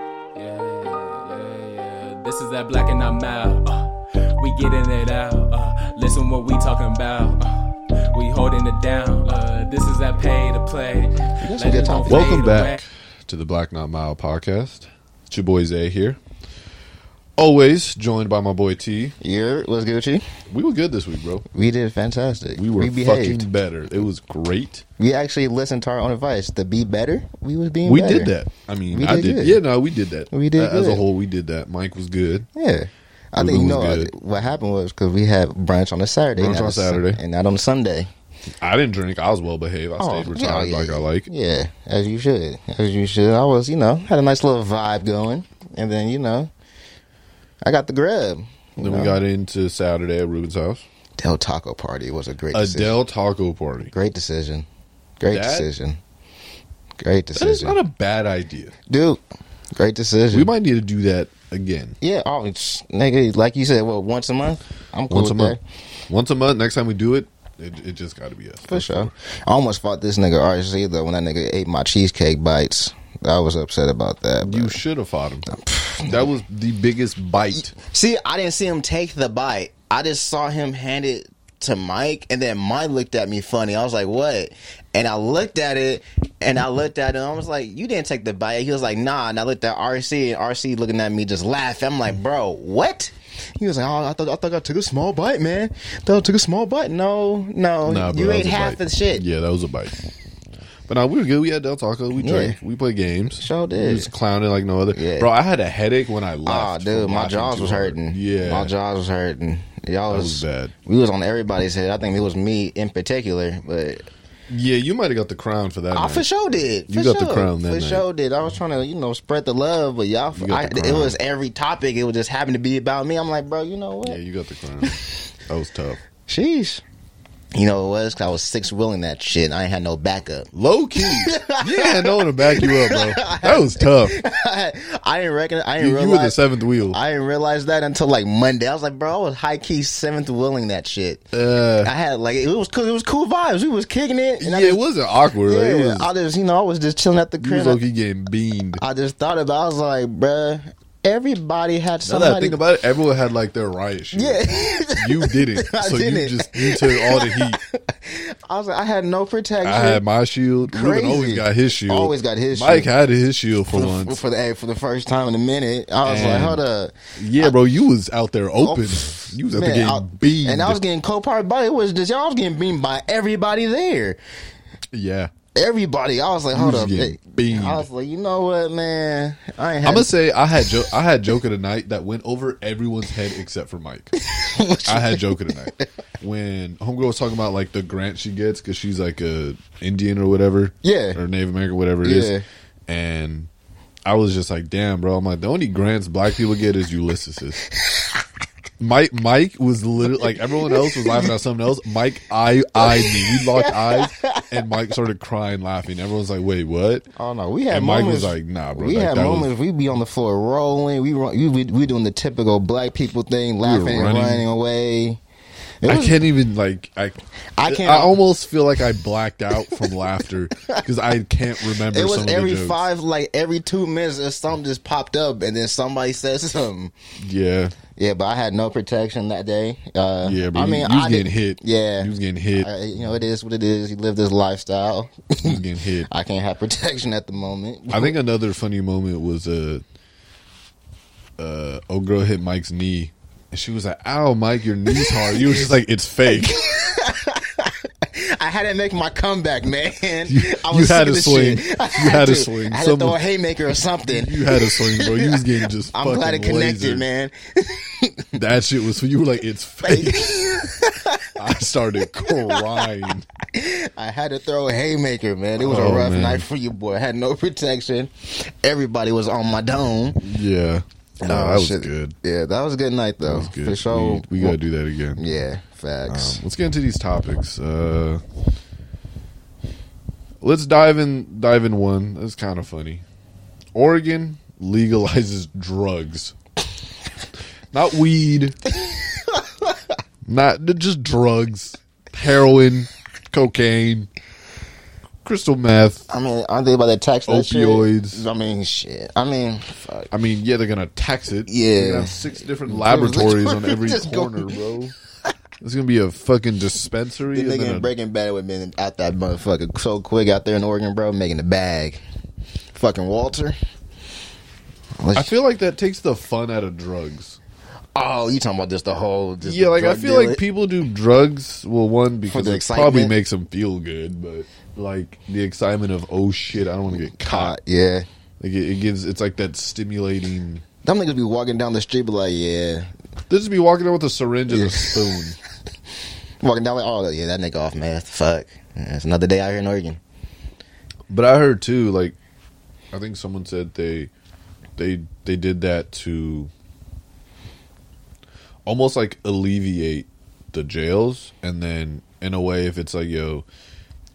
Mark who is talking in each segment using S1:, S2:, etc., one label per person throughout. S1: Yeah, yeah, yeah. This is that black and I'm out. Uh, we getting it out. Uh, listen what we talking about. Uh, we holding it down. Uh, this is that pay to play.
S2: That's a good
S1: Legends don't
S2: topic.
S1: fade
S3: Welcome
S1: away.
S3: back to the Black Not Mile podcast. It's your boy Zay here. Always joined by my boy T.
S2: Yeah, what's good with you?
S3: We were good this week, bro.
S2: We did fantastic.
S3: We were
S2: behaved.
S3: fucking better. It was great.
S2: We actually listened to our own advice. To be better, we was being
S3: We
S2: better.
S3: did that. I mean,
S2: We
S3: I
S2: did
S3: did.
S2: good.
S3: Yeah, no, we did that.
S2: We did
S3: A- as a
S2: good.
S3: whole. We did that. Mike was good.
S2: Yeah. I
S3: Ruben
S2: think you
S3: was
S2: know I-
S3: good.
S2: what happened was because we had brunch on a Saturday,
S3: Brunch
S2: not
S3: on
S2: a Sun-
S3: Saturday.
S2: and not on Sunday.
S3: I didn't drink. I was well behaved. I stayed
S2: hell
S3: retired like I like.
S2: Oh, Yeah, as you should, as you should. I was, you know, had a nice little vibe going, and then you know, I got the grub. you
S3: Then
S2: know.
S3: we got into Saturday at Ruben's house.
S2: Del Taco Party was a great decision.
S3: Adele taco party.
S2: great decision, great
S3: That-
S2: decision, great
S3: That is
S2: decision,
S3: not a bad idea.
S2: dude. Great decision.
S3: We might need to do that again.
S2: yeah, always, nigga. Like you said, well, once a month, I'm cool
S3: Once a
S2: with
S3: month.
S2: that.
S3: Once a month. Next time we do it, it, it just got to be us.
S2: For sure. I almost fought this nigga RC though when that nigga ate my cheesecake bites. I was upset about that.
S3: You
S2: but-
S3: should have fought him. that was the biggest bite.
S2: see, I didn't see him take the bite. I just saw him hand it to Mike, and then Mike looked at me funny. I was like, "What?" And I looked at it, and I looked at him. I was like, "You didn't take the bite." He was like, "Nah." And I looked at RC, and RC looking at me just laughing. I'm like, "Bro, what?" He was like, "Oh, I thought I, thought I took a small bite, man. thought I took a small bite. No, no,
S3: Nah, bro,
S2: you
S3: that
S2: ate
S3: was a
S2: half
S3: bite.
S2: the shit.
S3: Yeah, that was a bite. But now we were good. We had Del Taco. We drank. We played games.
S2: Sure
S3: We
S2: did.
S3: was clowning like no other.
S2: Yeah.
S3: Bro, I had a headache when I
S2: Oh,
S3: left.
S2: dude,
S3: from
S2: my
S3: laughing
S2: jaws
S3: too
S2: was
S3: hard.
S2: hurting.
S3: Yeah,
S2: my jaws was hurting. Y'all
S3: That
S2: was,
S3: was bad.
S2: We was on everybody's head. I think it was me in particular, but
S3: Yeah, you might have got the crown for that.
S2: I
S3: night.
S2: Ah, for sure did.
S3: You
S2: For
S3: got the
S2: sure.
S3: crown that
S2: For
S3: night.
S2: sure did. I was trying to you know spread the love, but y'all,
S3: You got
S2: I,
S3: the
S2: it
S3: crown.
S2: was every topic. It was just happened to be about me. I'm like, bro, you know what?
S3: Yeah, you got the crown. that was tough.
S2: Sheesh. You know what it was? 'Cause I was six wheeling that shit. I ain't had no backup.
S3: Low key. yeah, no one to back you up, bro. That was tough.
S2: I didn't reckon. I didn't
S3: You, you
S2: realize.
S3: were the seventh wheel.
S2: I didn't realize that until like Monday. I was like, bro, I was high key seventh wheeling that shit.
S3: Uh,
S2: I had like it was cool. It was cool vibes. We was kicking it. And
S3: yeah,
S2: I
S3: it
S2: just,
S3: wasn't awkward. like, it
S2: yeah,
S3: was,
S2: I just you know I was just chilling at the
S3: you was
S2: crib.
S3: low key getting beamed.
S2: I just thought about. it. I was like, bruh, everybody had
S3: Now that I
S2: somebody.
S3: think about it, everyone had like their riot shit.
S2: yeah,
S3: You didn't.
S2: I
S3: so
S2: didn't.
S3: you just you took all the heat.
S2: I was like, I had no protection.
S3: I had my shield. Ruben
S2: Crazy.
S3: always got his shield.
S2: Always got his
S3: Mike
S2: shield.
S3: had his shield for
S2: for, the,
S3: once.
S2: for the hey, for the first time in a minute. I was like,
S3: And-
S2: hold up.
S3: yeah, bro, you was out there open. you was
S2: Oh,
S3: out there
S2: Man,
S3: getting
S2: I-
S3: beamed.
S2: and I was getting co-powered by it was just y'all was getting beamed by everybody there.
S3: yeah.
S2: Everybody, I was like, hold
S3: was
S2: up.
S3: getting
S2: Hey,
S3: beamed.
S2: I was like, you know what, man? I ain't had
S3: I'm gonna say I had jo- I had joke of the night that went over everyone's head except for Mike. I had joke of the night when homegirl was talking about like the grant she gets because she's like a Indian or whatever,
S2: Yeah.
S3: or Native American, whatever it is.
S2: Yeah.
S3: And I was just like, damn, bro. I'm like, the only grants black people get is Ulysses. Mike Mike was literally like everyone else was laughing at something else. Mike I eyed me. We locked eyes, and Mike started crying, laughing. Everyone's like, "Wait, what?"
S2: Oh no, we had
S3: And Mike
S2: moments.
S3: was like, "Nah, bro,
S2: We
S3: like,
S2: had
S3: that was-
S2: moments. we be on the floor rolling. We run, we, we we doing the typical black people thing, laughing, and
S3: running.
S2: running, away. It
S3: I
S2: was-
S3: can't even like
S2: I
S3: I. I
S2: can't-
S3: can't. I almost feel like I blacked out from laughter because I can't remember.
S2: It
S3: some
S2: was
S3: of the
S2: every
S3: jokes.
S2: five, like every two minutes, or something just popped up, and then somebody said something.
S3: Yeah,
S2: Yeah, but I had no protection that day. Uh,
S3: yeah. But
S2: I mean,
S3: you, you was
S2: I
S3: getting
S2: did-
S3: hit.
S2: Yeah,
S3: you was getting hit.
S2: I- you know it is what it is. You live this lifestyle.
S3: you was getting hit.
S2: I can't have protection at the moment.
S3: I think another funny moment was uh, uh, old girl hit Mike's knee, and she was like, "Ow, Mike, your knee's hard." You was just like, "It's fake."
S2: I had to make my comeback, man. I
S3: you had
S2: sick
S3: to
S2: of this
S3: swing.
S2: shit. I
S3: You had
S2: to.
S3: to swing.
S2: I had to
S3: Someone-
S2: throw a haymaker or something.
S3: You had a swing, bro. You was getting just.
S2: I'm glad it
S3: fucking
S2: connected,
S3: lasered.
S2: man.
S3: That shit was. You were like, "It's fake." I started crying.
S2: I had to throw a haymaker, man. It was a
S3: Oh,
S2: rough
S3: man.
S2: night for you, boy. I had no protection. Everybody was on my dome.
S3: Yeah. No,
S2: Oh,
S3: that was
S2: shit.
S3: good.
S2: Yeah, that was a good night, though.
S3: That was good.
S2: For sure.
S3: We, we gotta do that again.
S2: Yeah,
S3: Um,
S2: facts.
S3: let's get into these topics. Uh, let's dive in. Dive in one. That's kind of funny. Oregon legalizes drugs, not weed, not just drugs, heroin, cocaine. crystal meth.
S2: I mean, aren't they about to tax that shit?
S3: Opioids.
S2: I mean, shit. I mean, fuck.
S3: I mean, yeah, they're gonna tax it.
S2: Yeah.
S3: They're gonna have six different laboratories on every
S2: Just go-
S3: corner, bro. It's gonna be a fucking
S2: The
S3: dispensary. and
S2: nigga
S3: then
S2: in
S3: a-
S2: Breaking Bad would have been out that motherfucker so quick out there in Oregon, bro, making the bag. Fucking Walter. Let's-
S3: I feel like that takes the fun out of drugs.
S2: oh, you talking about just the whole? Just
S3: Yeah,
S2: the
S3: like I
S2: drug
S3: feel like
S2: dealer?
S3: people do drugs. Well, one because
S2: the
S3: it probably
S2: excitement.
S3: makes them feel good, but like the excitement of oh shit, I don't want to get
S2: Hot,
S3: caught.
S2: yeah.
S3: Like it, it gives. It's like that stimulating.
S2: Them niggas be walking down the street, be like, yeah,
S3: They'll just be walking around with a syringe and a spoon.
S2: walking down like, oh yeah, that nigga off mask. Fuck, Yeah, it's another day out here in Oregon.
S3: But I heard too, like I think someone said they they they did that to almost like alleviate the jails and then in a way if it's like yo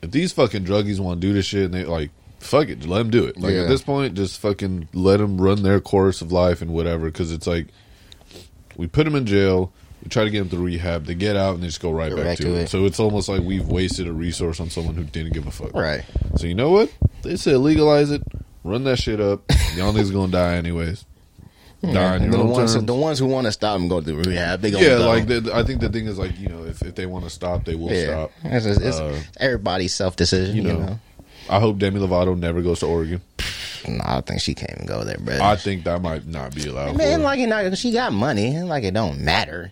S3: if these fucking druggies want to do this shit and they like fuck it let them do it like
S2: Yeah.
S3: at this point just fucking let them run their course of life and whatever because it's like we put them in jail we try to get them through rehab they get out and they just go right
S2: Go
S3: back, to, it. so it's almost like we've wasted a resource on someone who didn't give a fuck
S2: Right.
S3: so you know what? They said legalize it, run that shit up. Y'all niggas gonna die anyways. Die
S2: And
S3: on your
S2: then the
S3: own
S2: ones,
S3: terms.
S2: the ones who want to stop them go to rehab. They gonna
S3: Yeah,
S2: go.
S3: like the, I think the thing is like you know if, if they want to stop, they will
S2: yeah.
S3: stop.
S2: It's, just- it's
S3: Uh,
S2: everybody's self decision.
S3: you know. I hope Demi Lovato never goes to Oregon.
S2: Nah, I think she can't even go there, bro.
S3: I think that might not be allowed. for
S2: Man,
S3: her.
S2: like it not, she got money. It's Like it don't matter.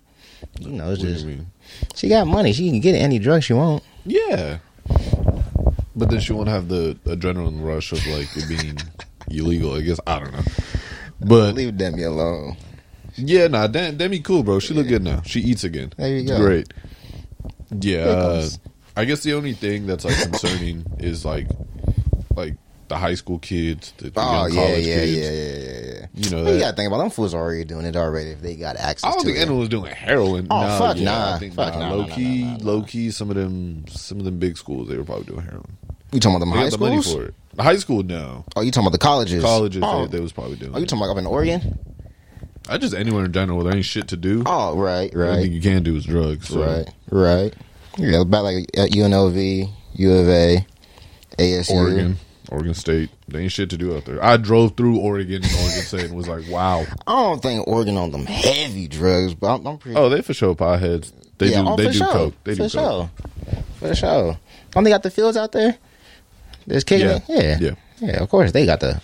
S2: You know, it's
S3: What do you
S2: just
S3: mean?
S2: she got money. She can get any drug she want.
S3: yeah. But then she won't have the adrenaline rush of like it being illegal. I guess I don't know. But
S2: Leave Demi alone.
S3: Yeah, nah, Dem- Demi cool, bro. She look good now. She eats again.
S2: There you
S3: It's
S2: go.
S3: Great. Yeah, uh,
S2: Pickles.
S3: I guess the only thing that's like concerning is like, like the high school kids, the the
S2: Oh
S3: young
S2: yeah,
S3: college
S2: yeah, yeah,
S3: kids.
S2: yeah, yeah, yeah.
S3: You know
S2: Well, you
S3: that-
S2: gotta think about them fools already doing it already if they got access.
S3: I don't
S2: to
S3: think
S2: it.
S3: anyone was doing heroin.
S2: Oh,
S3: nah,
S2: fuck
S3: yeah,
S2: nah.
S3: I think
S2: Fuck
S3: nah,
S2: nah,
S3: low
S2: nah, nah,
S3: key,
S2: nah, nah, nah.
S3: low key. Some of them, some of them big schools, they were probably doing heroin.
S2: You talking about them
S3: They
S2: high
S3: got the money
S2: schools?
S3: for it. The high school, no.
S2: Oh, you talking about the colleges?
S3: Colleges,
S2: Oh,
S3: they, they was probably doing.
S2: oh, you
S3: it.
S2: talking about up in Oregon?
S3: I just anywhere in general, there ain't shit to do.
S2: Oh, right,
S3: The only
S2: right,
S3: thing you can do is drugs. So.
S2: right, right. Yeah, about like uh, at UNLV, U of A, ASU.
S3: Oregon, Oregon State. There ain't shit to do out there. I drove through Oregon, and Oregon State, and was like, wow.
S2: I don't think Oregon on them heavy drugs, but I'm, I'm pretty.
S3: Oh, they for sure potheads. They do.
S2: oh,
S3: they
S2: for
S3: do
S2: sure.
S3: coke. They
S2: for
S3: do coke.
S2: sure. For sure. Don't they got the fields out there? There's kicking
S3: Yeah.
S2: it? Yeah.
S3: Yeah.
S2: Yeah, of course. They got the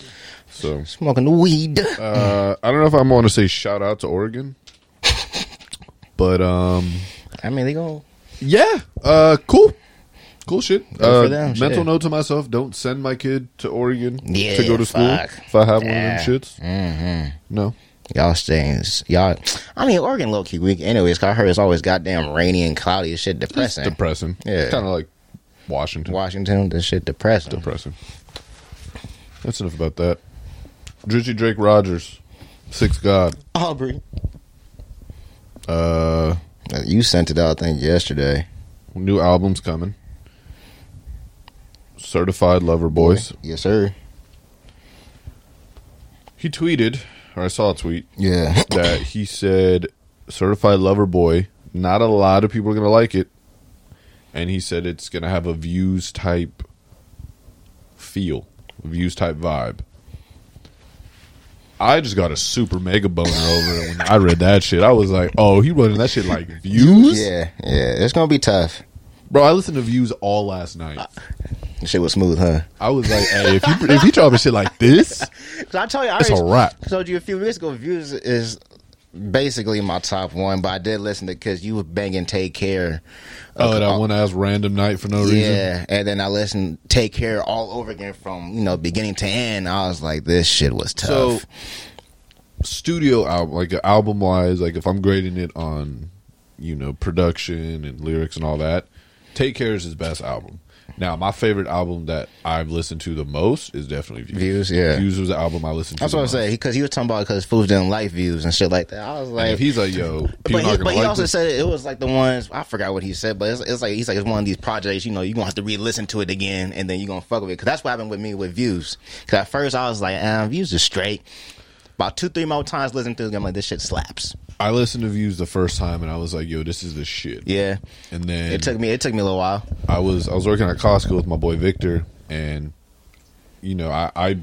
S3: So
S2: smoking the weed.
S3: uh, I don't know if I'm going to say shout out to Oregon, but um,
S2: I mean, they go.
S3: yeah, uh, cool. Cool shit.
S2: Good for
S3: Uh,
S2: them,
S3: mental
S2: shit.
S3: note to myself: Don't send my kid to Oregon
S2: Yeah,
S3: to go to school
S2: fuck.
S3: if I have
S2: Yeah. Mm-hmm.
S3: one of them shits. No,
S2: Y'all stains. Y'all. I mean, Oregon low key weak anyways, because I heard it's always goddamn rainy and cloudy. This shit
S3: it's
S2: depressing.
S3: depressing.
S2: Yeah.
S3: it's kind of like Washington.
S2: Washington, this shit depressing.
S3: depressing. That's enough about that. Drizzy Drake Rogers, Six God.
S2: Aubrey.
S3: Uh,
S2: Uh, You sent it out, I think, yesterday.
S3: new album's coming. Certified Lover Boys.
S2: Yes, sir.
S3: He tweeted, or I saw a tweet
S2: Yeah.
S3: that he said, "Certified Lover Boy." Not a lot of people are gonna like it, and he said it's gonna have a views type feel, views type vibe. I just got a super mega boner over it when I read that shit. I was like, "Oh, he running that shit like views,
S2: yeah. Yeah. It's going to be tough.
S3: bro." I listened to views all last night.
S2: This shit was smooth, huh?
S3: I was like, "Hey, if you if you dropping shit like this,
S2: Cause I told you, I
S3: It's
S2: already
S3: a wrap.
S2: told you a few weeks ago. Views is basically my top one, but I did listen to because you were banging "Take Care."
S3: oh, that one ass random night for no reason."
S2: Yeah, and then I listened "Take Care" all over again from you know beginning to end. I was like, this shit was tough.
S3: So, studio album, like album wise, like if I'm grading it on, you know, production and lyrics and all that, Take Care is his best album. Now, my favorite album that I've listened to the most is definitely Views.
S2: Views, yeah.
S3: Views was the album I listened to.
S2: That's
S3: the
S2: what I'm
S3: most.
S2: saying because he was talking about because fools didn't like views and shit like that. I was
S3: And
S2: like,
S3: if he's like, yo, people
S2: but
S3: not
S2: he,
S3: gonna
S2: but he
S3: like
S2: also
S3: this.
S2: said it was like the ones I forgot what he said, but it's, it's like he's like it's one of these projects you know you gonna have to re-listen to it again and then you are gonna fuck with it because that's what happened with me with views. Because at first I was like, um, views is straight. About two three more times listening to it, I'm like this shit slaps.
S3: I listened to Views the first time and I was like, yo, this is the shit.
S2: Yeah,
S3: And then
S2: it took me it took me a little while.
S3: I was I was working at Costco with my boy Victor, and you know, I I,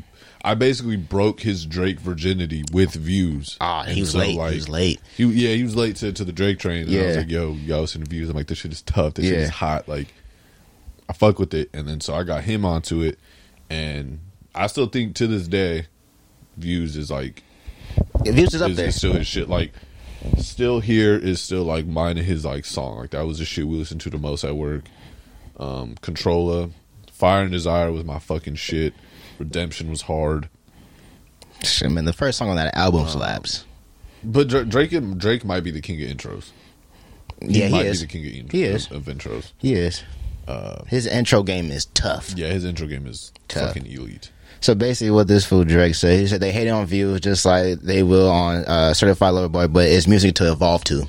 S3: I basically broke his Drake virginity with views.
S2: Ah,
S3: And
S2: he was late. he was late.
S3: He, yeah, he was late to, to the Drake train. And I was
S2: Yeah.
S3: like, yo, y'all sending views. I'm like, this shit is tough. This shit
S2: Yeah.
S3: is hot. Like, I fuck with it. And then so I got him onto it. And I still think to this day, views is like,
S2: If he was just up
S3: is,
S2: there,
S3: is still his shit. Like, still here is still like mine and his like song. Like, that was the shit we listened to the most at work. Um, Controller, Fire and Desire was my fucking shit. Redemption was hard.
S2: Shit, man, the first song on that
S3: Uh,
S2: album slaps.
S3: But Dra- Drake and- Drake might be the king of intros.
S2: Yeah, he
S3: might
S2: is.
S3: be the Uh, king of, intros
S2: He is.
S3: of intros.
S2: He is. His intro game is tough.
S3: Yeah, his intro game is
S2: Tough.
S3: fucking elite.
S2: So basically, what this fool Drake said, he said they hate it on views just like they will on uh, Certified Lover Boy, but it's music to evolve to.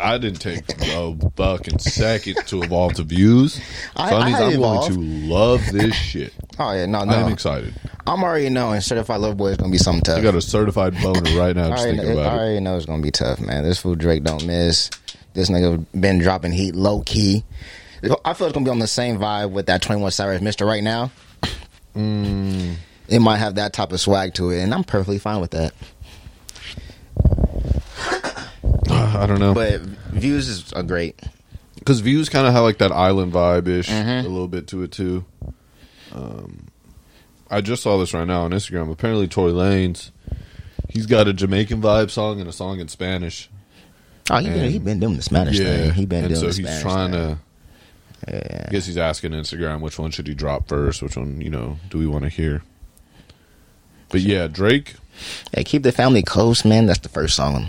S3: I didn't take a fucking second to evolve to views.
S2: I-
S3: so
S2: I
S3: that means
S2: had
S3: I'm
S2: evolved.
S3: going to love this shit.
S2: Oh yeah, no, no,
S3: I'm
S2: I'm,
S3: excited.
S2: already knowing Certified Lover Boy is gonna be something tough.
S3: I got a certified boner right now.
S2: I
S3: Just
S2: already,
S3: thinking
S2: know, I
S3: about it.
S2: already know it's gonna be tough, man. This fool Drake don't miss. This nigga been dropping heat low key. I feel it's gonna be on the same vibe with that Twenty One Savage Mister right now.
S3: Mm.
S2: It might have that type of swag to it, and I'm perfectly fine with that.
S3: I don't know.
S2: But views is
S3: uh,
S2: a great.
S3: because views kind of had like that island vibe ish
S2: Mm-hmm.
S3: a little bit to it too. Um, I just saw this right now on Instagram. Apparently, Tory Lanez, he's got a Jamaican vibe song and a song in Spanish.
S2: Oh, he been,
S3: And-
S2: he been doing the Spanish thing. He been
S3: and
S2: doing the
S3: so he's
S2: Spanish
S3: trying
S2: thing.
S3: to. I guess he's asking Instagram which one should he drop first, which one you know do we want to hear. But yeah, Drake.
S2: Hey, keep the family close, man. That's the first song.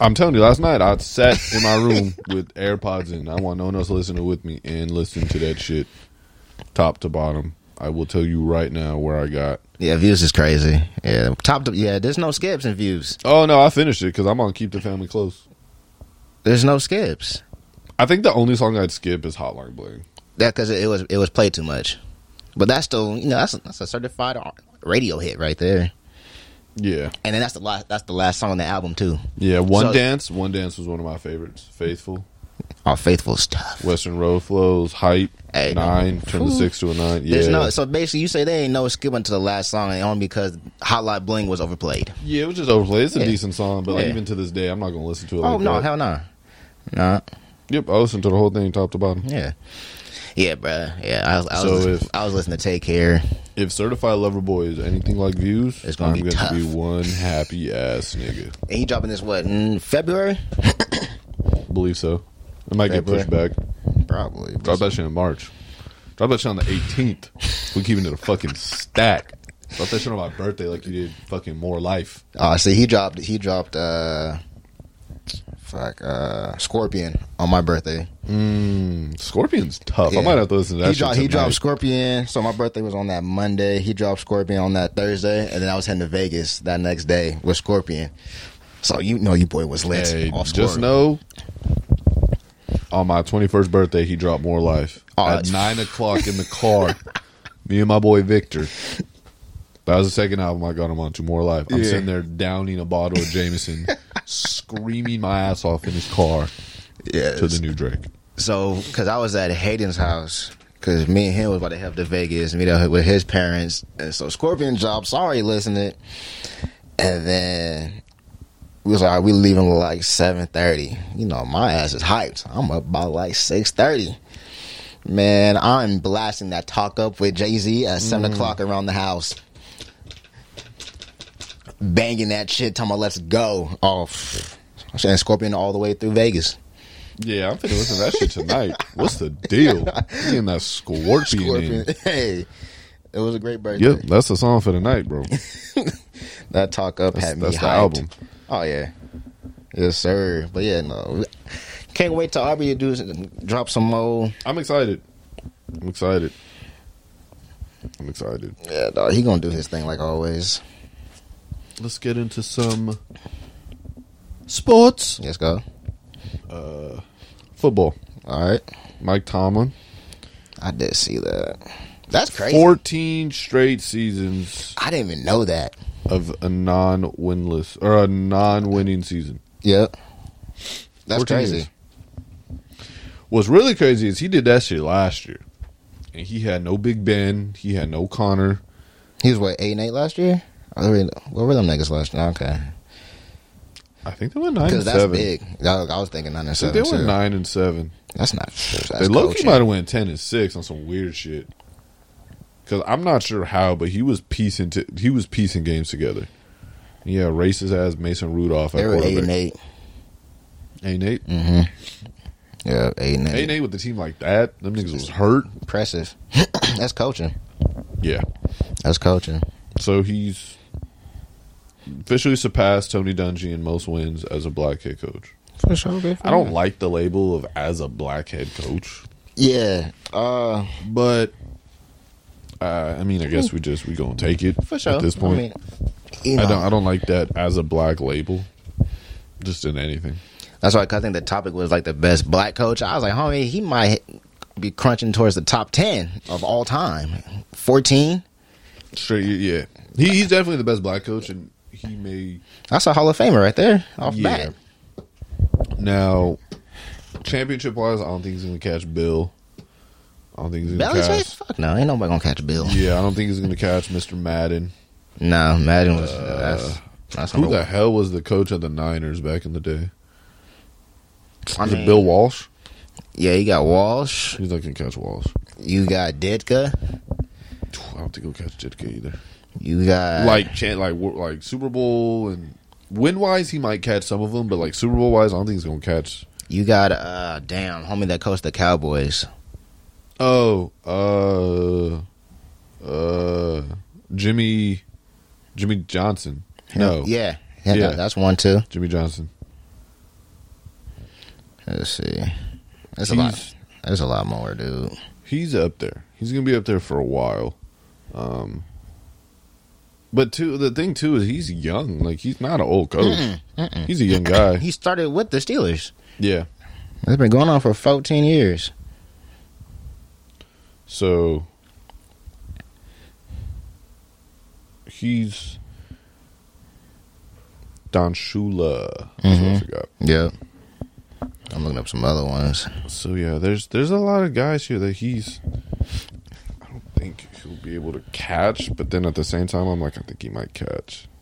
S3: I'm telling you, last night I sat in my room with AirPods in. I want no one else listening with me and listen to that shit, top to bottom. I will tell you right now where I got.
S2: Yeah, views is crazy. Yeah, top. To, yeah, there's no skips in views.
S3: Oh no, I finished it because I'm on Keep the Family Close.
S2: There's no skips.
S3: I think the only song I'd skip is Hotline Bling.
S2: That because it, it was it was played too much. But that's still you know that's that's a certified r- radio hit right there.
S3: Yeah,
S2: And then that's the last that's the last song on the album too.
S3: yeah. One
S2: So-
S3: Dance, One Dance was one of my favorites. Faithful.
S2: Oh, faithful stuff.
S3: Western Road Flows, Hype,
S2: Hey,
S3: Nine, turn the
S2: Whew.
S3: six to a nine. Yeah,
S2: There's no so basically you say they ain't no skip until the last song and only because Hotline Bling was overplayed.
S3: yeah, it was just overplayed. It's a
S2: Yeah.
S3: decent song, but like
S2: Yeah.
S3: even to this day, I'm not gonna listen to it.
S2: Oh
S3: like
S2: no,
S3: that.
S2: hell no, no,
S3: yep, I listened to the whole thing top to bottom.
S2: yeah, yeah, bruh. yeah. I, was- I
S3: So
S2: was
S3: if-
S2: I was listening to Take Care.
S3: If Certified Lover Boy is anything like Views,
S2: It's gonna be
S3: I'm gonna
S2: tough.
S3: be one happy ass nigga.
S2: And he dropping this what in February?
S3: Believe so. It might get
S2: February.
S3: pushed back.
S2: Probably.
S3: Drop that shit in March. Drop that shit on the 18th. We keeping it a fucking stack. Drop that shit on my birthday like you did fucking more life.
S2: Oh, see, he dropped. He dropped. uh Fuck, uh, Scorpion on my birthday.
S3: Mm, Scorpion's tough.
S2: Yeah.
S3: I might have to listen to that.
S2: He,
S3: shit
S2: dropped- he
S3: tonight.
S2: dropped Scorpion. So my birthday was on that Monday. He dropped Scorpion on that Thursday, and then I was heading to Vegas that next day with Scorpion. So you know, you boy was lit.
S3: Hey,
S2: off
S3: just
S2: Scorpion.
S3: know on my 21st birthday, he dropped More Life
S2: Oh,
S3: at
S2: that's-
S3: 9 o'clock in the car. Me and my boy Victor. That was the second album I got him onto, More Life. I'm
S2: Yeah.
S3: sitting there downing a bottle of Jameson, screaming my ass off in his car
S2: yeah.
S3: to the new Drake.
S2: So, because I was at Hayden's house, because me and him was about to head to Vegas, meet up with his parents, and so Scorpion job. Sorry, listening. And then we was like, "All right, we leaving like seven thirty. You know, my ass is hyped. I'm up by like six thirty. Man, I'm blasting that talk up with Jay Z at seven o'clock around the house. Banging that shit, talking about let's go. Oh, pff. and Scorpion all the way through Vegas.
S3: Yeah, I'm finna listen to that shit tonight. What's the deal? Getting that scorpion,
S2: Scorpion.
S3: in.
S2: Hey, it was a great birthday.
S3: Yep, that's the song for the night, bro.
S2: That talk up
S3: That's-
S2: had me
S3: that's the
S2: hyped.
S3: album.
S2: Oh yeah, yes sir. But yeah, no, can't wait till Aubrey to do drop some more.
S3: I'm excited. I'm excited. I'm excited.
S2: Yeah, no, he gonna do his thing like always.
S3: let's get into some sports.
S2: Let's go.
S3: Football.
S2: All right,
S3: Mike Tomlin,
S2: I did see that. That's crazy.
S3: 14 straight seasons
S2: I didn't even know that.
S3: of a non-winless or a non-winning season.
S2: Yep, that's
S3: 14
S2: crazy.
S3: years. What's really crazy is he did that shit last year. and he had no Big Ben, he had no Connor.
S2: He was what eight and eight last year. I don't really know. What were them niggas last year? Okay,
S3: I think they went nine and
S2: because that's
S3: seven.
S2: big. I I was thinking nine and
S3: I think they
S2: seven.
S3: went
S2: too.
S3: nine and seven.
S2: That's not. That's
S3: they low key
S2: coaching.
S3: might have went ten and six on some weird shit. Cause I'm not sure how, but he was piecing to, he was piecing games together. Yeah, racist ass Mason Rudolph at
S2: They were eight and Mm-hmm. eight.
S3: quarterback. Eight and eight,
S2: Yeah, eight and
S3: eight and
S2: eight.
S3: eight with the team like that. Them niggas was hurt.
S2: Impressive. that's coaching.
S3: Yeah,
S2: That's coaching.
S3: so he's officially surpassed Tony Dungy in most wins as a black head coach.
S2: For sure. Good
S3: I don't like the label of as a black head coach,
S2: Yeah. Uh,
S3: but uh, I mean, I guess we just we gonna take it
S2: Hmm. for sure.
S3: at this point.
S2: I mean, you know,
S3: I don't. I don't like that as a black label. Just in anything.
S2: That's why 'cause I think the topic was like the best black coach. I was like, homie, he might be crunching towards the top ten of all time. Fourteen.
S3: Straight. Yeah. He, he's definitely the best black coach, and he may
S2: That's a Hall of Famer right there off
S3: Yeah.
S2: bat.
S3: now championship wise. I don't think he's gonna catch Bill. I don't think he's gonna
S2: Belichick?
S3: catch.
S2: Fuck no, ain't nobody gonna catch Bill.
S3: Yeah, I don't think he's gonna catch Mr. Madden.
S2: No, Madden was that's that's
S3: Uh, Who
S2: number
S3: the hell was the coach of the Niners back in the day?
S2: I
S3: Was
S2: mean-
S3: it Bill Walsh?
S2: Yeah, you got Walsh,
S3: He's not gonna catch Walsh.
S2: you got Ditka,
S3: I don't think he'll catch Ditka either.
S2: you got
S3: like chan- like wo- like Super Bowl and win wise, he might catch some of them, but like Super Bowl wise, I don't think he's gonna catch.
S2: you got uh damn homie that coached the Cowboys.
S3: Oh, uh, uh, Jimmy, Jimmy Johnson. No,
S2: Yeah. Yeah,
S3: Yeah.
S2: that- that's one too.
S3: Jimmy Johnson.
S2: Let's see. There's a lot.
S3: He's-
S2: There's a lot more, dude.
S3: He's up there. He's gonna be up there for a while. Um, but too the thing too is he's young. Like he's not an old coach. He's a young guy.
S2: He started with the Steelers.
S3: yeah.
S2: It's been going on for 14 years.
S3: So he's Don Shula. That's
S2: Mm-hmm.
S3: what I forgot.
S2: Yep. I'm looking up some other ones.
S3: So yeah, there's there's a lot of guys here that he's I don't think he'll be able to catch, but then at the same time I'm like, I think he might catch.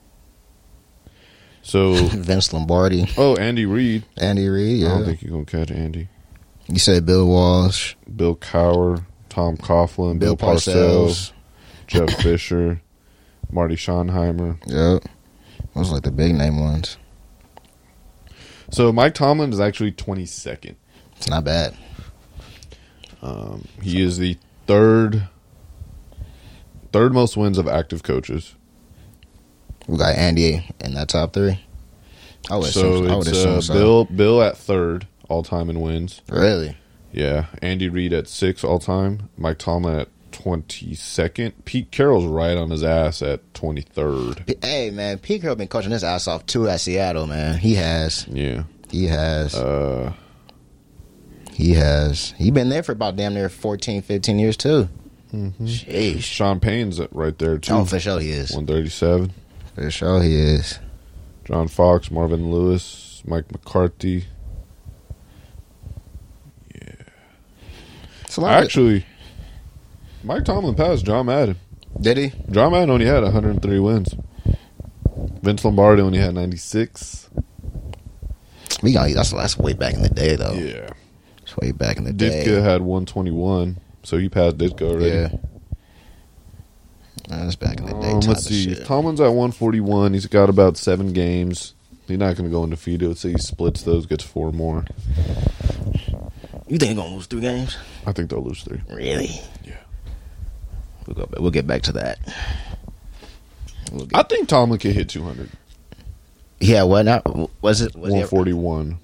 S3: So
S2: Vince Lombardi,
S3: oh Andy Reid.
S2: Andy Reid. Yeah.
S3: I don't think he's gonna catch Andy.
S2: you said Bill Walsh,
S3: Bill Cower, Tom Coughlin, Bill,
S2: Bill, Parcells.
S3: Parcells, Jeff Fisher, Marty Schottenheimer.
S2: Yep. Those are like the big name ones.
S3: So Mike Tomlin is actually 22nd.
S2: It's not bad.
S3: Um, he is the third third most wins of active coaches.
S2: We got Andy in that top three. I would
S3: so
S2: assume. I would
S3: it's
S2: assume
S3: uh,
S2: so.
S3: Bill Bill at third all time in wins.
S2: Really?
S3: Yeah, Andy Reid at six all time. Mike Tomlin at 22nd. Pete Carroll's right on his ass at 23rd.
S2: P- Hey man, Pete Carroll been coaching his ass off too at Seattle. Man, he has.
S3: Yeah.
S2: He has.
S3: Uh,
S2: He has. He been there for about damn near 14, 15 years too.
S3: Mm-hmm.
S2: Sheesh.
S3: Sean Payne's at right there too.
S2: Oh, for sure he is.
S3: 137.
S2: For sure he is.
S3: John Fox, Marvin Lewis, Mike McCarthy.
S2: It's a lot. of-
S3: Actually, Mike Tomlin passed John Madden.
S2: did he?
S3: John Madden only had 103 wins. Vince Lombardi only had 96.
S2: We gonna. That's that's way back in the day though.
S3: Yeah.
S2: It's way back in the
S3: Ditka
S2: day.
S3: had 121, so he passed Ditka already.
S2: Yeah. That's back in the day.
S3: Um,
S2: type
S3: let's
S2: of
S3: see.
S2: shit.
S3: Tomlin's at 141. He's got about seven games. He's not going to go undefeated. Let's say he splits those, gets four more.
S2: You think they're gonna lose three games?
S3: I think they'll lose three.
S2: Really?
S3: Yeah.
S2: We'll go. Back, we'll get back to that. We'll get,
S3: I think Tomlin can hit 200.
S2: yeah. What not? uh, Was it? Was he-
S3: 141.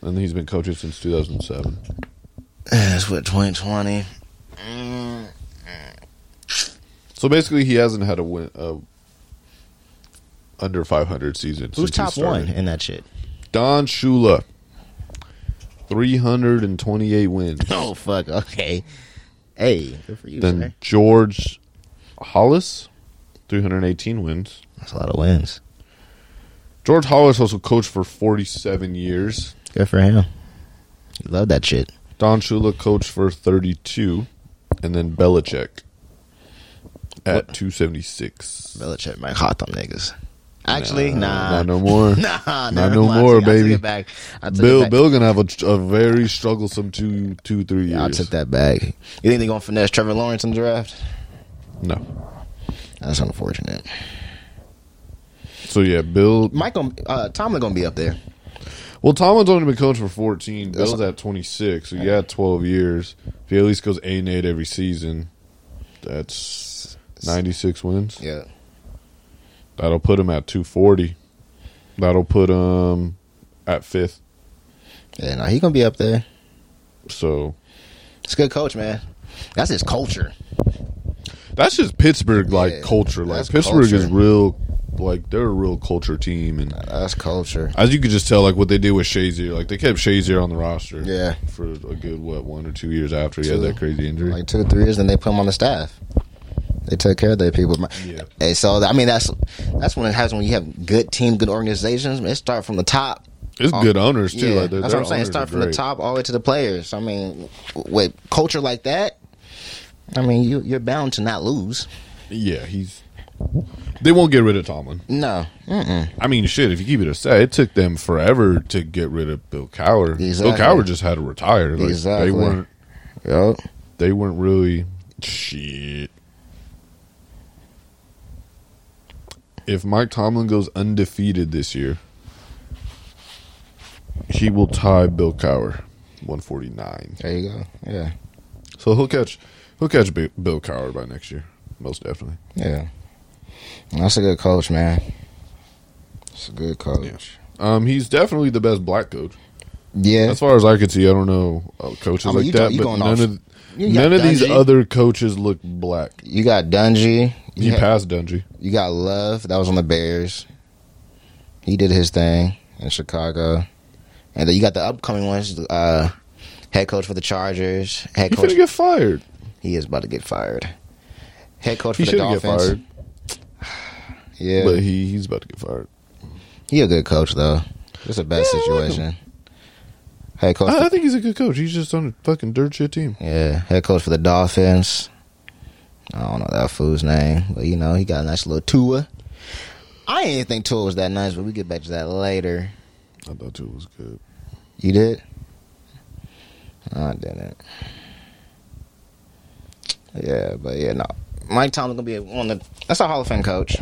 S3: And he's been coaching since 2007.
S2: That's what 2020. Mm,
S3: So basically, he hasn't had a win uh, under 500 season.
S2: who's
S3: since he
S2: top
S3: started.
S2: one in that shit?
S3: Don Shula, 328 wins.
S2: Oh fuck. Okay. Hey, good for you,
S3: Then
S2: sir.
S3: George Hollis, 318 wins.
S2: That's a lot of wins.
S3: George Hollis also coached for 47 years.
S2: Good for him. You love that shit.
S3: Don Shula coached for 32, and then Belichick at 276.
S2: Belichick might hot them niggas. Actually, nah,
S3: Not no more.
S2: nah,
S3: not
S2: never
S3: no
S2: mind. I
S3: more,
S2: took- I took
S3: baby.
S2: it back. I took it
S3: Bill
S2: back.
S3: Bill gonna have a, tr- a very strugglesome two two three years.
S2: Yeah, I took that back. You think they're gonna finesse Trevor Lawrence in the draft?
S3: No,
S2: That's unfortunate.
S3: so yeah, Bill.
S2: Michael uh, Tomlin gonna be up there.
S3: Well, Tomlin's only been coaching for fourteen.
S2: That's-
S3: Bill's at twenty six, so yeah, twelve years. If he at least goes eight and eight every season, that's ninety six wins.
S2: Yeah,
S3: That'll put him at two forty. That'll put him at fifth.
S2: yeah, no, he gonna be up there.
S3: So
S2: It's a good coach, man. That's his culture.
S3: that's just Pittsburgh like
S2: Yeah,
S3: culture. Like
S2: that's
S3: Pittsburgh is
S2: culture.
S3: real. Like they're a real culture team, and
S2: That's culture.
S3: as you could just tell, like what they did with Shazier, like they kept Shazier on the roster,
S2: Yeah.
S3: for a good what one or two years after he had
S2: Two.
S3: that crazy injury.
S2: Like two or three years, and they put him on the staff. They took care of their people. My-
S3: Yeah.
S2: Hey, so I mean, that's that's when it happens when you have good team, good organizations. It start from the top.
S3: it's good owners too.
S2: uh, Yeah,
S3: like, their-
S2: that's
S3: their
S2: what I'm saying.
S3: owners
S2: Start
S3: are
S2: from the
S3: great.
S2: top all the way to the players. I mean, with culture like that, I mean, you, you're bound to not lose.
S3: Yeah, he's. They won't get rid of Tomlin.
S2: No, Mm-mm.
S3: I mean, shit. If you keep it a set, it took them forever to get rid of Bill Cowher.
S2: Exactly.
S3: Bill Cowher just had to retire. Like,
S2: Exactly.
S3: They weren't.
S2: Yup.
S3: They weren't really shit. If Mike Tomlin goes undefeated this year, he will tie Bill Cowher, one forty nine.
S2: There you go. Yeah,
S3: So he'll catch, he'll catch Bi- Bill Cowher by next year, most definitely.
S2: yeah. That's a good coach, man. It's a good coach.
S3: Um, he's definitely the best black coach.
S2: Yeah,
S3: As far as I can see, I don't know uh, coaches
S2: I mean,
S3: like
S2: Oh, you
S3: that,
S2: don't- you
S3: but
S2: going
S3: none
S2: off-
S3: of
S2: you got
S3: none of these
S2: Dungey.
S3: other coaches look black.
S2: you got Dungy.
S3: He
S2: You, ha-
S3: passed Dungy.
S2: you got Love. That was on the Bears. He did his thing in Chicago, and then you got the upcoming ones. Uh, head coach for the Chargers. Head
S3: He
S2: coach.
S3: finna get fired.
S2: he is about to get fired. Head coach
S3: He
S2: for the
S3: should get
S2: Dolphins.
S3: fired,
S2: Yeah,
S3: but he he's about to get fired.
S2: he a good coach though. It's a bad
S3: Yeah, Uh-huh. I like him.
S2: situation. head coach.
S3: I, I
S2: For,
S3: think he's a good coach. He's just on a fucking dirt shit team.
S2: yeah, head coach for the Dolphins. I don't know that fool's name, but you know he got a nice little Tua. I didn't think Tua was that nice, but we get back to that later.
S3: I thought it was good.
S2: You did? No, I didn't. Yeah, but yeah, no. Mike Tomlin gonna be on the. That's a Hall of Fame coach.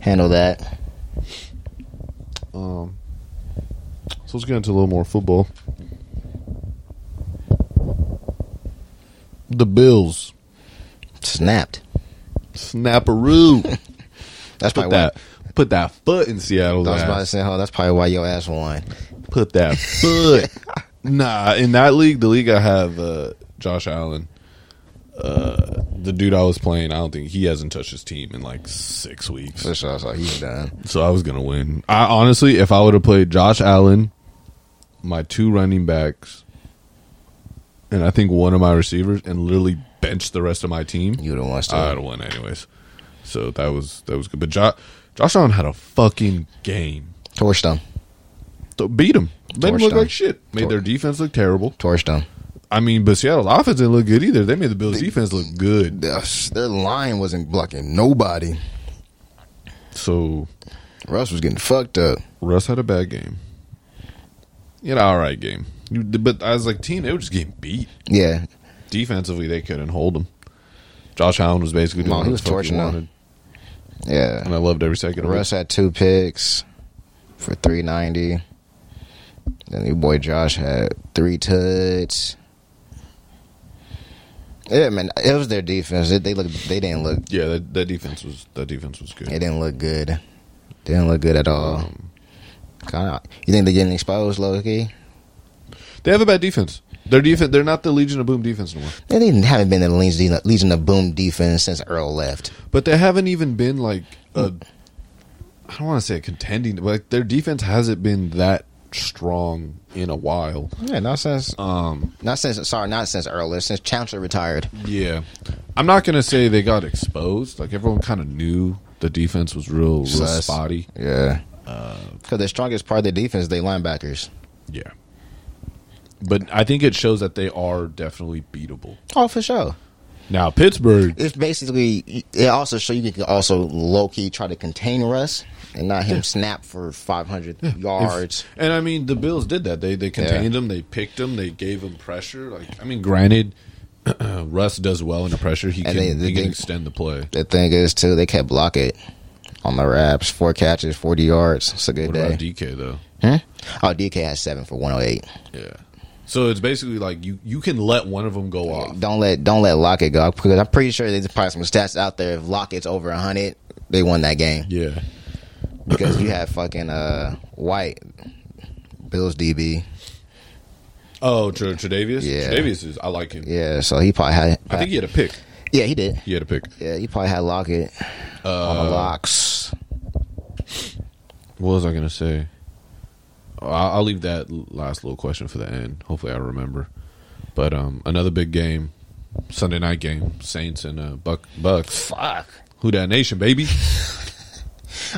S2: Handle that.
S3: Um, so let's get into a little more football. The Bills
S2: Snapped.
S3: snapperoo.
S2: That's
S3: put
S2: probably
S3: that put that foot in Seattle's
S2: why. I was about to
S3: ass.
S2: say, oh, that's probably why your ass won.
S3: put that foot. nah, in that league, the league I have, uh, Josh Allen, uh, the dude I was playing, I don't think he hasn't touched his team in like six weeks.
S2: For sure, I was like, he's done.
S3: So I was gonna win. I honestly, if I would have played Josh Allen, my two running backs, and I think one of my receivers, and literally benched the rest of my team,
S2: You would have won still.
S3: I'd have won anyways. So that was that was good. But jo- Josh Allen had a fucking game.
S2: Torched them.
S3: Th- Beat him. Made him
S2: Torched
S3: look
S2: them.
S3: like shit. Made their defense look terrible.
S2: Torched them.
S3: I mean, but Seattle's offense didn't look good either. They made the Bills' defense look good.
S2: Their, their line wasn't blocking nobody.
S3: So
S2: Russ was getting fucked up.
S3: Russ had a bad game. He had an all right game. You- But as like team, they were just getting beat.
S2: Yeah.
S3: Defensively, they couldn't hold them. Josh Allen was basically doing
S2: No,
S3: what
S2: he
S3: the
S2: was
S3: fuck
S2: torching them.
S3: wanted, and
S2: Yeah.
S3: I loved every second of
S2: Russ
S3: it.
S2: had two picks for 390. Then your boy Josh had three tuds. Yeah, man, it was their defense. They, they looked, they didn't look,
S3: Yeah, that, that defense was that defense was
S2: they
S3: good.
S2: didn't look good. They didn't look good at all.
S3: Um,
S2: Kind of, you think they're getting exposed, low key?
S3: they have a bad defense. Their defense, they're not the Legion of Boom defense anymore.
S2: They didn't, haven't been in the Legion, Legion of Boom defense since Earl left.
S3: But they haven't even been like a. I don't want to say a contending, but like their defense hasn't been that strong in a while.
S2: Yeah, not since,
S3: Um,
S2: not since, sorry, not since Earl left, since Chancellor retired.
S3: Yeah, I'm not gonna say they got exposed. Like everyone kind of knew the defense was real, real
S2: Sus.
S3: spotty.
S2: Uh, Yeah. Because the strongest part of the defense, they linebackers.
S3: Yeah, But I think it shows that they are definitely beatable.
S2: Oh, for sure.
S3: Now Pittsburgh,
S2: It's basically it also show you can also low key try to contain Russ and not him snap for five hundred yards.
S3: and I mean the Bills did that. They they contained them. They picked them. They gave them pressure. Like I mean, granted, Russ does well in the pressure. He can
S2: And they- they
S3: he can
S2: think-
S3: extend the play.
S2: The thing is too, they kept block it on the wraps. Four catches, forty yards. It's a good
S3: What
S2: day.
S3: about DK though?
S2: oh, DK has seven for one hundred eight.
S3: Yeah. So it's basically like you you can let one of them go off.
S2: Don't let don't let Lockett go because I'm pretty sure there's probably some stats out there. If Lockett's over hundred, they won that game
S3: Yeah.
S2: because you had fucking uh White, Bills DB.
S3: Oh, Tr- Tre'Davious.
S2: Yeah.
S3: Tre'Davious is. I like him.
S2: Yeah, so he probably had.
S3: I think he had a pick.
S2: yeah, he did.
S3: He had a pick.
S2: Yeah, he probably had Lockett on
S3: Uh,
S2: the locks.
S3: What was I gonna say? I- I'll leave that last little question for the end. Hopefully, I remember. But um, another big game, Sunday night game, Saints and uh, Buck Bucks.
S2: Fuck.
S3: Who that nation, baby?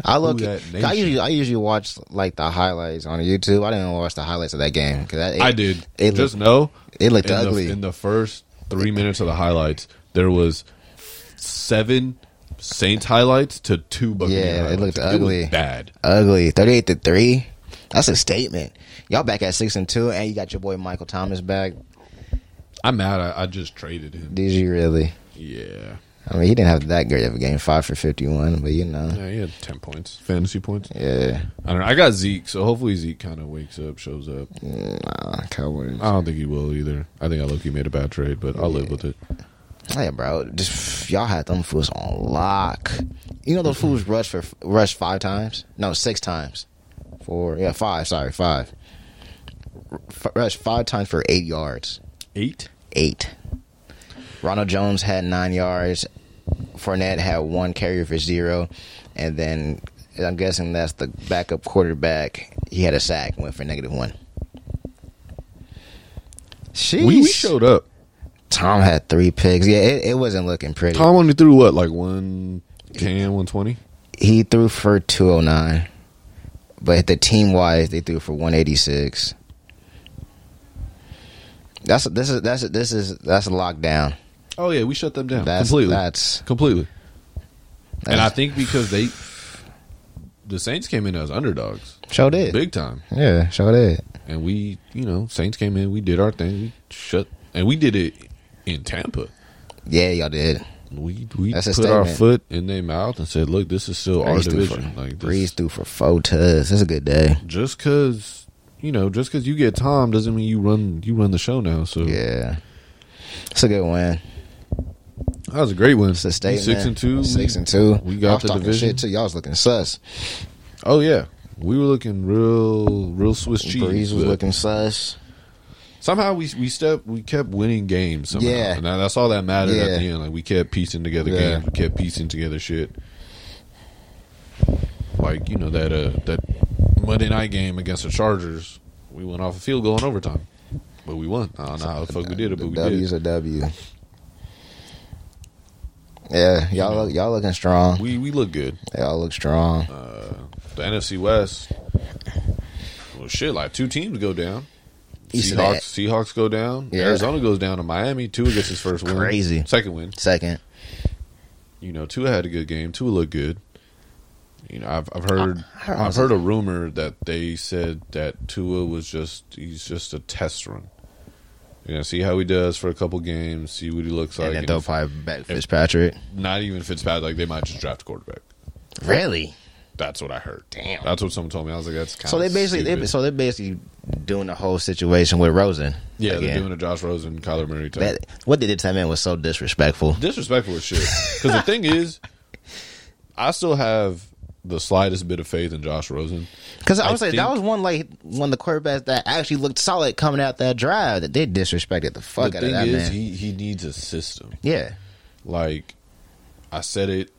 S2: I look.
S3: that
S2: I
S3: nation.
S2: usually I usually watch like the highlights on YouTube. I didn't watch the highlights of that game because
S3: I did.
S2: It
S3: Just
S2: looked,
S3: know
S2: it looked
S3: in the-
S2: ugly.
S3: in the first three minutes of the highlights, there was seven Saints highlights to two Buccaneers.
S2: Yeah, it
S3: highlights.
S2: looked
S3: was
S2: ugly.
S3: bad.
S2: ugly. Thirty eight to three. That's a statement. Y'all back at six and two, and you got your boy Michael Thomas back.
S3: I'm mad. I, I just traded him.
S2: Did you really?
S3: Yeah.
S2: I mean, he didn't have that great of a game, five for fifty-one, but you know,
S3: Yeah, he had ten points, fantasy points.
S2: yeah,
S3: I don't know. I got Zeke, so hopefully Zeke kind of wakes up, shows up.
S2: nah, Cowboys.
S3: I don't think he will either. I think I look he made a bad trade, but I'll live with it.
S2: Hey, bro, just y'all had them fools on lock. You know those fools rushed for rushed five times? No, six times. Four, yeah, five. Sorry, five. F- rushed five times for eight yards.
S3: Eight.
S2: Eight. Ronald Jones had nine yards. Fournette had one carrier for zero, and then and I'm guessing that's the backup quarterback. He had a sack, went for negative one. Sheesh.
S3: We, we showed up.
S2: Tom had three picks. Yeah, it, it wasn't looking pretty.
S3: Tom only threw what, like one can, one twenty.
S2: He threw for 209. But the team wise, they threw for 186. That's this is that's this is that's a lockdown.
S3: Oh yeah, we shut them down
S2: That's
S3: completely.
S2: that's,
S3: completely.
S2: that's
S3: And I think because they, the Saints came in as underdogs,
S2: showed it.
S3: big time,
S2: Yeah, showed it.
S3: and we, you know, Saints came in, we did our thing, we shut, and we did it in Tampa.
S2: Yeah, y'all did.
S3: We we
S2: That's a
S3: put our
S2: statement.
S3: foot in their mouth and said, "Look, this is still our
S2: Breeze threw
S3: division."
S2: for,
S3: Like this,
S2: Breeze threw for four tugs. That's a good day.
S3: just because you know, just because you get Tom doesn't mean you run you run the show now. So
S2: Yeah. It's a good win.
S3: that was a great win.
S2: It's a statement.
S3: Six and two.
S2: Six
S3: we-
S2: and two.
S3: We
S2: Y'all
S3: got
S2: was
S3: the
S2: talking
S3: division.
S2: Shit too. Y'all was looking sus.
S3: Oh yeah, we were looking real real Swiss cheese.
S2: Breeze was
S3: but
S2: looking sus.
S3: Somehow we we stepped we kept winning games. Somehow.
S2: Yeah.
S3: and that- that's all that mattered
S2: Yeah.
S3: at the end. Like we kept piecing together
S2: Yeah.
S3: games. We kept piecing together shit. Like you know that uh that Monday night game against the Chargers, we went off a field goal in overtime, but we won. I don't know how the fuck we did it, but
S2: The
S3: we
S2: W's
S3: did.
S2: a W. Yeah, y'all look, y'all looking strong.
S3: We Uh, we look good.
S2: Y'all look strong.
S3: The NFC West. Well, shit, like two teams go down.
S2: East of
S3: Seahawks, Seahawks go down.
S2: Yeah.
S3: Arizona goes down to Miami. Tua gets his first win.
S2: Crazy.
S3: Second win.
S2: Second,
S3: You know, Tua had a good game. Tua looked good. You know, I've I've heard
S2: I- I
S3: I've heard a rumor that they said that Tua was just he's just a test run. You know, see how he does for a couple games, see what he looks like.
S2: and then
S3: and
S2: they'll
S3: if-
S2: probably back Fitzpatrick.
S3: not even Fitzpatrick, like they might just draft a quarterback.
S2: Really?
S3: That's what I heard.
S2: Damn.
S3: That's what someone told me. I was like, that's kind
S2: So they basically, they, so they're basically doing the whole situation with Rosen.
S3: Yeah, they're
S2: again.
S3: doing a Josh Rosen, Kyler Murray type.
S2: That, what they did to that man was so disrespectful.
S3: Disrespectful as shit. Because the thing is, I still have the slightest bit of faith in Josh Rosen.
S2: Because I was
S3: I
S2: like, that
S3: think-
S2: was one like one of the quarterbacks that actually looked solid coming out that drive that they disrespected the fuck
S3: the
S2: out of
S3: thing
S2: that
S3: is,
S2: man.
S3: he, he needs a system.
S2: yeah,
S3: Like, I said it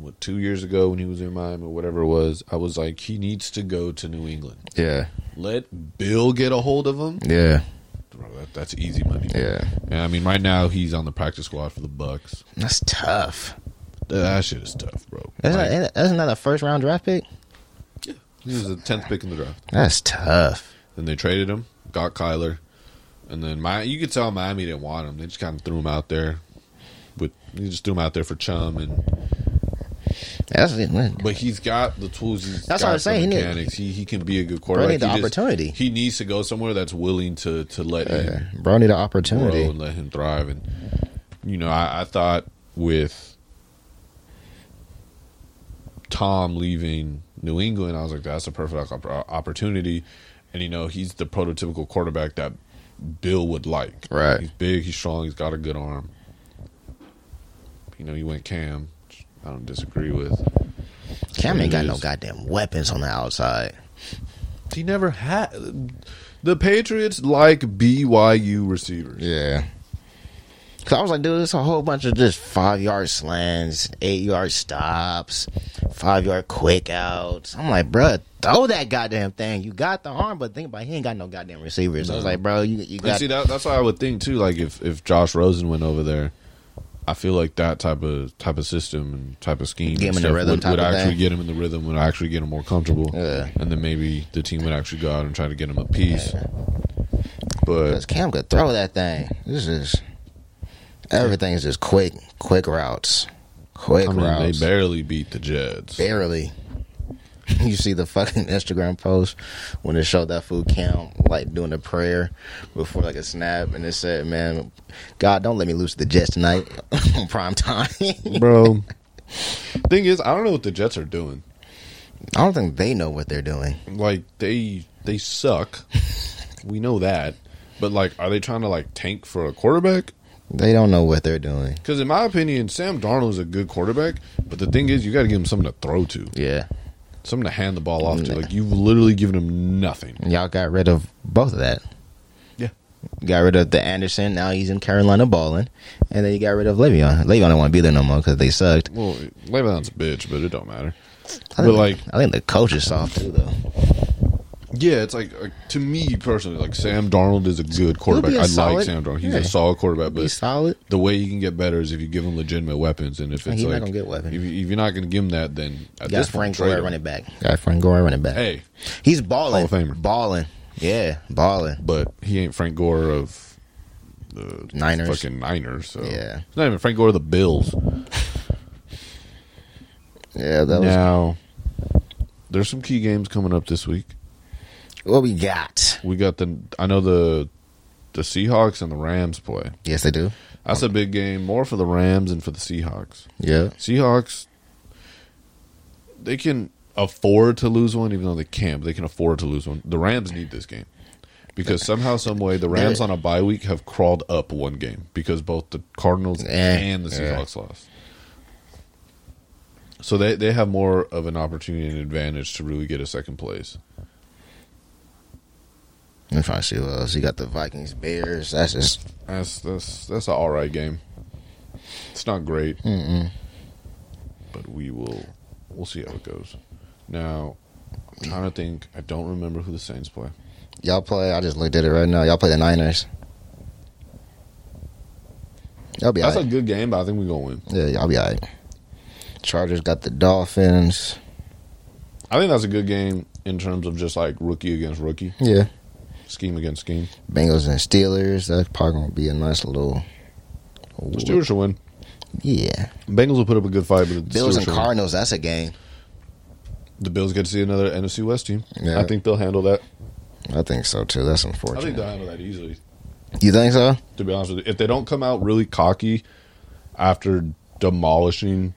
S3: what, two years ago when he was in Miami or whatever it was. I was like, he needs to go to New England.
S2: yeah,
S3: Let Bill get a hold of him.
S2: yeah,
S3: Bro, that, that's easy money.
S2: yeah.
S3: And I mean, right now he's on the practice squad for the Bucks.
S2: That's tough.
S3: That shit is tough, bro.
S2: That's,
S3: Like,
S2: not, that's not a first round draft pick.
S3: he was the tenth pick in the draft.
S2: That's tough.
S3: Then they traded him, got Kyler, And then my, you could tell Miami didn't want him. They just kind of threw him out there. With they just threw him out there for chum, and
S2: That's it. man.
S3: but he's got the tools. He's
S2: That's
S3: got
S2: what I'm
S3: the
S2: saying. He need-
S3: Mechanics. He, he can be a good quarterback.
S2: need the
S3: He just-
S2: opportunity.
S3: he needs to go somewhere that's willing to to let him
S2: Bro need an
S3: grow
S2: opportunity.
S3: and let him thrive. And you know, I, I thought with Tom leaving New England, I was like, that's a perfect op- opportunity. And you know, he's the prototypical quarterback that Bill would like.
S2: Right.
S3: He's big. He's strong. He's got a good arm. You know, he went Cam. which I don't disagree with.
S2: Cam ain't got
S3: It
S2: no
S3: is.
S2: goddamn weapons on the outside.
S3: He never had. The Patriots like BYU receivers.
S2: Yeah. Cause I was like, dude, it's a whole bunch of just five yard slants, eight yard stops, five yard quick outs. I'm like, bruh, throw that goddamn thing. You got the arm, but think about it, he ain't got no goddamn receivers. I was
S3: No.
S2: like, bro, you you
S3: And
S2: got
S3: see, that, that's why I would think too. Like if, if Josh Rosen went over there, I feel like that type of type of system and type of scheme
S2: Get him
S3: and
S2: in the
S3: stuff
S2: rhythm
S3: would,
S2: type
S3: would
S2: of
S3: actually
S2: thing.
S3: get him in the rhythm, would actually get him more comfortable,
S2: Yeah.
S3: and then maybe the team would actually go out and try to get him a piece. But
S2: Cause Cam could throw that thing. This is everything is just quick, quick routes, quick
S3: I mean, they
S2: routes.
S3: barely beat the Jets.
S2: barely. You see the fucking Instagram post when it showed that food Cam like doing a prayer before like a snap, and it said, "Man, God, don't let me lose to the Jets tonight on prime time." I
S3: Bro, thing is, I don't know what the Jets are doing.
S2: don't think they know what they're doing.
S3: Like they they suck. We know that. But like, are they trying to like tank for a quarterback?
S2: They don't know what they're doing.
S3: Because in my opinion, Sam Darnold is a good quarterback, but the thing is, you got to give him something to throw to,
S2: Yeah,
S3: something to hand the ball off to. Like you've literally given him nothing.
S2: y'all got rid of both of that.
S3: Yeah,
S2: got rid of the Anderson. Now he's in Carolina balling, and then you got rid of Le'Veon. Le'Veon don't want to be there no more because they sucked.
S3: well, Le'Veon's a bitch, but it don't matter.
S2: I
S3: But,
S2: think-
S3: like-
S2: I think the coach is soft too, though.
S3: Yeah, it's like, like to me personally, like Sam Darnold is a good quarterback.
S2: be a
S3: I like
S2: solid-
S3: Sam Darnold. He's
S2: yeah.
S3: a solid quarterback,
S2: He's
S3: but
S2: solid.
S3: the way you can get better is if you give him legitimate weapons, and if it's
S2: He's not
S3: like
S2: gonna get weapons.
S3: If, you- if you're not going to give him that, then
S2: Got
S3: at this
S2: Frank
S3: point, trade
S2: Gore
S3: him.
S2: running back. Got Frank Gore running back.
S3: Hey,
S2: he's balling.
S3: Hall of Famer.
S2: Balling. Yeah, balling.
S3: but he ain't Frank Gore of the
S2: Niners.
S3: fucking Niners. So
S2: Yeah.
S3: it's not even Frank Gore of the Bills.
S2: Yeah, that was
S3: now, there's some key games coming up this week.
S2: what we got.
S3: We got the I know the the Seahawks and the Rams play.
S2: Yes, they do.
S3: That's a big game, more for the Rams and for the Seahawks.
S2: Yeah,
S3: Seahawks, they can afford to lose one, even though they can't. But they can afford to lose one. The Rams need this game because somehow, some way, the Rams on a bye week have crawled up one game because both the Cardinals
S2: Eh,
S3: and the
S2: yeah.
S3: Seahawks lost. So they they have more of an opportunity and advantage to really get a second place.
S2: let me try to see who else. You got the Vikings, Bears. That's just
S3: That's that's that's an all right game. It's not great,
S2: mm-mm.
S3: but we will we'll see how it goes. Now, I'm trying to think. I don't remember who the Saints play.
S2: y'all play. I just looked at it right now. Y'all play the Niners. Y'all be
S3: That's
S2: all
S3: a
S2: right.
S3: good game, but I think we're gonna win.
S2: yeah, y'all be all right. Chargers got the Dolphins.
S3: I think that's a good game in terms of just like rookie against rookie,
S2: Yeah,
S3: scheme against scheme.
S2: Bengals and Steelers. That's probably gonna be a nice little.
S3: The Steelers should win.
S2: Yeah,
S3: Bengals will put up a good fight, but the
S2: Bills
S3: Steelers
S2: and
S3: should win.
S2: Cardinals. That's a game.
S3: The Bills get to see another NFC West team.
S2: Yeah.
S3: I think they'll handle that.
S2: I think so too. That's
S3: I think
S2: unfortunate.
S3: they'll handle that easily.
S2: you think so?
S3: To be honest with you, if they don't come out really cocky after demolishing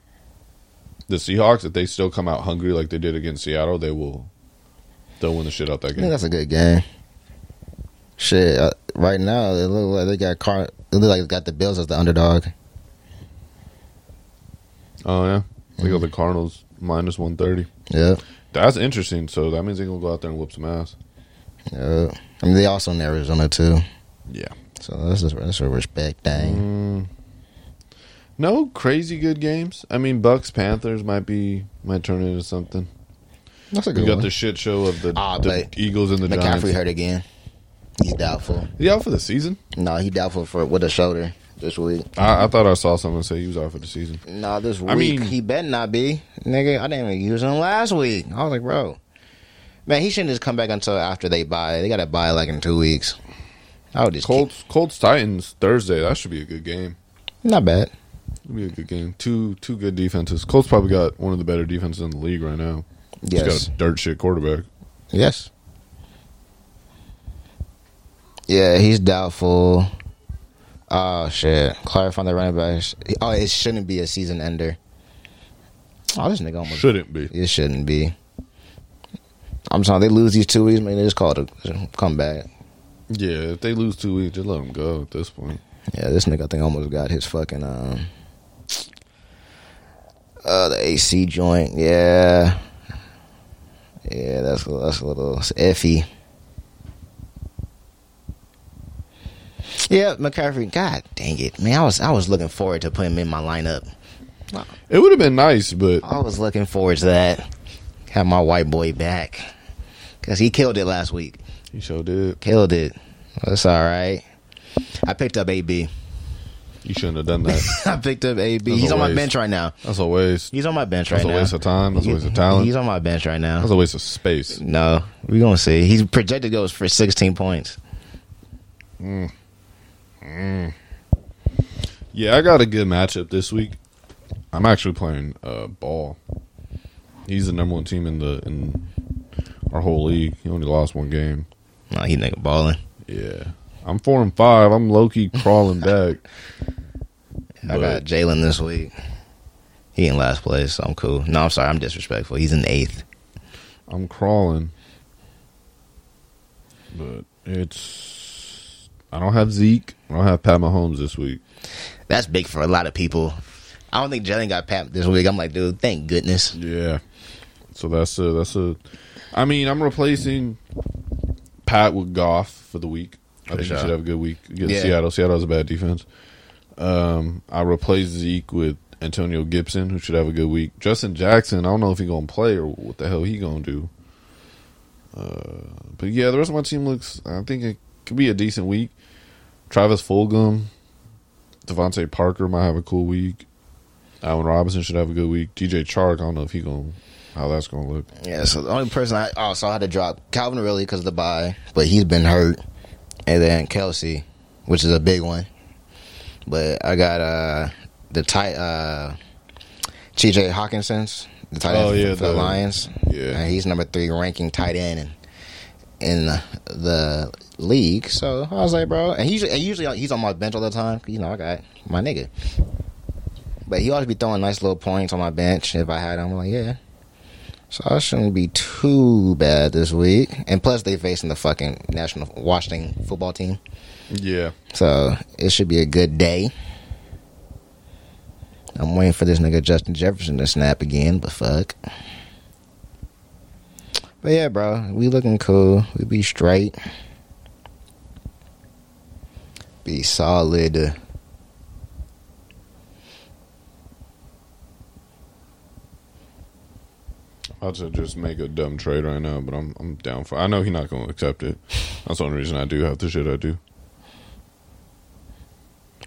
S3: the Seahawks, if they still come out hungry like they did against Seattle, they will. They'll win the shit out that
S2: I think
S3: game.
S2: that's a good game. Shit, uh, right now it look like they got car. It look like they got the Bills as the underdog.
S3: Oh yeah, they
S2: Mm-hmm.
S3: got the Cardinals minus one thirty.
S2: Yep,
S3: That's interesting. So that means they're gonna go out there and whoop some ass.
S2: yep. I mean they also in Arizona too,
S3: Yeah.
S2: so that's just, that's a respect thing.
S3: No crazy good games. I mean, Bucks Panthers might be might turn into something.
S2: That's a
S3: We
S2: good
S3: got
S2: one.
S3: the shit show of the,
S2: Ah,
S3: the
S2: but
S3: Eagles and the
S2: McCaffrey
S3: Giants.
S2: hurt again. He's doubtful.
S3: He out for the season.
S2: No, he doubtful for with a shoulder this week.
S3: I, I thought I saw someone say he was out for the season.
S2: Nah, this week
S3: I mean-
S2: he better not be, nigga. I didn't even use him last week. I was like, bro, man, he shouldn't just come back until after they buy. They got to buy like in two weeks. I would just
S3: Colts Colts Titans Thursday. That should be a good game.
S2: keep- not bad.
S3: It'll be a good game. Two two good defenses. Colts probably got one of the better defenses in the league right now. He's
S2: Yes.
S3: got a dirt shit quarterback.
S2: Yes. Yeah, he's doubtful. Oh shit! Clarifying the running backs. Oh, it shouldn't be a season ender. Oh, this nigga almost.
S3: Shouldn't be.
S2: It shouldn't be. I'm sorry. They lose these two weeks, man. They just call it a comeback.
S3: Yeah, if they lose two weeks, just let them go at this point.
S2: Yeah, this nigga I think almost got his fucking um uh the AC joint. Yeah. Yeah, that's that's a little it's iffy. Yeah, McCaffrey. God dang it, man! I was I was looking forward to putting him in my lineup.
S3: It would have been nice, but
S2: I was looking forward to that. Have my white boy back because he killed it last week.
S3: he sure did.
S2: Killed it. That's all right. I picked up AB.
S3: You shouldn't have done that.
S2: I picked up AB.
S3: That's
S2: He's
S3: a
S2: on my
S3: waste.
S2: bench right now.
S3: That's a waste.
S2: He's on my bench right
S3: That's
S2: now.
S3: a waste of time. That's a
S2: He-
S3: waste of talent.
S2: He's on my bench right now.
S3: That's a waste of space.
S2: No, we're gonna see. He's projected goes for 16 points.
S3: Yeah, I got a good matchup this week. I'm actually playing uh, ball. He's the number one team in the in our whole league. He only lost one game.
S2: No, he nigga balling.
S3: Yeah, I'm four and five. I'm low key crawling back.
S2: I got
S3: But-
S2: Jalen this week. He in last place, so I'm cool. No, I'm sorry, I'm disrespectful. He's in eighth.
S3: I'm crawling, but it's I don't have Zeke. I don't have Pat Mahomes this week.
S2: That's big for a lot of people. I don't think Jalen got papped this week. I'm like, dude, thank goodness.
S3: Yeah. So that's a that's a. I mean, I'm replacing Pat with Goff for the week. I think
S2: sure.
S3: he should have a good week against
S2: Yeah.
S3: Seattle. Seattle's a bad defense. Um, I replaced Zeke with Antonio Gibson, who should have a good week. Justin Jackson, I don't know if he gonna play or what the hell he gonna do. Uh, but yeah, the rest of my team looks. I think it could be a decent week. Travis Fulgham, Devontae Parker might have a cool week. Allen Robinson should have a good week. DJ Chark, I don't know if he gonna how that's gonna look.
S2: Yeah, so the only person I oh, so I had to drop Calvin really because of the bye, but he's been hurt, and then Kelsey, which is a big one. But I got uh the tight uh T.J. Hawkinson's the tight end
S3: Oh, yeah,
S2: for the,
S3: the-
S2: Lions.
S3: yeah.
S2: and he's number three ranking tight end in, in the league. So I was like, bro, and usually, and usually he's on my bench all the time. You know, I got my nigga. But he always be throwing nice little points on my bench. If I had him, I'm like, yeah. So I shouldn't be too bad this week. And plus, they facing the fucking national Washington football team,
S3: Yeah,
S2: so it should be a good day. I'm waiting for this nigga Justin Jefferson to snap again, but fuck. But yeah, bro, we looking cool. We be straight. Be solid.
S3: I'll ju- just make a dumb trade right now, but I'm I'm down for. I know he's not gonna accept it. That's the only reason I do have the shit I do.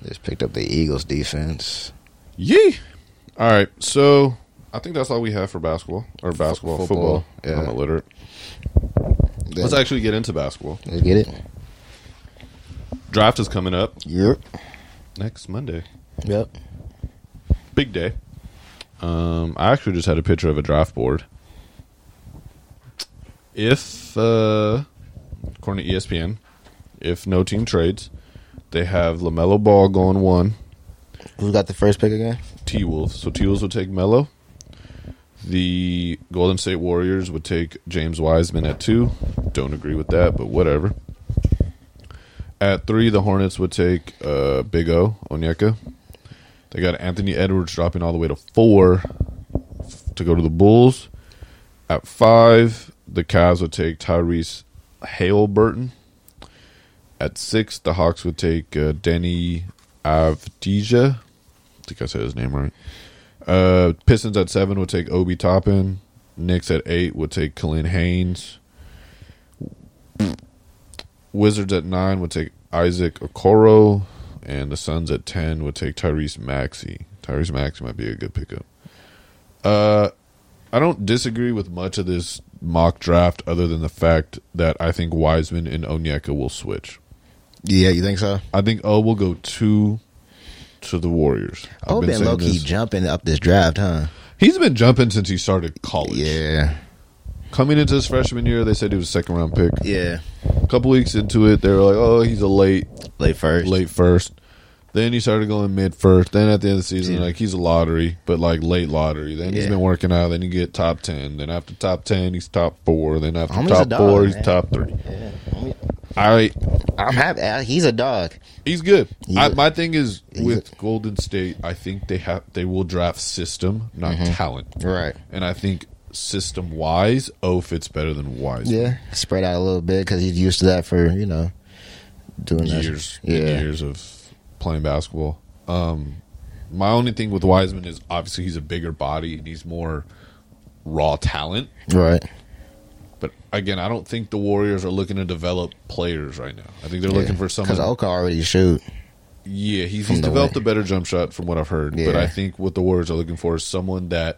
S2: Just picked up the Eagles defense.
S3: Yee. All right, so I think that's all we have for basketball or basketball
S2: football,
S3: football.
S2: yeah.
S3: I'm illiterate. Let's actually get into basketball.
S2: Let's get it.
S3: Draft is coming up
S2: Yep.
S3: next Monday.
S2: Yep.
S3: Big day. Um, I actually just had a picture of a draft board. If, uh, according to E ESPN, if no team trades, they have LaMelo Ball going one,
S2: Who got the first pick again?
S3: T Wolves. So T Wolves would take Melo. The Golden State Warriors would take James Wiseman at two. Don't agree with that, but whatever. At three, the Hornets would take uh, Big O Onyeka. They got Anthony Edwards dropping all the way to four f- to go to the Bulls. At five, the Cavs would take Tyrese Hale Burton. At six, the Hawks would take uh, Danny Avdija. I think I said his name right. Uh, Pistons at seven would take Obi Toppin. Knicks at eight would take Kalin Haynes. Wizards at nine would take Isaac Okoro, and the Suns at ten would take Tyrese Maxey. Tyrese Maxey might be a good pickup. Uh, I don't disagree with much of this mock draft, other than the fact that I think Wiseman and Onyeka will switch.
S2: Yeah, you think so?
S3: I think O will go two to the Warriors. I've
S2: Oh, been
S3: saying
S2: low key
S3: this.
S2: jumping up this draft, huh?
S3: He's been jumping since he started college.
S2: Yeah,
S3: Coming into his freshman year, they said he was a second round pick.
S2: yeah.
S3: A couple weeks into it, they were like, "Oh, he's a late,
S2: Late first.
S3: late first. Then he started going mid first. Then at the end of the season,
S2: Yeah.
S3: like he's a lottery, but like late lottery. Then he's
S2: Yeah.
S3: been working out. Then you get top ten. Then after top ten, he's top four. Then after
S2: Homie's a
S3: top
S2: dog,
S3: four, he's
S2: man.
S3: top three. All right,
S2: I'm happy. uh, He's a dog.
S3: He's good.
S2: He's
S3: I,
S2: a-
S3: my thing is
S2: he's
S3: with Golden State. I think they have they will draft system, not
S2: Mm-hmm.
S3: talent.
S2: Right.
S3: And I think system wise, O fits better than Wise.
S2: Yeah, spread out a little bit because he's used to that for you know doing that.
S3: years, and
S2: Yeah,
S3: years of playing basketball. Um, my only thing with Wiseman is obviously he's a bigger body and he's more raw talent.
S2: right.
S3: But again, I don't think the Warriors are looking to develop players right now. I think they're looking for someone
S2: because Oka already shoot.
S3: Yeah, he's,
S2: from
S3: he's
S2: the
S3: developed
S2: way-
S3: a better jump shot from what I've heard. But
S2: Yeah.
S3: I think what the Warriors are looking for is someone that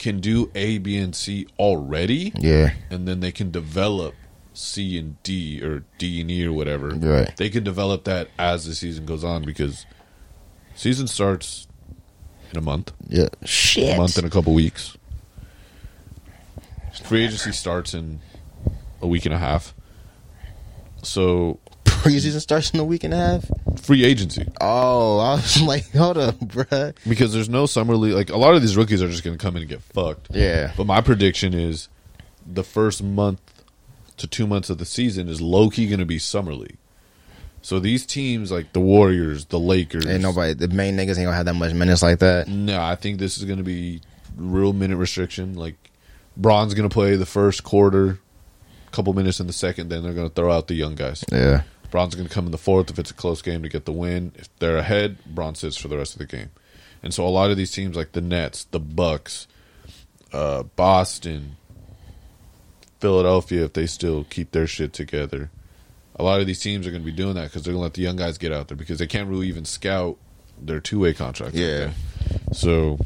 S3: can do A, B, and C already,
S2: Yeah,
S3: and then they can develop C and D or D and E or whatever.
S2: Right.
S3: They can develop that as the season goes on because season starts in a month,
S2: yeah.
S3: a
S2: Shit.
S3: month and a couple weeks. Free agency starts in a week and a half. So
S2: Preseason starts in a week and a half.
S3: free agency.
S2: Oh, I was like, hold up, bruh.
S3: because there's no summer league. Like a lot of these rookies are just going to come in and get fucked.
S2: Yeah.
S3: But my prediction is the first month to two months of the season is low key going to be summer league. So these teams like the Warriors, the Lakers,
S2: Ain't nobody. The main niggas ain't gonna have that much minutes like that.
S3: No, I think this is going to be real minute restriction. Like Braun's going to play the first quarter, couple minutes in the second, then they're going to throw out the young guys.
S2: Yeah.
S3: Braun's going to come in the fourth if it's a close game to get the win. If they're ahead, Braun sits for the rest of the game. And so a lot of these teams like the Nets, the Bucks, uh, Boston, Philadelphia, if they still keep their shit together, a lot of these teams are going to be doing that because they're going to let the young guys get out there because they can't really even scout their two way contracts. out
S2: Yeah.
S3: there. So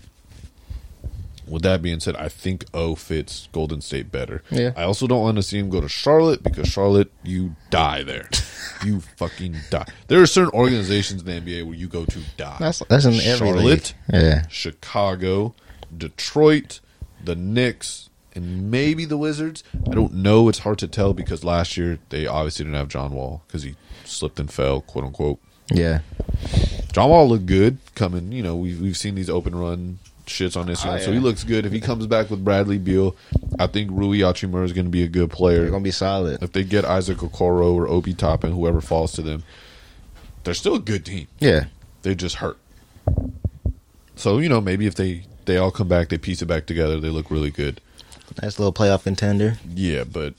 S3: with that being said, I think O fits Golden State better.
S2: Yeah.
S3: I also don't want to see him go to Charlotte because Charlotte, you die there. you fucking die. There are certain organizations in the NBA where you go to die.
S2: That's that's in every
S3: Charlotte,
S2: league. Yeah.
S3: Chicago, Detroit, the Knicks, and maybe the Wizards. I don't know. It's hard to tell because last year they obviously didn't have John Wall because he slipped and fell, quote unquote.
S2: Yeah.
S3: John Wall looked good coming. You know, we've we've seen these open run shits on Instagram,
S2: Oh,
S3: so
S2: yeah.
S3: he looks good. If he comes back with Bradley Beal, I think Rui Hachimura is going to be a good
S2: They're
S3: player.
S2: gonna be solid.
S3: If they get Isaac Okoro or Obi Toppin, whoever falls to them, they're still a good team.
S2: Yeah.
S3: They just hurt. So you know, maybe if they they all come back, they piece it back together, they look really good.
S2: Nice little playoff contender.
S3: Yeah, but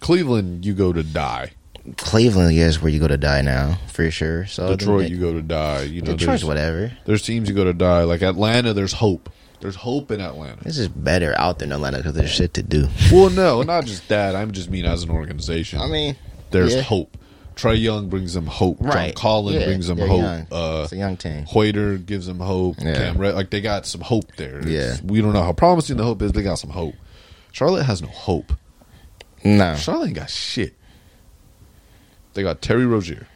S3: Cleveland, you go to die.
S2: Cleveland yeah, is where you go to die now, for sure. So
S3: Detroit,
S2: then-
S3: you go to die. You know,
S2: Detroit's
S3: there's-
S2: whatever.
S3: There's teams you go to die. Like Atlanta, there's hope. There's hope in Atlanta.
S2: This is better out than Atlanta because there's shit to do.
S3: Well, no, not just that. I'm just mean as an organization.
S2: I mean,
S3: there's
S2: yeah.
S3: hope. Trey Young brings them hope.
S2: Right.
S3: John Collins
S2: Yeah,
S3: brings them
S2: they're
S3: hope.
S2: young.
S3: Uh,
S2: It's a young team.
S3: Hoyter gives them hope.
S2: Yeah.
S3: Cam Red, like they got some hope there. It's-
S2: Yeah.
S3: we don't know how promising the hope is. They got some hope. Charlotte has no hope.
S2: No,
S3: Charlotte ain't got shit. They got Terry Rozier,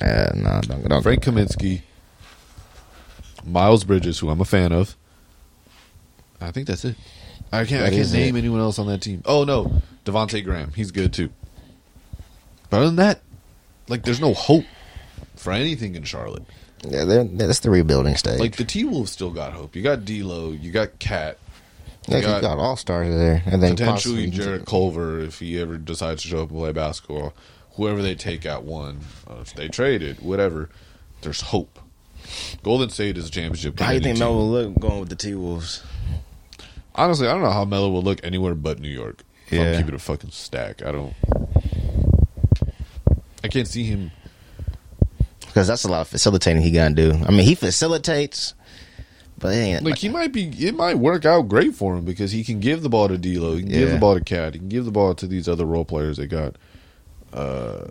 S2: yeah, no, don't, don't.
S3: Frank Kaminsky, Miles Bridges, who I'm a fan of. I think that's it. I can't.
S2: That
S3: I can't
S2: is
S3: name
S2: it.
S3: anyone else on that team. Oh no, Devonte Graham. He's good too. But other than that, like, there's no hope for anything in Charlotte.
S2: Yeah, they're, that's the rebuilding stage.
S3: Like the T Wolves still got hope. You got D'Lo. You got Cat.
S2: yeah,
S3: you
S2: you
S3: got-
S2: got, all stars there, and then
S3: Potentially
S2: possibly-
S3: Jared Culver if he ever decides to show up and play basketball. Whoever they take out one, uh, if they trade it, whatever. There's hope. Golden State is a championship.
S2: How you
S3: contending
S2: think
S3: team.
S2: Mel will look going with the T Wolves?
S3: Honestly, I don't know how Melo will look anywhere but New York. If I'm
S2: Yeah.
S3: keeping a fucking stack. I don't. I can't see him.
S2: Because that's a lot of facilitating he gonna do. I mean, he facilitates, but it ain't
S3: Like he might be. It might work out great for him because he can give the ball to D'Lo. He can give
S2: Yeah.
S3: the ball to Cat. He can give the ball to these other role players they got. Uh,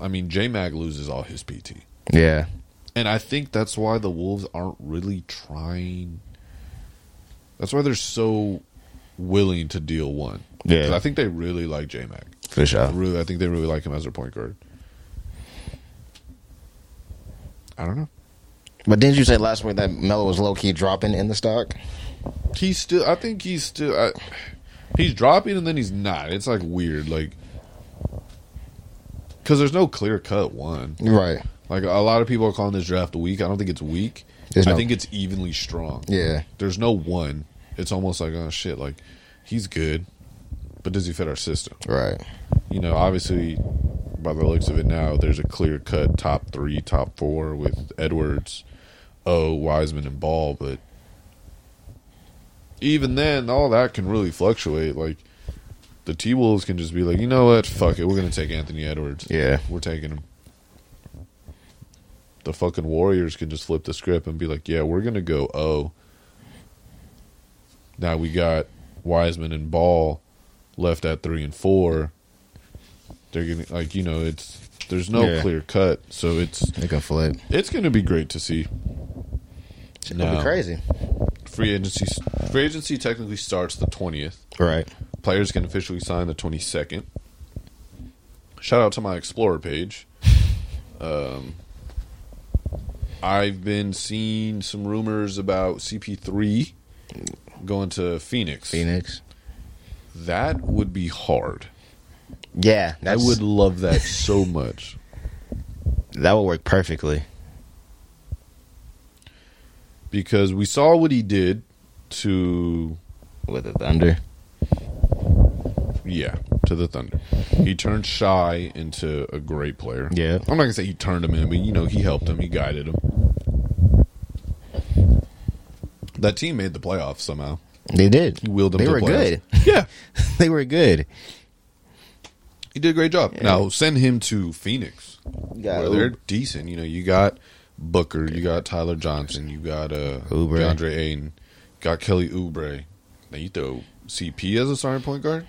S3: I mean, J Mag loses all his PT,
S2: yeah,
S3: and I think that's why the Wolves aren't really trying. That's why they're so willing to deal one.
S2: Yeah.
S3: 'Cause I think they really like J Mag.
S2: for sure.
S3: Really, I think they really like him as their point guard. I don't know.
S2: But didn't you say last week that Melo was low key dropping in the stock?
S3: He's still. I think he's still. I, he's dropping and then he's not. It's like weird. Like because there's no clear cut one.
S2: Right.
S3: Like a lot of people are calling this draft weak. I don't think it's weak.
S2: There's
S3: I
S2: no-
S3: think it's evenly strong.
S2: Yeah.
S3: There's no one. It's almost like oh shit. Like he's good, but does he fit our system?
S2: Right.
S3: you know, obviously, by the looks of it now, there's a clear cut top three, top four with Edwards, O, Wiseman, and Ball. But even then, all that can really fluctuate. Like, the T Wolves can just be like, you know what? Fuck it. We're going to take Anthony Edwards.
S2: Yeah.
S3: We're taking him. The fucking Warriors can just flip the script and be like, yeah, we're going to go O. Now we got Wiseman and Ball left at three and four. They're getting like you know it's there's no
S2: Yeah.
S3: clear cut, so it's
S2: They can flip.
S3: it's going to be great to see.
S2: It's gonna be
S3: No.
S2: crazy.
S3: Free agency free agency technically starts the twentieth.
S2: Right.
S3: Players can officially sign the twenty second. Shout out to my Explorer page. Um, I've been seeing some rumors about CP three going to Phoenix.
S2: Phoenix.
S3: That would be hard.
S2: Yeah,
S3: I
S2: that
S3: would
S2: would
S3: love that so much.
S2: that would work perfectly.
S3: because we saw what he did to
S2: With the Thunder.
S3: yeah to the Thunder. He turned Shy into a great player.
S2: Yeah.
S3: I'm not gonna say he turned him in, but you know he helped him. He guided him. That team made the playoffs somehow.
S2: They did.
S3: He wheeled them.
S2: They
S3: to
S2: were
S3: the playoffs.
S2: good.
S3: Yeah,
S2: they were good.
S3: he did a great job. Now send him to Phoenix.
S2: Got
S3: where they're decent. You know, you got Booker, you got Tyler Johnson, you got uh,
S2: Oubre.
S3: DeAndre Ayton, got Kelly Oubre. Now you throw CP as a starting point guard.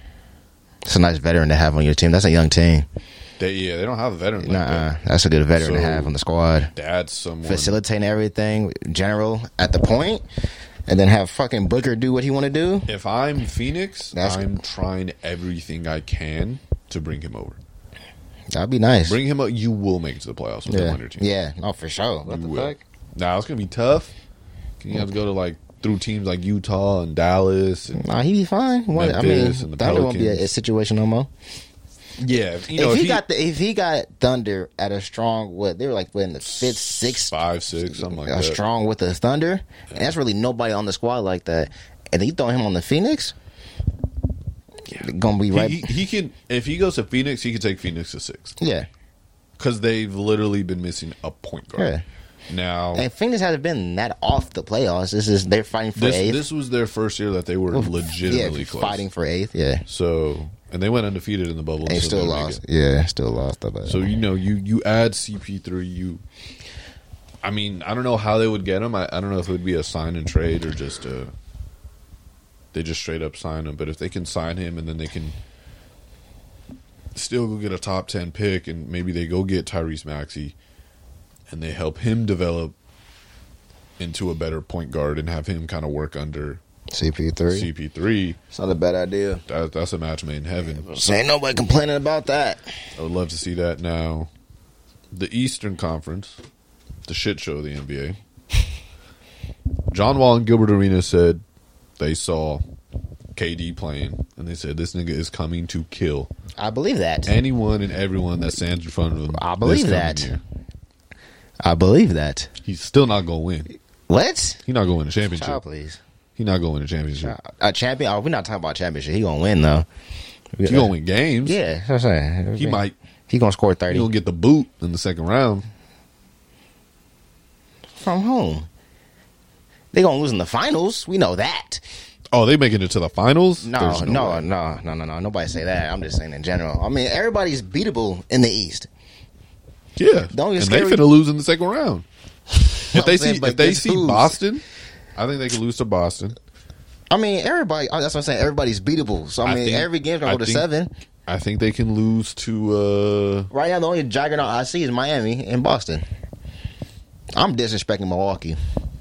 S2: It's a nice veteran to have on your team. That's a young team.
S3: They yeah, they don't have a veteran like
S2: Nah,
S3: that.
S2: that's a good veteran to
S3: So-
S2: have on the squad.
S3: That's someone.
S2: Facilitating everything, general at the point, and then have fucking Booker do what he want to do.
S3: if I'm Phoenix,
S2: That's-
S3: I'm trying everything I can to bring him over.
S2: That'd be nice.
S3: Bring him up. You will make it to the playoffs with
S2: yeah,
S3: him on your team.
S2: yeah, no, for sure. What
S3: you
S2: the
S3: will.
S2: fuck?
S3: Now it's gonna be tough. You have to go to like through teams like Utah and Dallas. And,
S2: Nah, he be fine. What- I mean,
S3: Memphis and the
S2: Thunder won't be a,
S3: Pelicans.
S2: a situation no more.
S3: yeah, you know
S2: if he, got the, if he got Thunder at a strong what they were like what, in the fifth, sixth,
S3: five, six, something like
S2: uh,
S3: that.
S2: strong with the Thunder, and that's really nobody on the squad like that. And then you throw him on the Phoenix,
S3: Yeah.
S2: gonna be
S3: He,
S2: right.
S3: he, he can if he goes to Phoenix, he can take Phoenix to six
S2: yeah,
S3: because they've literally been missing a point guard. Now
S2: and Phoenix hasn't been that off the playoffs. This is they're fighting for
S3: this
S2: eighth,
S3: this was their first year that they were legitimately
S2: yeah,
S3: close.
S2: fighting for eighth. Yeah,
S3: So and they went undefeated in the bubble.
S2: they
S3: so
S2: still
S3: they make
S2: lost.
S3: it.
S2: Yeah, still lost. But
S3: So you know you you add CP three. You, I mean, I don't know how they would get him. I, I don't know if it would be a sign and trade or just a. They just straight up sign him, but if they can sign him and then they can still go get a top ten pick, and maybe they go get Tyrese Maxey, and they help him develop into a better point guard and have him kind of work under
S2: CP three,
S3: CP three.
S2: it's not a bad idea.
S3: That, that's a match made in heaven.
S2: So ain't nobody complaining about that.
S3: I would love to see that now. The Eastern Conference, the shit show of the NBA. John Wall and Gilbert Arena said they saw KD playing, and they said this nigga is coming to kill
S2: I believe that.
S3: anyone and everyone that stands in front of him.
S2: I believe
S3: this coming
S2: that.
S3: year."
S2: I believe that.
S3: He's still not gonna win.
S2: What?
S3: He's not gonna win a
S2: Child,
S3: championship.
S2: please.
S3: He's not gonna win a championship.
S2: A champion. Oh, we're not talking about championship. He gonna win though.
S3: He's gonna win games.
S2: Yeah, that's what I'm saying.
S3: He might.
S2: He gonna score
S3: He
S2: thirty
S3: gonna get the boot in the second round.
S2: from home. They gonna lose in the finals. We know that.
S3: Oh, they making it to the finals?
S2: No,
S3: There's
S2: no,
S3: way.
S2: no, no, no, no. Nobody say that. I'm just saying in general. I mean, everybody's beatable in the East.
S3: Yeah,
S2: Don't get
S3: and they
S2: scary.
S3: finna lose in the second round. If they
S2: I'm saying,
S3: see
S2: but
S3: if they
S2: guess
S3: see
S2: who's?
S3: Boston, I think they could lose to Boston.
S2: I mean, everybody. oh, That's what I'm saying. Everybody's beatable. So I
S3: I
S2: mean,
S3: think-
S2: every game's gonna
S3: I
S2: go to
S3: think-
S2: seven.
S3: I think they can lose to. uh
S2: Right now, the only juggernaut I see is Miami and Boston. I'm disrespecting Milwaukee.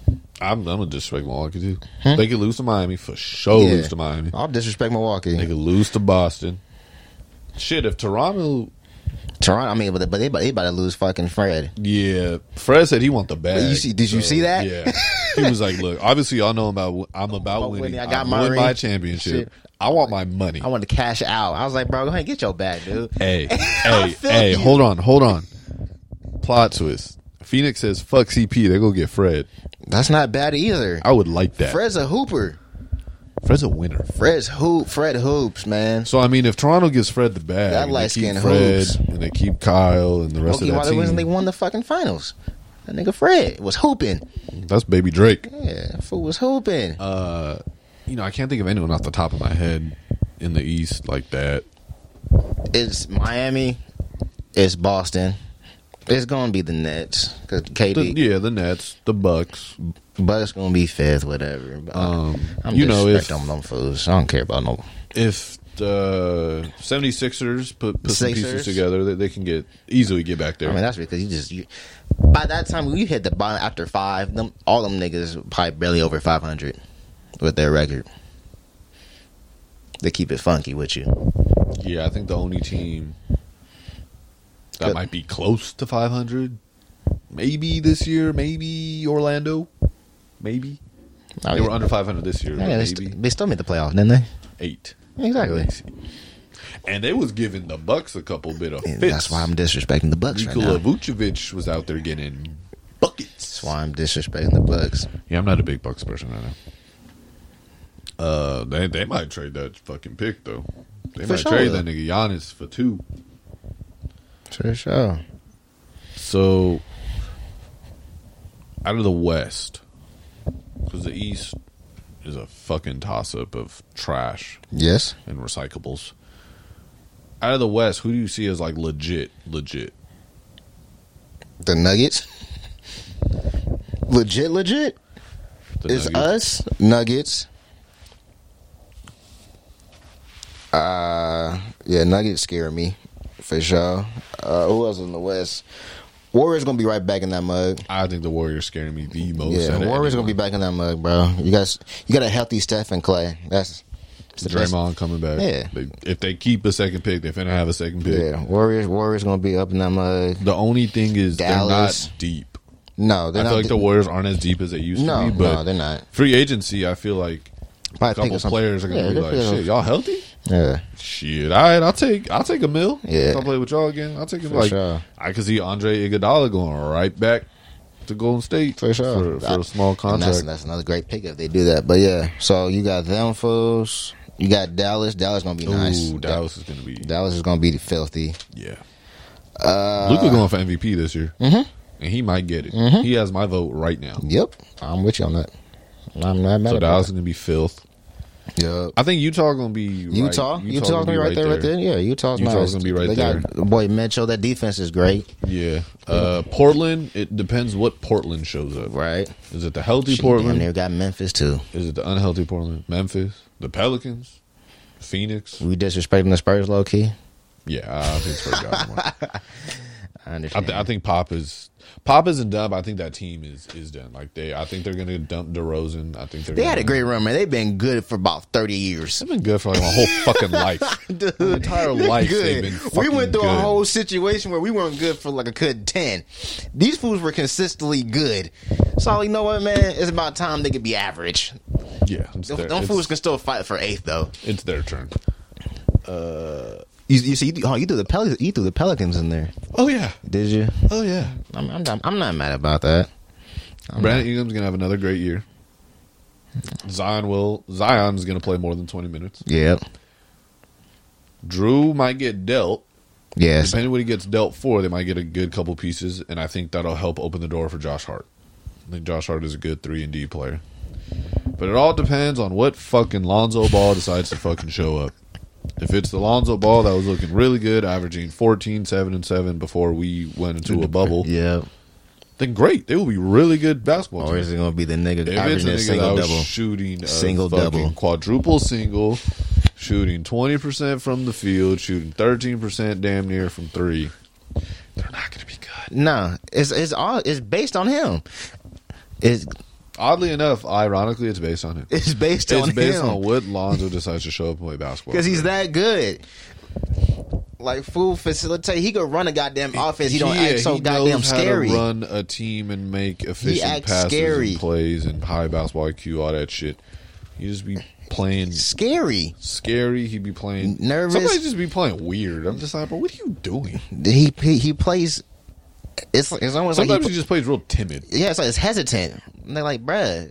S3: I'm, I'm gonna disrespect Milwaukee too. They could lose to Miami for sure.
S2: Hmm? Yeah.
S3: Lose to Miami.
S2: I'll disrespect Milwaukee.
S3: They could lose to Boston. Shit, if Toronto,
S2: Toronto, I mean, but, but they, about- they about to lose fucking Fred.
S3: yeah, Fred said he want the bag.
S2: You see- did you see that?
S3: uh, Yeah, he was like, "Look, obviously y'all know about. I'm about
S2: Oh,
S3: winning.
S2: Whitney,
S3: I
S2: I got
S3: won
S2: my
S3: my,
S2: ring.
S3: championship.
S2: Shit.
S3: I want my money."
S2: I wanted to cash out. I was like, bro, go ahead and get your bag, dude.
S3: Hey,
S2: I
S3: hey,
S2: feel
S3: hey,
S2: you.
S3: hold on, hold on. Plot twist. Phoenix says, fuck CP, they go get Fred.
S2: That's not bad either.
S3: I would like that.
S2: Fred's a hooper.
S3: Fred's a winner.
S2: Fred's hoop. Fred hoops, man.
S3: So, I mean, if Toronto gives Fred the bag,
S2: That
S3: and they
S2: light-skinned
S3: keep Fred,
S2: hoops.
S3: and they keep Kyle and the rest
S2: Okay,
S3: of
S2: why
S3: that
S2: the reason they
S3: team,
S2: won the fucking finals? That nigga Fred was hooping.
S3: that's baby Drake.
S2: Yeah, that fool was hooping.
S3: Uh, you know, I can't think of anyone off the top of my head in the East like that.
S2: it's Miami. It's Boston. It's gonna be the Nets because
S3: The-
S2: KD,
S3: yeah, the Nets, the Bucks.
S2: but it's gonna be fifth, whatever. But
S3: Um,
S2: I'm
S3: you
S2: you
S3: know,
S2: know,
S3: if-
S2: them, them fools. I don't care about no.
S3: If the 76ers put, put some pieces
S2: Sixers.
S3: together, they, they can get easily get back there.
S2: I mean, that's because you just you. By that time, you hit the bottom after five. Them all them niggas probably barely over five hundred with their record. They keep it funky with you.
S3: Yeah, I think the only team that
S2: Good.
S3: might be close to 500, maybe this year, maybe Orlando, maybe
S2: I
S3: they
S2: mean,
S3: were under 500 this year,
S2: Oh, yeah,
S3: but
S2: they,
S3: maybe
S2: st- they still made the playoffs, didn't they?
S3: eight.
S2: Exactly.
S3: And they was giving the Bucks a couple bit of
S2: And
S3: fits.
S2: that's why I'm disrespecting the Bucks right now.
S3: Nikola Vucevic was out there getting
S2: That's
S3: buckets.
S2: why I'm disrespecting the Bucks.
S3: Yeah, I'm not a big Bucks person right now. Uh, they they might trade that fucking pick though. They
S2: For
S3: might
S2: sure.
S3: trade that nigga Giannis for two.
S2: For sure.
S3: So, out of the West, because the East is a fucking toss up of trash
S2: Yes.
S3: and recyclables. Out of the West, who do you see as like legit, legit?
S2: The Nuggets. Legit, legit.
S3: The
S2: It's
S3: Nuggets?
S2: us, Nuggets. Uh yeah, Nuggets scare me for sure. Uh who else in the West? Warriors gonna be right back in that mug.
S3: I think the Warriors scaring me the most.
S2: Yeah,
S3: out of
S2: Warriors gonna
S3: anyone.
S2: be back in that mug, bro. You guys you got a healthy Steph and Clay. That's it's the best-
S3: Draymond coming back.
S2: Yeah.
S3: They, if they keep a second pick, they finna have a second pick.
S2: Yeah, Warriors Warriors gonna be up in that mug.
S3: The only thing is
S2: Dallas.
S3: they're not deep.
S2: No,
S3: I
S2: they're
S3: feel
S2: not
S3: like the Warriors aren't as deep as they used
S2: No,
S3: to be. But
S2: no, they're not.
S3: Free agency, I feel like
S2: Probably
S3: a couple
S2: picking some-
S3: players are gonna
S2: Yeah,
S3: be
S2: they're
S3: like,
S2: picking-
S3: "Shit, y'all healthy?
S2: Yeah.
S3: Shit, all right, I'll take I'll take a mill.
S2: Yeah.
S3: If I play with y'all again, I'll take a like
S2: sure.
S3: I could see Andre Iguodala going right back to Golden State
S2: For sure.
S3: for, for a small
S2: And that's,
S3: contract.
S2: that's another great pickup. They do that, but yeah. So you got them fools. You got Dallas. Dallas gonna be
S3: Ooh,
S2: nice.
S3: Dallas is gonna be
S2: Dallas is gonna be filthy.
S3: yeah. Uh, Luca going for MVP this year, mm-hmm. and he might get it.
S2: Mm-hmm.
S3: He has my vote right now.
S2: Yep, I'm with you on that. I'm not mad
S3: So
S2: at
S3: Dallas
S2: that.
S3: is gonna be filth.
S2: Yep.
S3: I think Utah gonna be
S2: Utah,
S3: Right,
S2: Utah's gonna be right there, right there. Yeah, Utah's,
S3: Utah's
S2: nice.
S3: gonna be right
S2: they Got, boy, Mitchell, that defense is great,
S3: Yeah, uh, Portland. It depends what Portland shows up.
S2: right?
S3: Is it the healthy
S2: Shit, Damn,
S3: Portland?
S2: they got Memphis too.
S3: Is it the unhealthy Portland? Memphis, the Pelicans, Phoenix.
S2: We disrespecting the Spurs low key.
S3: Yeah, I think Spurs got it more.
S2: I
S3: I,
S2: understand.
S3: th- I think Pop is Pop isn't done. But I think that team is is done. Like they, I think they're gonna dump DeRozan. I think they're
S2: they
S3: gonna,
S2: had a great run, man. They've been good for about thirty years.
S3: They've been good for like my whole fucking life.
S2: Dude,
S3: My entire
S2: they're
S3: life
S2: good.
S3: they've been.
S2: We
S3: fucking
S2: went through a
S3: good.
S2: whole situation where we weren't good for like a good ten. These fools were consistently good. So you know what, man? It's about time they could be average.
S3: Yeah, it's
S2: Them
S3: their,
S2: them
S3: it's,
S2: fools can still fight for eighth though.
S3: it's their turn.
S2: You, you see, you, oh, you threw the Pelicans, you threw the Pelicans in there,
S3: Oh yeah,
S2: did you?
S3: oh yeah.
S2: I'm, I'm, not, I'm not mad about that.
S3: Brandon Ingram's gonna have another great year. Zion will. Zion's gonna play more than twenty minutes.
S2: Yep.
S3: Drew might get dealt.
S2: Yes.
S3: Depending what he gets dealt for, they might get a good couple pieces, and I think that'll help open the door for Josh Hart. I think Josh Hart is a good three and D player, but it all depends on what fucking Lonzo Ball decides to fucking show up. If it's the Lonzo Ball that was looking really good, averaging 14, 7, and 7 before we went into a bubble,
S2: Yep.
S3: then great. They will be really good basketball
S2: Or
S3: team.
S2: is it gonna be the nigga
S3: If it's a
S2: averaging a
S3: nigga that
S2: single
S3: was
S2: double?
S3: shooting a
S2: Single
S3: fucking
S2: double.
S3: quadruple single, shooting twenty percent from the field, shooting thirteen percent damn near from three, they're not going to be good.
S2: No, it's it's all it's based on him. It's
S3: Oddly enough, ironically, it's based on him.
S2: it's based
S3: It's
S2: on
S3: based
S2: him.
S3: on what Lonzo decides to show up and play basketball
S2: because he's that good. Like food facilitate. He could run a goddamn offense. He don't
S3: Yeah,
S2: act so
S3: he
S2: goddamn
S3: knows how to
S2: scary.
S3: run a team and make efficient
S2: acts
S3: passes
S2: scary.
S3: and plays and high basketball IQ, all that shit. He just be playing
S2: Scary.
S3: scary. He be playing
S2: Nervous.
S3: Somebody just be playing weird. I'm just like, bro, what are you doing?
S2: He he, he plays. It's it's almost like
S3: Sometimes
S2: he,
S3: he just plays real timid.
S2: yeah, it's like it's hesitant. And they're like, bruh,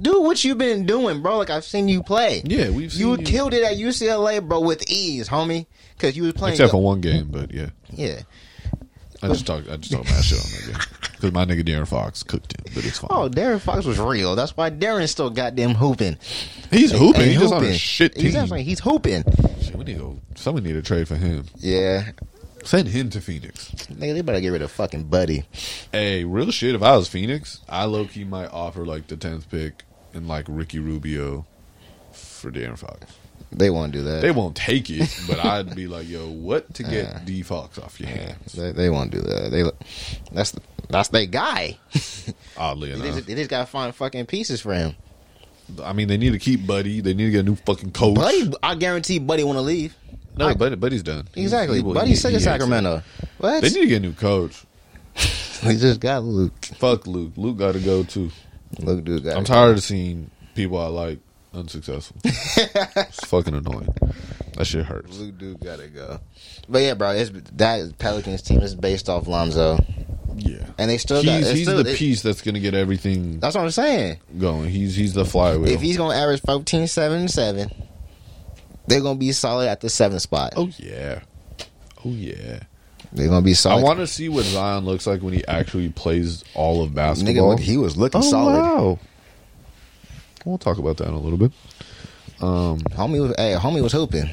S2: do what you've been doing, bro. Like I've seen you play.
S3: Yeah, we've
S2: you
S3: seen you-
S2: killed it at UCLA, bro, with ease, homie. Because you was playing.
S3: Except for one game, but yeah,
S2: yeah.
S3: I just talked. I just talked about shit on that game because my nigga Darren Fox cooked it, but it's fine.
S2: Oh, Darren Fox was real. That's why Darren's still goddamn hooping.
S3: he's hooping.
S2: And
S3: He's just on a shit team.
S2: He's, actually- he's hooping.
S3: Shit, we need to, go- someone need to trade for him.
S2: Yeah.
S3: Send him to Phoenix.
S2: Nigga, they better get rid of fucking Buddy.
S3: Hey, real shit. If I was Phoenix, I low key might offer like the tenth pick and like Ricky Rubio for Darren Fox.
S2: They won't do that.
S3: They won't take it, but I'd be like, yo, what to get
S2: Uh,
S3: D Fox off your hands?
S2: They, they won't do that. They that's that's their guy.
S3: Oddly
S2: They,
S3: enough,
S2: just, they just gotta find fucking pieces for him.
S3: I mean, they need to keep Buddy. They need to get a new fucking coach.
S2: Buddy, I guarantee Buddy want to leave.
S3: no,
S2: I-
S3: Buddy, Buddy's done. He's-
S2: Exactly,
S3: he will-
S2: Buddy's sick
S3: he-
S2: of
S3: he hates it.
S2: Sacramento. What?
S3: They need to get a new coach.
S2: He just got Luke.
S3: Fuck Luke. Luke got to go too.
S2: Luke, dude, got.
S3: I'm tired of seeing people I like unsuccessful. it's fucking annoying. That shit hurts.
S2: Luke, dude, gotta go. But yeah, bro, it's, that Pelicans team is based off Lonzo,
S3: Yeah.
S2: and they still got.
S3: he's
S2: it's
S3: he's
S2: still-
S3: the
S2: it-
S3: piece that's gonna get everything
S2: That's what I'm saying.
S3: going. He's he's the flywheel.
S2: If he's gonna average 14, 7, 7, they're gonna be solid at the seventh spot.
S3: oh yeah, oh yeah.
S2: They're gonna be
S3: I
S2: solid.
S3: want to see what Zion looks like when he actually plays all of
S2: Nigga,
S3: basketball.
S2: look, he was looking
S3: oh
S2: solid.
S3: wow. We'll talk about that in a little bit.
S2: Homie was hey, homie was hooping.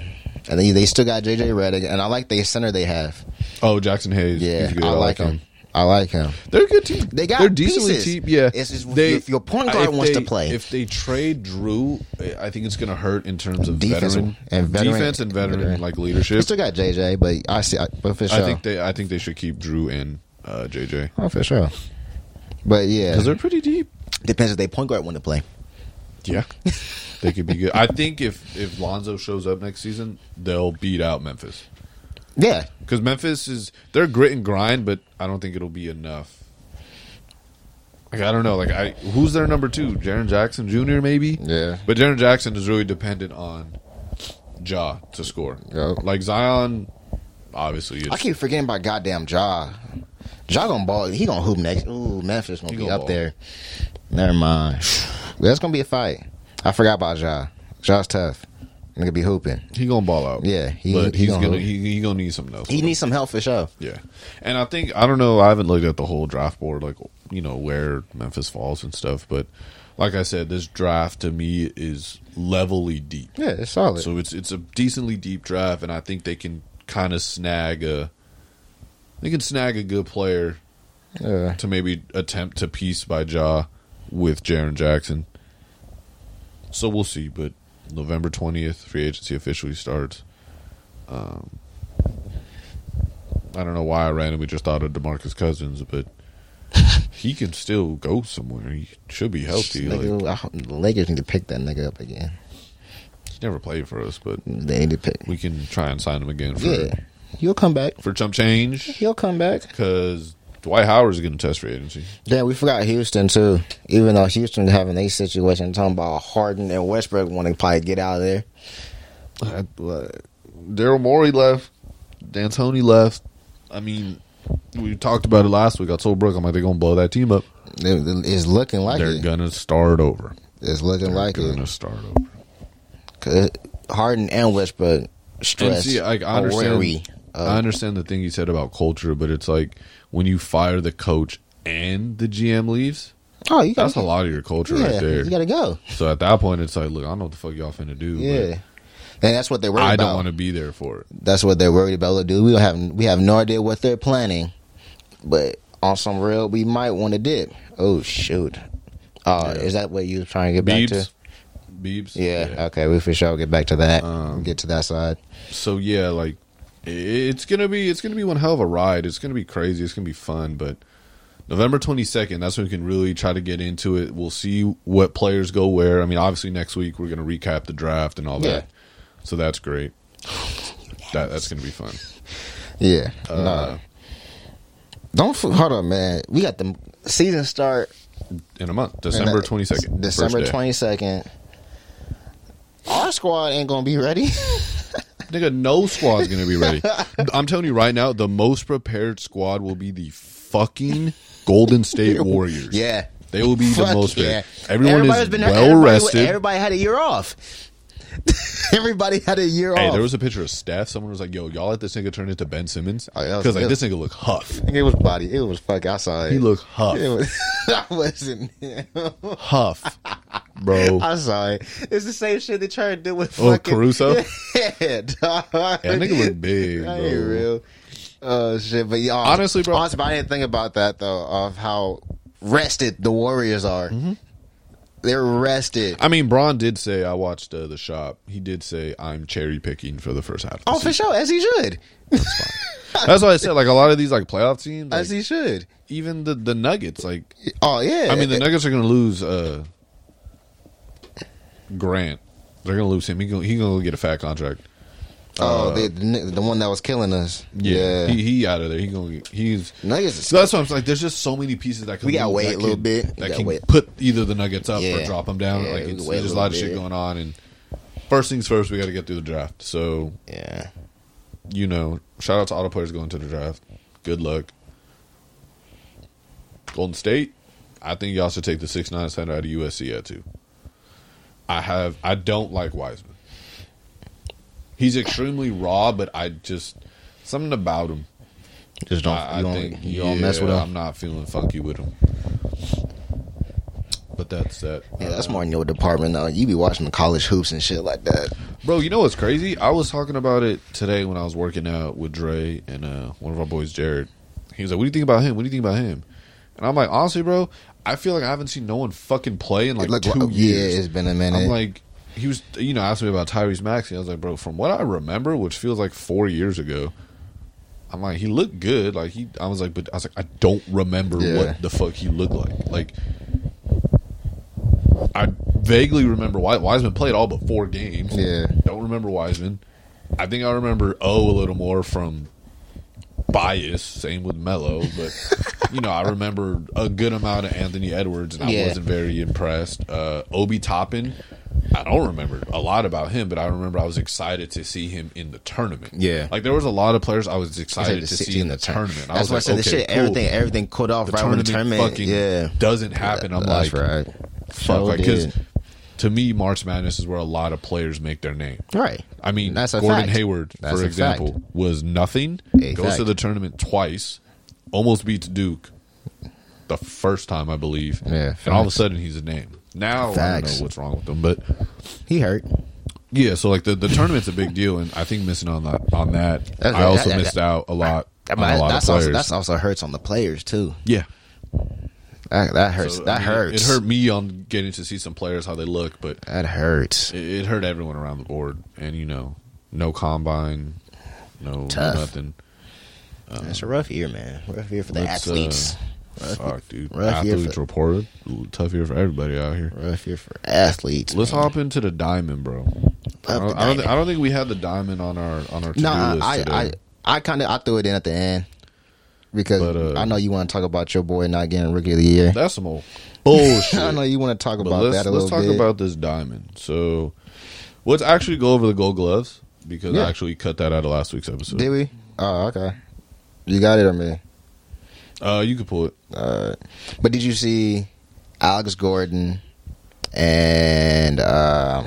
S2: And they, they still got JJ Redick, and I like the center they have.
S3: Oh, Jackson Hayes.
S2: Yeah,
S3: he's good.
S2: I, like him. I like him.
S3: They're a good team.
S2: They got
S3: They're decently
S2: pieces.
S3: cheap. Yeah,
S2: It's just if your point guard
S3: if
S2: wants to
S3: they-
S2: play.
S3: If they trade Drew, I think it's going to hurt in terms of
S2: Defense
S3: veteran
S2: and veteran-
S3: defense and veteran,
S2: veteran.
S3: like
S2: They
S3: leadership.
S2: still got JJ, but I see, I- but for sure,
S3: I think they I think they should keep Drew and uh, JJ
S2: oh for sure. But yeah,
S3: because they're pretty deep.
S2: depends if they point guard want to play.
S3: Yeah, they could be good. I think if if Lonzo shows up next season, they'll beat out Memphis
S2: Yeah,
S3: because Memphis is they're grit and grind, but I don't think it'll be enough. Like I don't know, like I who's their number two? Jaron Jackson Jr. Maybe.
S2: Yeah.
S3: But Jaron Jackson is really dependent on Ja to score.
S2: Yeah.
S3: Like Zion, obviously, is,
S2: I keep forgetting about goddamn Ja. Ja gonna ball. He gonna hoop next. Ooh, Memphis gonna
S3: He
S2: be
S3: gonna
S2: up
S3: ball.
S2: there. Never mind. That's gonna be a fight. I forgot about Ja. Ja's tough. Nigga be hooping.
S3: he gonna ball out.
S2: Yeah, he-
S3: but
S2: he
S3: he's
S2: gonna-
S3: gonna, he, he gonna need something else.
S2: He needs some help for sure.
S3: Yeah, and I think I don't know. I haven't looked at the whole draft board, like you know where Memphis falls and stuff. But like I said, this draft to me is levelly deep.
S2: Yeah, it's solid.
S3: So it's it's a decently deep draft, and I think they can kind of snag a they can snag a good player
S2: yeah.
S3: to maybe attempt to piece by Jaw with Jaron Jackson. So we'll see, but November twentieth, free agency officially starts. Um, I don't know why I randomly just thought of Demarcus Cousins, but he can still go somewhere. He should be healthy. Like,
S2: Nigga, I hope the Lakers need to pick that nigga up again.
S3: he's never played for us, but
S2: They need to pick.
S3: we can try and sign him again for
S2: Yeah, he'll come back.
S3: for chump change
S2: He'll come back.
S3: because Dwight Howard is going to test free agency.
S2: Yeah, we forgot Houston too. Even though Houston having a situation, talking about Harden and Westbrook want to probably get out of there.
S3: Daryl Morey left. D'Antoni left. I mean, we talked about it last week. I told Brooke, I'm like, they're going to blow that team up.
S2: It- it- It's looking like
S3: they're
S2: it.
S3: going to start over.
S2: It's looking
S3: They're
S2: like
S3: going
S2: it.
S3: to start over.
S2: 'Cause Harden and Westbrook
S3: And
S2: stressed,
S3: see, like, I
S2: or
S3: understand.
S2: wary.
S3: I understand the thing you said about culture, but it's like when you fire the coach and the GM leaves,
S2: Oh, you got
S3: that's a lot of your culture
S2: yeah,
S3: right there.
S2: You gotta go.
S3: so at that point, it's like, look, I don't know what the fuck y'all finna do. but
S2: Yeah, and that's what they're worried
S3: I
S2: about.
S3: don't want to be there for it.
S2: that's what they're worried about. Look, dude, we don't have we have no idea what they're planning, but on some real, we might want to dip. Oh shoot! Oh,
S3: Yeah.
S2: is that what you were trying to get back
S3: Beebs.
S2: to?
S3: Beebs.
S2: Yeah, Okay, we for sure get back to that.
S3: Um,
S2: get to that side.
S3: so yeah, like i- it's gonna be it's gonna be one hell of a ride. It's gonna be crazy. It's gonna be fun. But November twenty second, that's when we can really try to get into it. We'll see what players go where. I mean, obviously next week we're gonna recap the draft and all
S2: Yeah.
S3: that. So that's great. that that's gonna be fun.
S2: Yeah.
S3: Uh,
S2: nah. Don't f- hold on, man. We got the season start
S3: In a month,
S2: in
S3: December
S2: the-
S3: twenty second.
S2: December twenty second. Our squad ain't gonna be ready.
S3: Nigga, no squad's gonna be ready. I'm telling you right now, the most prepared squad will be the fucking Golden State Warriors.
S2: yeah.
S3: They will be the
S2: Fuck
S3: most
S2: yeah.
S3: prepared. Everyone
S2: Everybody's
S3: is
S2: been-
S3: well
S2: everybody-
S3: rested.
S2: Everybody had a year off. everybody had a year
S3: Hey,
S2: off.
S3: there was a picture of Steph. Someone was like, "Yo, y'all let this nigga turn into Ben Simmons
S2: Oh, yeah, that was
S3: because like
S2: good.
S3: this nigga look huff.
S2: it was body. It was fuck. I saw it.
S3: He look huff,
S2: It was, I wasn't.
S3: huff, bro.
S2: I'm sorry. It's the same shit they try to do with
S3: Oh,
S2: fucking
S3: Caruso?
S2: Yeah, dog.
S3: That nigga look big,
S2: I
S3: bro.
S2: ain't real. Oh shit! But y'all,
S3: Honestly, bro-
S2: honestly, but I didn't think about that though of how rested the Warriors are. They're rested.
S3: Mm-hmm. I mean, Braun did say I watched uh, the shop. He did say I'm cherry picking for the first half. Of the
S2: oh, for
S3: season."
S2: sure, as he should,
S3: That's why I said like a lot of these like playoff teams, like,
S2: as he should.
S3: even the the Nuggets. Like
S2: Oh yeah.
S3: I mean, the Nuggets are going to lose uh, Grant. They're going to lose him. He's going he gonna go get a fat contract.
S2: oh the, the the one that was killing us. Yeah,
S3: Uh, he, he out of there. He going to he's.
S2: Nuggets. Is,
S3: So that's what I'm saying. Like, there's just so many pieces that can
S2: We gotta
S3: move
S2: wait
S3: that
S2: a
S3: can-
S2: little bit. We
S3: That
S2: gotta
S3: can
S2: wait.
S3: put either the Nuggets up or
S2: Yeah.
S3: drop them down.
S2: Yeah,
S3: like
S2: we
S3: it's,
S2: can wait a
S3: there's a lot of
S2: little
S3: shit
S2: bit.
S3: going on. And first things first, we got to get through the draft. So
S2: yeah.
S3: you know, shout out to all the players going to the draft. Good luck. Golden State, I think y'all should take the six nine center out of USC at two. I have I don't like Wiseman. He's extremely raw, but I just something about him.
S2: Just don't.
S3: I, I
S2: you don't,
S3: think
S2: you don't mess with
S3: yeah,
S2: them.
S3: I'm not feeling funky with him. But that's that.
S2: Yeah, that's more in your department though. You be watching the college hoops and shit like that.
S3: Uh, Bro, you know what's crazy? I was talking about it today when I was working out with Dre and uh, one of our boys, Jared. He was like, "What do you think about him? What do you think about him?" And I'm like, honestly, bro, I feel like I haven't seen no one fucking play in like,
S2: Like,
S3: two
S2: yeah,
S3: years.
S2: it's been a minute.
S3: I'm like, he was, you know, asked me about Tyrese Maxey. I was like, bro, from what I remember, which feels like four years ago, I'm like, he looked good. Like he, I was like, but I was like, I don't remember
S2: Yeah.
S3: what the fuck he looked like. Like, I vaguely remember Wise- Wiseman played all but four games.
S2: Yeah.
S3: don't remember Wiseman. I think I remember O a little more from bias. Same with Mello, but you know, I remember a good amount of Anthony Edwards, and I
S2: Yeah.
S3: wasn't very impressed. Uh, Obi Toppin, I don't remember a lot about him, but I remember I was excited to see him in the tournament.
S2: Yeah.
S3: like there was a lot of players I was
S2: I
S3: excited to see in the tournament. I
S2: That's
S3: was
S2: why I
S3: like,
S2: said the
S3: okay,
S2: shit.
S3: cool.
S2: Everything, everything cut off
S3: The
S2: right when the
S3: tournament,
S2: tournament.
S3: fucking
S2: yeah,
S3: doesn't happen. I'm
S2: That's
S3: like,
S2: right.
S3: fuck,
S2: Sure
S3: like, 'cause
S2: did.
S3: to me, March Madness is where a lot of players make their name.
S2: Right.
S3: I mean,
S2: That's a
S3: Gordon
S2: fact.
S3: Hayward,
S2: That's
S3: for
S2: a
S3: example,
S2: fact.
S3: was nothing.
S2: A
S3: goes to
S2: fact.
S3: the tournament twice, almost beats Duke the first time, I believe.
S2: Yeah,
S3: and all of a
S2: facts.
S3: sudden he's a name. Now I don't
S2: Facts.
S3: know what's wrong with him, but
S2: He hurt.
S3: yeah. So like the, the tournament's a big deal, and I think missing on that on that,
S2: That's-
S3: I
S2: that-
S3: also
S2: that-
S3: missed out a lot
S2: But
S3: on a lot
S2: that's
S3: of
S2: also
S3: players.
S2: that's also hurts on the players too.
S3: yeah,
S2: That, that hurts.
S3: So, I
S2: that
S3: mean, it-
S2: hurts.
S3: It, hurt me on getting to see some players how they look, but
S2: That hurts.
S3: it, it hurt everyone around the board. And you know, no combine, no
S2: Tough.
S3: nothing.
S2: It's a rough year, man. Rough year for the
S3: Let's, uh,
S2: athletes.
S3: Fuck, dude.
S2: rough year
S3: Athletes
S2: for-
S3: reported. Tough year for everybody out here.
S2: rough year for athletes.
S3: Let's
S2: man.
S3: hop into the diamond, bro. I
S2: Up
S3: don't,
S2: the
S3: I, don't thi-
S2: diamond.
S3: I don't think we had the diamond on our on our to-do
S2: Nah,
S3: list
S2: I
S3: today.
S2: I I kind of I threw it in at the end because
S3: But, uh,
S2: I know you want to talk about your boy not getting rookie of the year.
S3: That's some old bullshit.
S2: I know you want to talk
S3: But
S2: about
S3: let's
S2: that a
S3: let's
S2: little
S3: talk
S2: bit.
S3: about this diamond. So, let's actually go over the gold gloves because
S2: Yeah.
S3: I actually cut that out of last week's episode.
S2: Did we? Oh, okay. You got it or me?
S3: Uh, you could pull it.
S2: Uh, but did you see Alex Gordon and uh,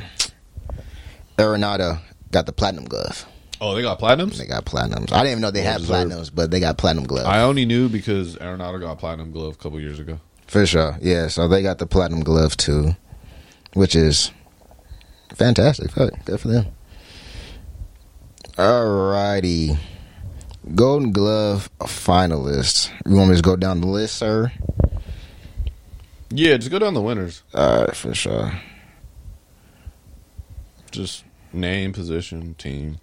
S2: Arenado got the platinum glove?
S3: Oh, they got platinums.
S2: They got platinums. I didn't even know they
S3: Well
S2: had
S3: deserved.
S2: platinums, but they got platinum glove
S3: I only knew because Arenado got platinum glove a couple years ago.
S2: for sure. Yeah, so they got the platinum glove too, which is fantastic. Fuck, good for them. Alrighty, Golden Glove finalists. You want me to just go down the list, sir?
S3: Yeah, just go down the winners.
S2: All right, for sure.
S3: Just name, position, team.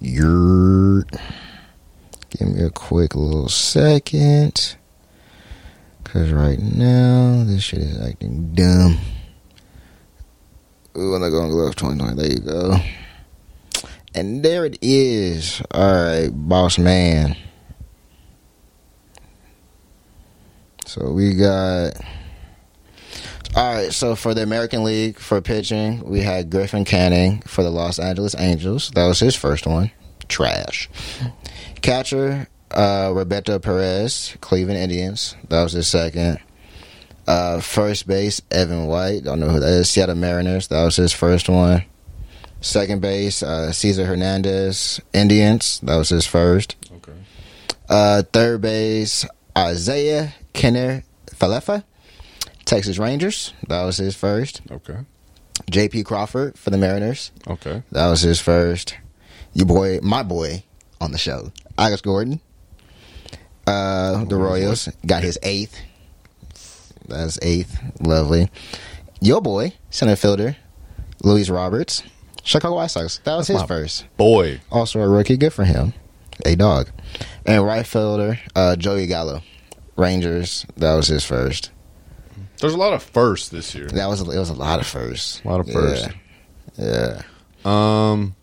S2: Yer. Give me a quick little second. Because right now, this shit is acting dumb. Ooh, I'm not going glove 2020. There you go. And there it is. All right, boss man. So we got. All right, so for the American League for pitching, we had Griffin Canning for the Los Angeles Angels. That was his first one. Trash. Catcher, uh, Roberto Perez, Cleveland Indians. That was his second. Uh, first base, Evan White. Don't know who that is. Seattle Mariners. That was his first one. Second base, uh, Cesar Hernandez, Indians. That was his first.
S3: Okay.
S2: Uh, third base, Isaiah Kenner Falefa, Texas Rangers. That was his first.
S3: Okay.
S2: J.P. Crawford for the Mariners.
S3: Okay.
S2: That was his first. Your boy, my boy, on the show, August Gordon.
S3: Oh,
S2: Uh, the Royals got his eighth. That's eighth. Lovely. Your boy, center fielder, Luis Roberts, Chicago White Sox. That was his
S3: my-
S2: first
S3: Boy.
S2: also a rookie. Good for him. A dog. And right fielder, uh, Joey Gallo, Rangers. That was his first.
S3: There's a lot of firsts this year.
S2: That was it was a lot of firsts.
S3: A lot of firsts.
S2: Yeah. yeah.
S3: Um,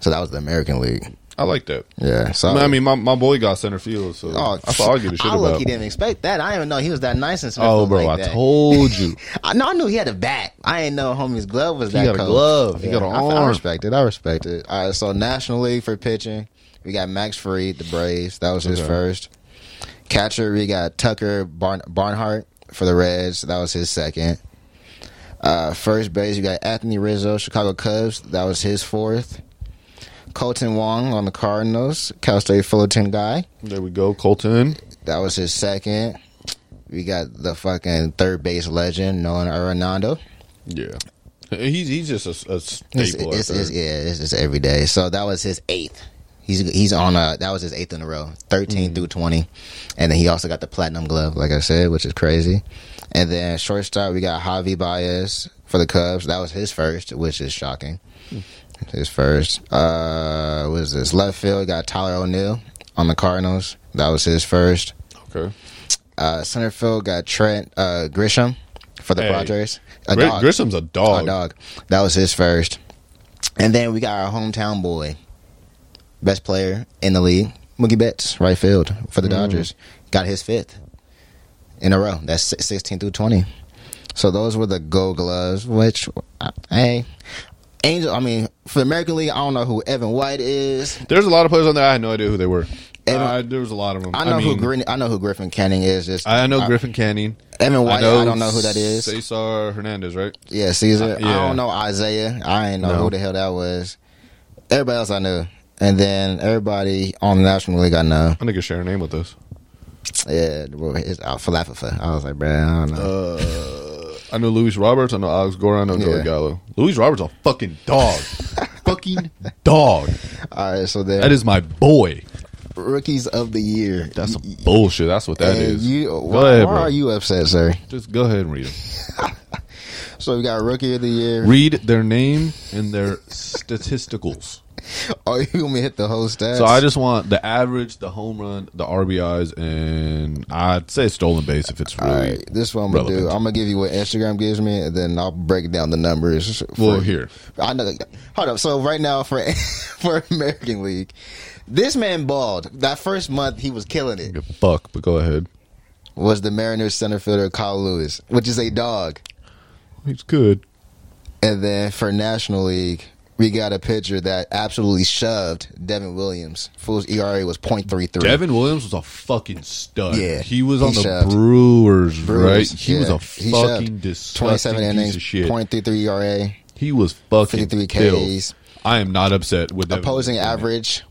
S2: So that was the American League.
S3: I like that.
S2: Yeah. So
S3: I mean, my, my boy got center field, so
S2: Oh,
S3: I thought I'd give a shit
S2: I
S3: about.
S2: lucky didn't expect that. I didn't even know he was that nice and smart.
S3: oh, bro,
S2: like
S3: I
S2: that.
S3: told you.
S2: I, no, I knew he had a bat. I didn't know homie's glove was that.
S3: got a
S2: cold.
S3: glove. He got an
S2: I- I
S3: arm.
S2: respect it. I respect it. All right. So National League for pitching, we got Max Freed, the Braves. That was his
S3: Okay.
S2: first. Catcher, we got Tucker Barn- Barnhart for the Reds. That was his second. Uh, first base, we got Anthony Rizzo, Chicago Cubs. That was his fourth. Colton Wong on the Cardinals, Cal State Fullerton guy.
S3: There we go, Colton.
S2: That was his second. We got the fucking third base legend, Nolan Arenado.
S3: Yeah, he's he's just a, a
S2: It's,
S3: staple.
S2: it's,
S3: out there.
S2: it's- yeah, it's just every day. So that was his eighth. He's he's on a that was his eighth in a row, 13 through twenty, and then he also got the platinum glove, like I said, which is crazy. And then shortstop, we got Javi Baez for the Cubs. That was his first, which is shocking. His first. Uh, was this left field? we Got Tyler O'Neill on the Cardinals. That was his first.
S3: okay.
S2: Uh, center field got Trent uh, Grisham for the
S3: Hey.
S2: Padres. A
S3: Gri-
S2: dog.
S3: Grissom's a dog.
S2: A dog. That was his first. And then we got our hometown boy, best player in the league, Mookie Betts, right field for
S3: Mm.
S2: the Dodgers. Got his fifth in a row. That's si- 16 through 20. So those were the Gold Gloves, which, uh, hey, Angel, I mean, for the American League, I don't know who Evan White is.
S3: There's a lot of players on there. I had no idea who they were.
S2: And-
S3: Uh, there was a lot of them.
S2: I know who
S3: mean,
S2: Grin- I know who Griffin Canning is. Just
S3: I I know
S2: uh,
S3: Griffin Canning.
S2: Evan White. I, don't know who that is.
S3: Cesar Hernandez, right?
S2: Yeah, Caesar.
S3: Uh, yeah.
S2: I don't know Isaiah. I ain't know
S3: No.
S2: who the hell that was. Everybody else I knew. And then everybody on the National League I know.
S3: I think share a name with us.
S2: Yeah, well, it's out Falafafa. I was like, bruh, I don't know.
S3: Uh, I know Luis Roberts. I know Alex Gora. I know Joey
S2: Yeah.
S3: Gallo. Luis Roberts a fucking dog. fucking dog.
S2: All right, so then
S3: That is my boy.
S2: rookies of the year.
S3: That's some bullshit. That's what that
S2: And
S3: is.
S2: You,
S3: go
S2: why,
S3: ahead,
S2: why
S3: bro.
S2: are you upset, sir?
S3: Just go ahead and read them.
S2: So we got rookie of the year.
S3: Read their name and their statisticals.
S2: oh, you want me to hit the whole stats?
S3: So I just want the average, the home run, the RBIs, and I'd say stolen base if it's really.
S2: All right, this one I'm gonna do.
S3: relevant.
S2: I'm gonna give you what Instagram gives me, and then I'll break down the numbers. for-
S3: Well, here.
S2: I know. Hold up. So right now for for American League, this man balled. That first month he was killing it.
S3: Fuck, but go ahead.
S2: Was the Mariners center fielder Kyle Lewis, which is a dog.
S3: He's good.
S2: And then for National League, we got a pitcher that absolutely shoved Devin Williams. Fool's ERA was .33.
S3: Devin Williams was a fucking stud.
S2: Yeah,
S3: he was
S2: he
S3: on the
S2: shoved.
S3: Brewers,
S2: Brewers,
S3: right? He was
S2: yeah,
S3: a
S2: he
S3: fucking
S2: shoved.
S3: disgusting piece
S2: innings,
S3: of shit.
S2: .33 ERA,
S3: he was fucking
S2: 53
S3: filth.
S2: Ks,
S3: I am not upset with Devin
S2: opposing
S3: Williams.
S2: average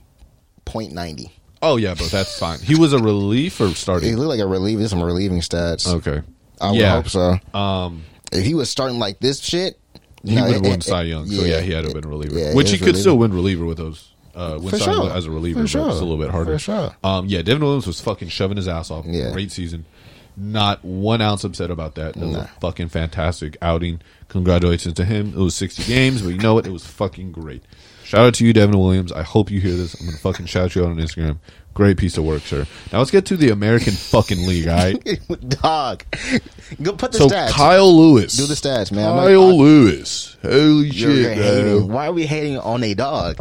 S2: .90.
S3: Oh yeah, but that's fine. He was a relief or
S2: He
S3: starting.
S2: looked like a relieving, some relieving stats.
S3: Okay.
S2: I would
S3: yeah.
S2: hope so.
S3: Um,
S2: if he was starting like this shit,
S3: he
S2: no,
S3: would have
S2: it-
S3: won
S2: it-
S3: Cy Young. so yeah, he had to have been a reliever,
S2: Yeah, it
S3: which he
S2: was
S3: could
S2: reliever.
S3: still win reliever with those. Uh, win
S2: For
S3: Cy Young
S2: sure.
S3: as a reliever,
S2: For
S3: but
S2: sure.
S3: it's a little bit harder.
S2: For sure.
S3: Um, yeah, Devin Williams was fucking shoving his ass off.
S2: Yeah.
S3: Great season. Not one ounce upset about that. It was a fucking fantastic outing. Congratulations to him. It was 60 games, but you know what? It was fucking great. Shout out to you, Devin Williams. I hope you hear this. I'm gonna fucking shout you out on Instagram. Great piece of work, sir. Now let's get to the American fucking league. All right.
S2: Dog, go put the
S3: So
S2: stats.
S3: Kyle Lewis.
S2: Do the stats, man. I'm not-
S3: Kyle Lewis. Holy
S2: You're
S3: shit, bro.
S2: hating. Why are we hating on a dog?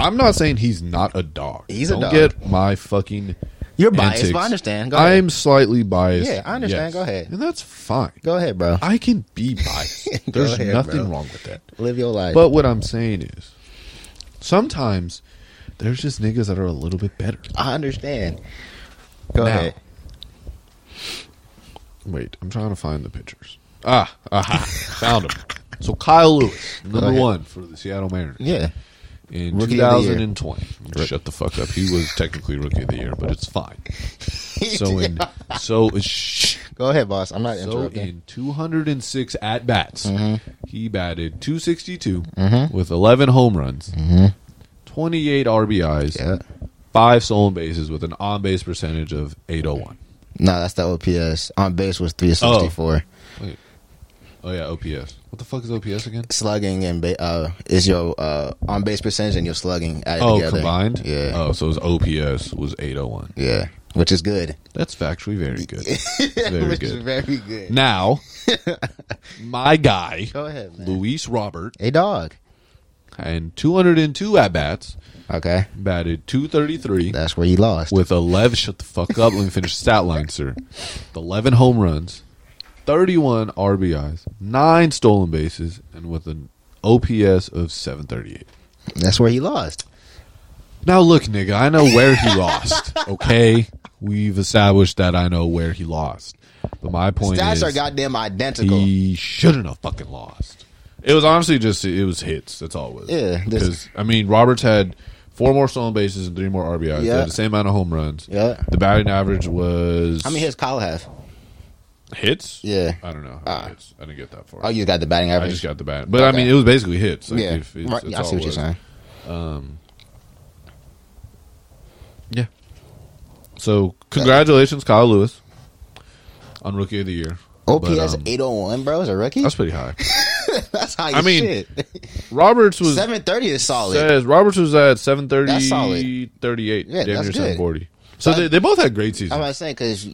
S3: I'm not saying he's not a dog.
S2: He's a
S3: Don't
S2: dog.
S3: Get my fucking.
S2: You're biased,
S3: antics.
S2: but I understand. Go ahead.
S3: I'm slightly biased.
S2: Yeah, I understand. Go ahead.
S3: and that's fine.
S2: Go ahead, bro.
S3: I can be biased.
S2: Go
S3: There's
S2: ahead,
S3: nothing
S2: bro.
S3: wrong with that.
S2: Live your life.
S3: But what I'm saying is, sometimes there's just niggas that are a little bit better.
S2: I understand. Go
S3: Now.
S2: ahead.
S3: Wait, I'm trying to find the pictures. Ah, aha, found him. So Kyle Lewis, number
S2: ahead.
S3: one for the Seattle Mariners.
S2: Yeah.
S3: in
S2: Rookie of the year.
S3: 2020. Shut the fuck up. He was technically rookie of the year, but it's fine. So in so shh,
S2: Go ahead, boss. I'm not
S3: so
S2: interrupting.
S3: in 206 at bats,
S2: Mm-hmm.
S3: he batted 262 with 11 home runs, 28 RBIs,
S2: Mm-hmm. Yeah.
S3: five stolen bases with an on base percentage of 801.
S2: No, that's the OPS. On base was 364.
S3: Wait. Oh yeah, OPS. What the fuck is OPS again?
S2: Slugging and ba- uh, is your uh, on base percentage and your slugging added
S3: Oh,
S2: together.
S3: combined.
S2: Yeah.
S3: Oh, so his OPS was 801.
S2: Yeah. Which is good.
S3: That's factually very good. Very
S2: Which
S3: good.
S2: is very good.
S3: Now, my guy,
S2: Go ahead, man.
S3: Luis Robert,
S2: Hey, dog.
S3: and 202 at bats,
S2: Okay.
S3: batted 233
S2: That's where you lost.
S3: with 11. Shut the fuck up. Let me finish the stat line, sir. With 11 home runs, 31 RBIs, 9 stolen bases, and with an OPS of 738.
S2: that's where he lost.
S3: Now, look, nigga, I know where he lost, okay? We've established that I know where he lost. But my point
S2: Stats
S3: is.
S2: are goddamn identical.
S3: He shouldn't have fucking lost. It was honestly just it was hits. That's all it was.
S2: Yeah, this-
S3: because I mean Roberts had four more stolen bases and three more RBIs. He
S2: Yeah.
S3: had the same amount of home runs.
S2: Yeah.
S3: The batting average was
S2: How many hits Kyle have?
S3: hits.
S2: Yeah.
S3: I don't know. how many
S2: Ah.
S3: hits. I didn't get that far.
S2: Oh, you just got the batting average.
S3: I just got the bat, but I
S2: Okay.
S3: mean it was basically hits. Like,
S2: yeah.
S3: if it's-
S2: Right,
S3: that's
S2: yeah, I
S3: all
S2: see
S3: it
S2: what you're
S3: was.
S2: saying.
S3: Yeah. So congratulations, Kyle Lewis, on Rookie of the Year. But,
S2: OPS
S3: um,
S2: 801, bro, as a rookie? That's,
S3: that's pretty high.
S2: high
S3: I
S2: as
S3: mean,
S2: shit.
S3: Roberts was
S2: 730 is solid.
S3: Says Roberts was at 730,
S2: Oh, That's solid.
S3: 38,
S2: Yeah,
S3: damn near
S2: that's good.
S3: 740. So
S2: That-
S3: they, they both had great seasons.
S2: I'm not saying because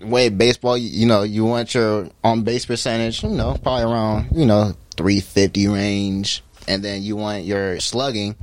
S2: way baseball, you, you know, you want your on base percentage, you know, probably around you know 350 range, and then you want your slugging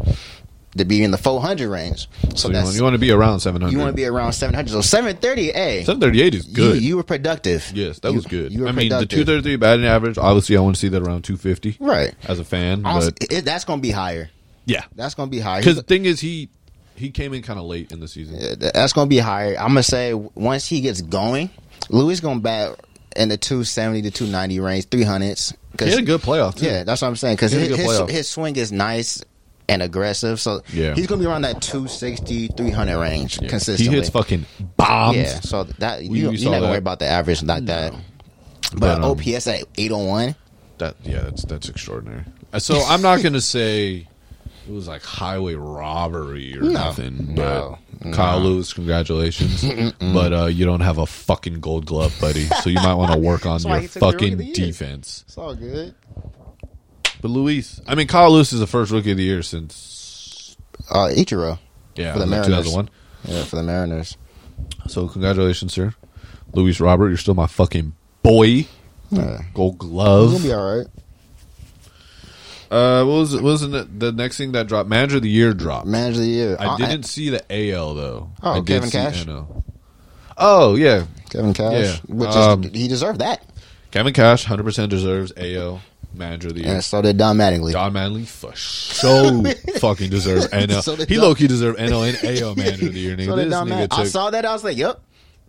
S2: to be in the 400 range. So,
S3: so you
S2: that's
S3: want, you want to be around 700.
S2: you want to be around 700. So 730, hey,
S3: 738 is
S2: you,
S3: good.
S2: you were productive.
S3: yes, that
S2: You-
S3: was good.
S2: You were
S3: I mean, the
S2: productive.
S3: 233 batting average, obviously, I want to see that around 250
S2: right?
S3: as a fan.
S2: Honestly,
S3: but
S2: it, that's gonna be higher.
S3: yeah.
S2: That's gonna be higher.
S3: Because the thing is, he he came in kind of late in the season.
S2: Yeah, th- That's gonna be higher. I'm gonna say once he gets going, Louis gonna bat in the 270 to 290 range, 300s.
S3: He had a good playoff, too.
S2: Yeah, that's what I'm saying. Because
S3: He had a
S2: his,
S3: good
S2: his,
S3: playoff.
S2: his swing is nice and aggressive, so
S3: Yeah.
S2: he's gonna be around that 260, 300 range
S3: Yeah.
S2: consistently.
S3: He hits fucking bombs.
S2: yeah. So that
S3: We-
S2: you,
S3: we
S2: you're
S3: saw
S2: not gonna
S3: that.
S2: worry about the average like that. But,
S3: But, um,
S2: OPS at 801.
S3: That yeah, that's that's extraordinary. Uh, So I'm not gonna say it was like highway robbery or nothing. But
S2: no,
S3: Kyle Lewis, congratulations. but uh, you don't have a fucking gold glove, buddy. So you might want to work on
S2: why
S3: your
S2: he took the Rookie
S3: fucking
S2: of the Year.
S3: defense.
S2: It's all good.
S3: But Luis, I mean Kyle Lewis is the first rookie of the year since
S2: Uh, Ichiro.
S3: yeah
S2: For the
S3: like
S2: Mariners.
S3: 2001.
S2: Yeah, for the Mariners.
S3: So congratulations, sir, Luis Robert. You're still my fucking boy.
S2: Yeah.
S3: Gold
S2: He's
S3: glove.
S2: gonna be all right.
S3: Uh, what was what was the, the next thing that dropped? Manager of the year dropped.
S2: Manager of the year. Uh,
S3: I didn't see the AL though.
S2: Oh,
S3: I did
S2: Kevin
S3: see
S2: Cash?
S3: NL. Oh yeah,
S2: Kevin Cash,
S3: Yeah.
S2: uh, which is,
S3: Um,
S2: he deserved that,
S3: Kevin Cash, hundred percent deserves AL manager of the year.
S2: and so did Don Mattingly.
S3: Don Manley for so fucking deserves NL.
S2: So did
S3: he
S2: Don-
S3: low key deserved NL and AL manager of the year. Nigga.
S2: So did
S3: this
S2: Don
S3: nigga
S2: Mattingly. I
S3: took-
S2: saw that. I was like, "Yep,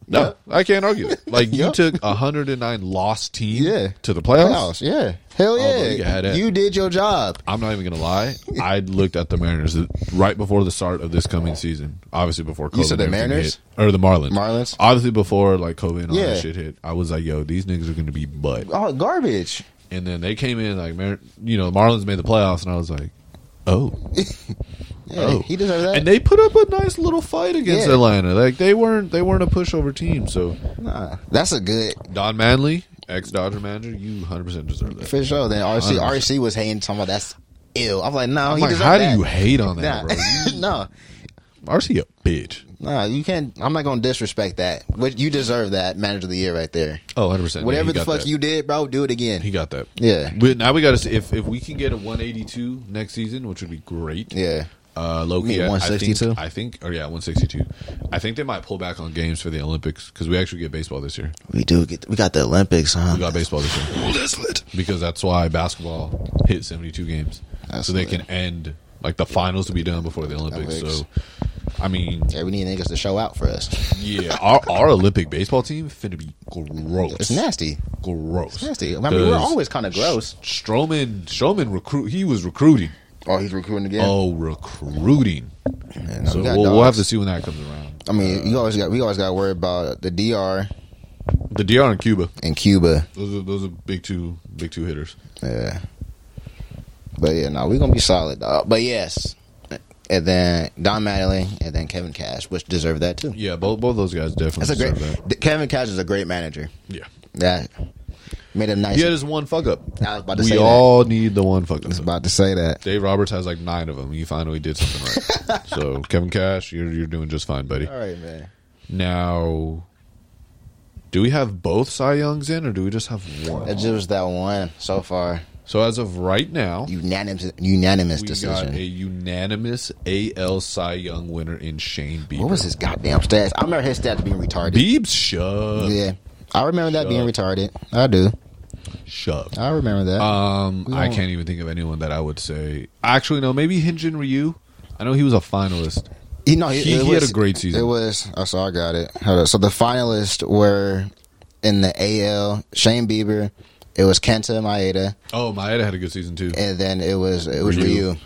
S3: no, I can't argue. it. Like you
S2: Yup.
S3: took hundred and nine lost team
S2: Yeah.
S3: to the playoffs.
S2: playoffs, yeah, hell
S3: bro, you
S2: yeah,
S3: had it.
S2: you did your job."
S3: I'm not even gonna lie. I looked at the Mariners right before the start of this coming season. Obviously before COVID
S2: You said the
S3: and everything
S2: Mariners?
S3: hit, or the Marlins.
S2: Marlins?
S3: Obviously before like COVID and all
S2: Yeah.
S3: that shit hit. I was like, yo, these niggas are gonna be butt.
S2: Oh, garbage!
S3: And then they came in like, Mar- you know, Marlins made the playoffs, and I was like, oh,
S2: Yeah, he deserved that.
S3: And they put up a nice little fight against
S2: Yeah.
S3: Atlanta. Like they weren't they weren't a pushover team. So
S2: nah, that's a good
S3: Don Manley, ex Dodger manager, you 100 percent deserve that.
S2: for sure. Then RC
S3: 100%.
S2: RC was hating talking about that's ill. I'm like, no,
S3: I'm
S2: he
S3: like,
S2: deserved
S3: how
S2: that.
S3: do you hate on
S2: Nah.
S3: that,
S2: no,
S3: bro? RC a bitch.
S2: no, you can't. I'm not gonna disrespect that. What you deserve that manager of the year right there.
S3: Oh, 100 percent.
S2: Whatever the fuck you did, bro, do it again.
S3: he got that.
S2: Yeah.
S3: We, now we got to see if if we can get a 182 next season, which would be great.
S2: yeah,
S3: Uh, Loki,
S2: mean
S3: I-
S2: 162?
S3: I think, I think, or yeah, 162. I think they might pull back on games for the Olympics because we actually get baseball this year.
S2: we do get. We got the Olympics, huh?
S3: We got baseball this year. Because that's why basketball hit 72 games.
S2: That's
S3: so they
S2: lit.
S3: can end, like, the finals to be done before the Olympics.
S2: Olympics.
S3: So, I mean,
S2: Yeah, we need niggas to show out for us.
S3: yeah, our, our Olympic baseball team finna be gross.
S2: It's nasty.
S3: Gross.
S2: Nasty. I mean, we're
S3: Does
S2: always kind of gross.
S3: Strowman, Strowman recruit, he was recruiting.
S2: Oh, he's recruiting again.
S3: Oh, recruiting.
S2: Man, no,
S3: So
S2: we got
S3: we'll, we'll have
S2: dogs.
S3: to see when that comes around.
S2: I mean, you always got. We always got to worry about the DR
S3: The DR and Cuba.
S2: and Cuba.
S3: Those are those are big two big two hitters.
S2: Yeah. But yeah, no, we're gonna be solid, dog. But yes. And then Don Mattingly and then Kevin Cash, which deserve that too.
S3: Yeah, both both those guys definitely
S2: That's a great
S3: deserve that.
S2: Kevin Cash is a great manager.
S3: Yeah.
S2: That made him nice.
S3: He had his one fuck up.
S2: I was about to say
S3: We
S2: that.
S3: all need the one fuck
S2: I was
S3: up.
S2: about to say that.
S3: Dave Roberts has like nine of them. He finally did something right. so Kevin Cash, you're you're doing just fine, buddy.
S2: All right, man.
S3: Now, do we have both Cy Youngs in, or do we just have
S2: That
S3: one?
S2: just was that one so far.
S3: So as of right now,
S2: Unanimous unanimous
S3: we got
S2: decision.
S3: a unanimous AL Cy Young winner in Shane Bieber.
S2: What was his goddamn stats? I remember his stats being retarded.
S3: Biebs shove
S2: yeah. I remember that being
S3: Shut
S2: retarded. I do.
S3: shove.
S2: I remember that.
S3: Um,
S2: We
S3: I
S2: don't-
S3: can't even think of anyone that I would say. Actually, no, maybe Hinjin Ryu. I know he was a finalist.
S2: You know,
S3: He-
S2: it
S3: he had a great season.
S2: It was. I saw. I got it. Hold up. So the finalists were in the AL. Shane Bieber. It was Kenta Maeda,
S3: Oh, Maeda had a good season too.
S2: and then it was it was
S3: Ryu.
S2: Ryu.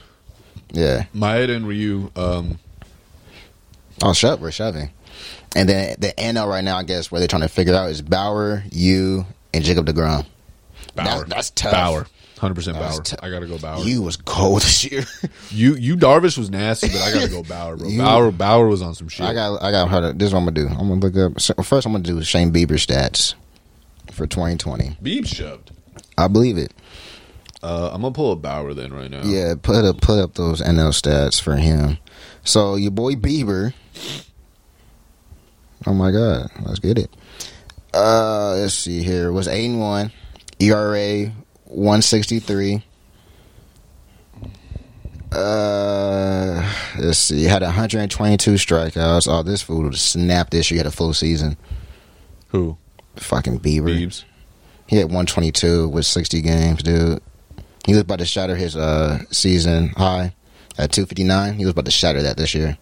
S2: Yeah.
S3: Maeda and Ryu. Um,
S2: Oh, shut. We're shoving. And then the NL right now, I guess, where they're trying to figure out is Bauer, you, and Jacob Degrom.
S3: Bauer.
S2: That's- that's tough.
S3: Bauer. Hundred percent
S2: That's
S3: Bauer.
S2: tough.
S3: I gotta go Bauer. You,
S2: You was cold this year.
S3: you, Darvish was nasty, but I gotta go Bauer, bro.
S2: You-
S3: Bauer, Bauer was on some shit.
S2: I got. I got. Hold up. This is what I'm gonna do. I'm gonna look up. so First, I'm gonna do Shane Bieber stats for 2020.
S3: Beeb shoved.
S2: I believe it.
S3: Uh, I'm gonna pull up Bauer then right now.
S2: Yeah, put up put up those NL stats for him. So your boy Bieber. Oh my God, let's get it. Uh, let's see here. Was eight and one, ERA one sixty three. Uh, let's see. Had one hundred and twenty two strikeouts. Oh, this fool would snap this. year. He had a full season.
S3: Who?
S2: Fucking Bieber.
S3: Biebs.
S2: He had 122 with 60 games, dude. He was about to shatter his uh, season high at 259. He was about to shatter that this year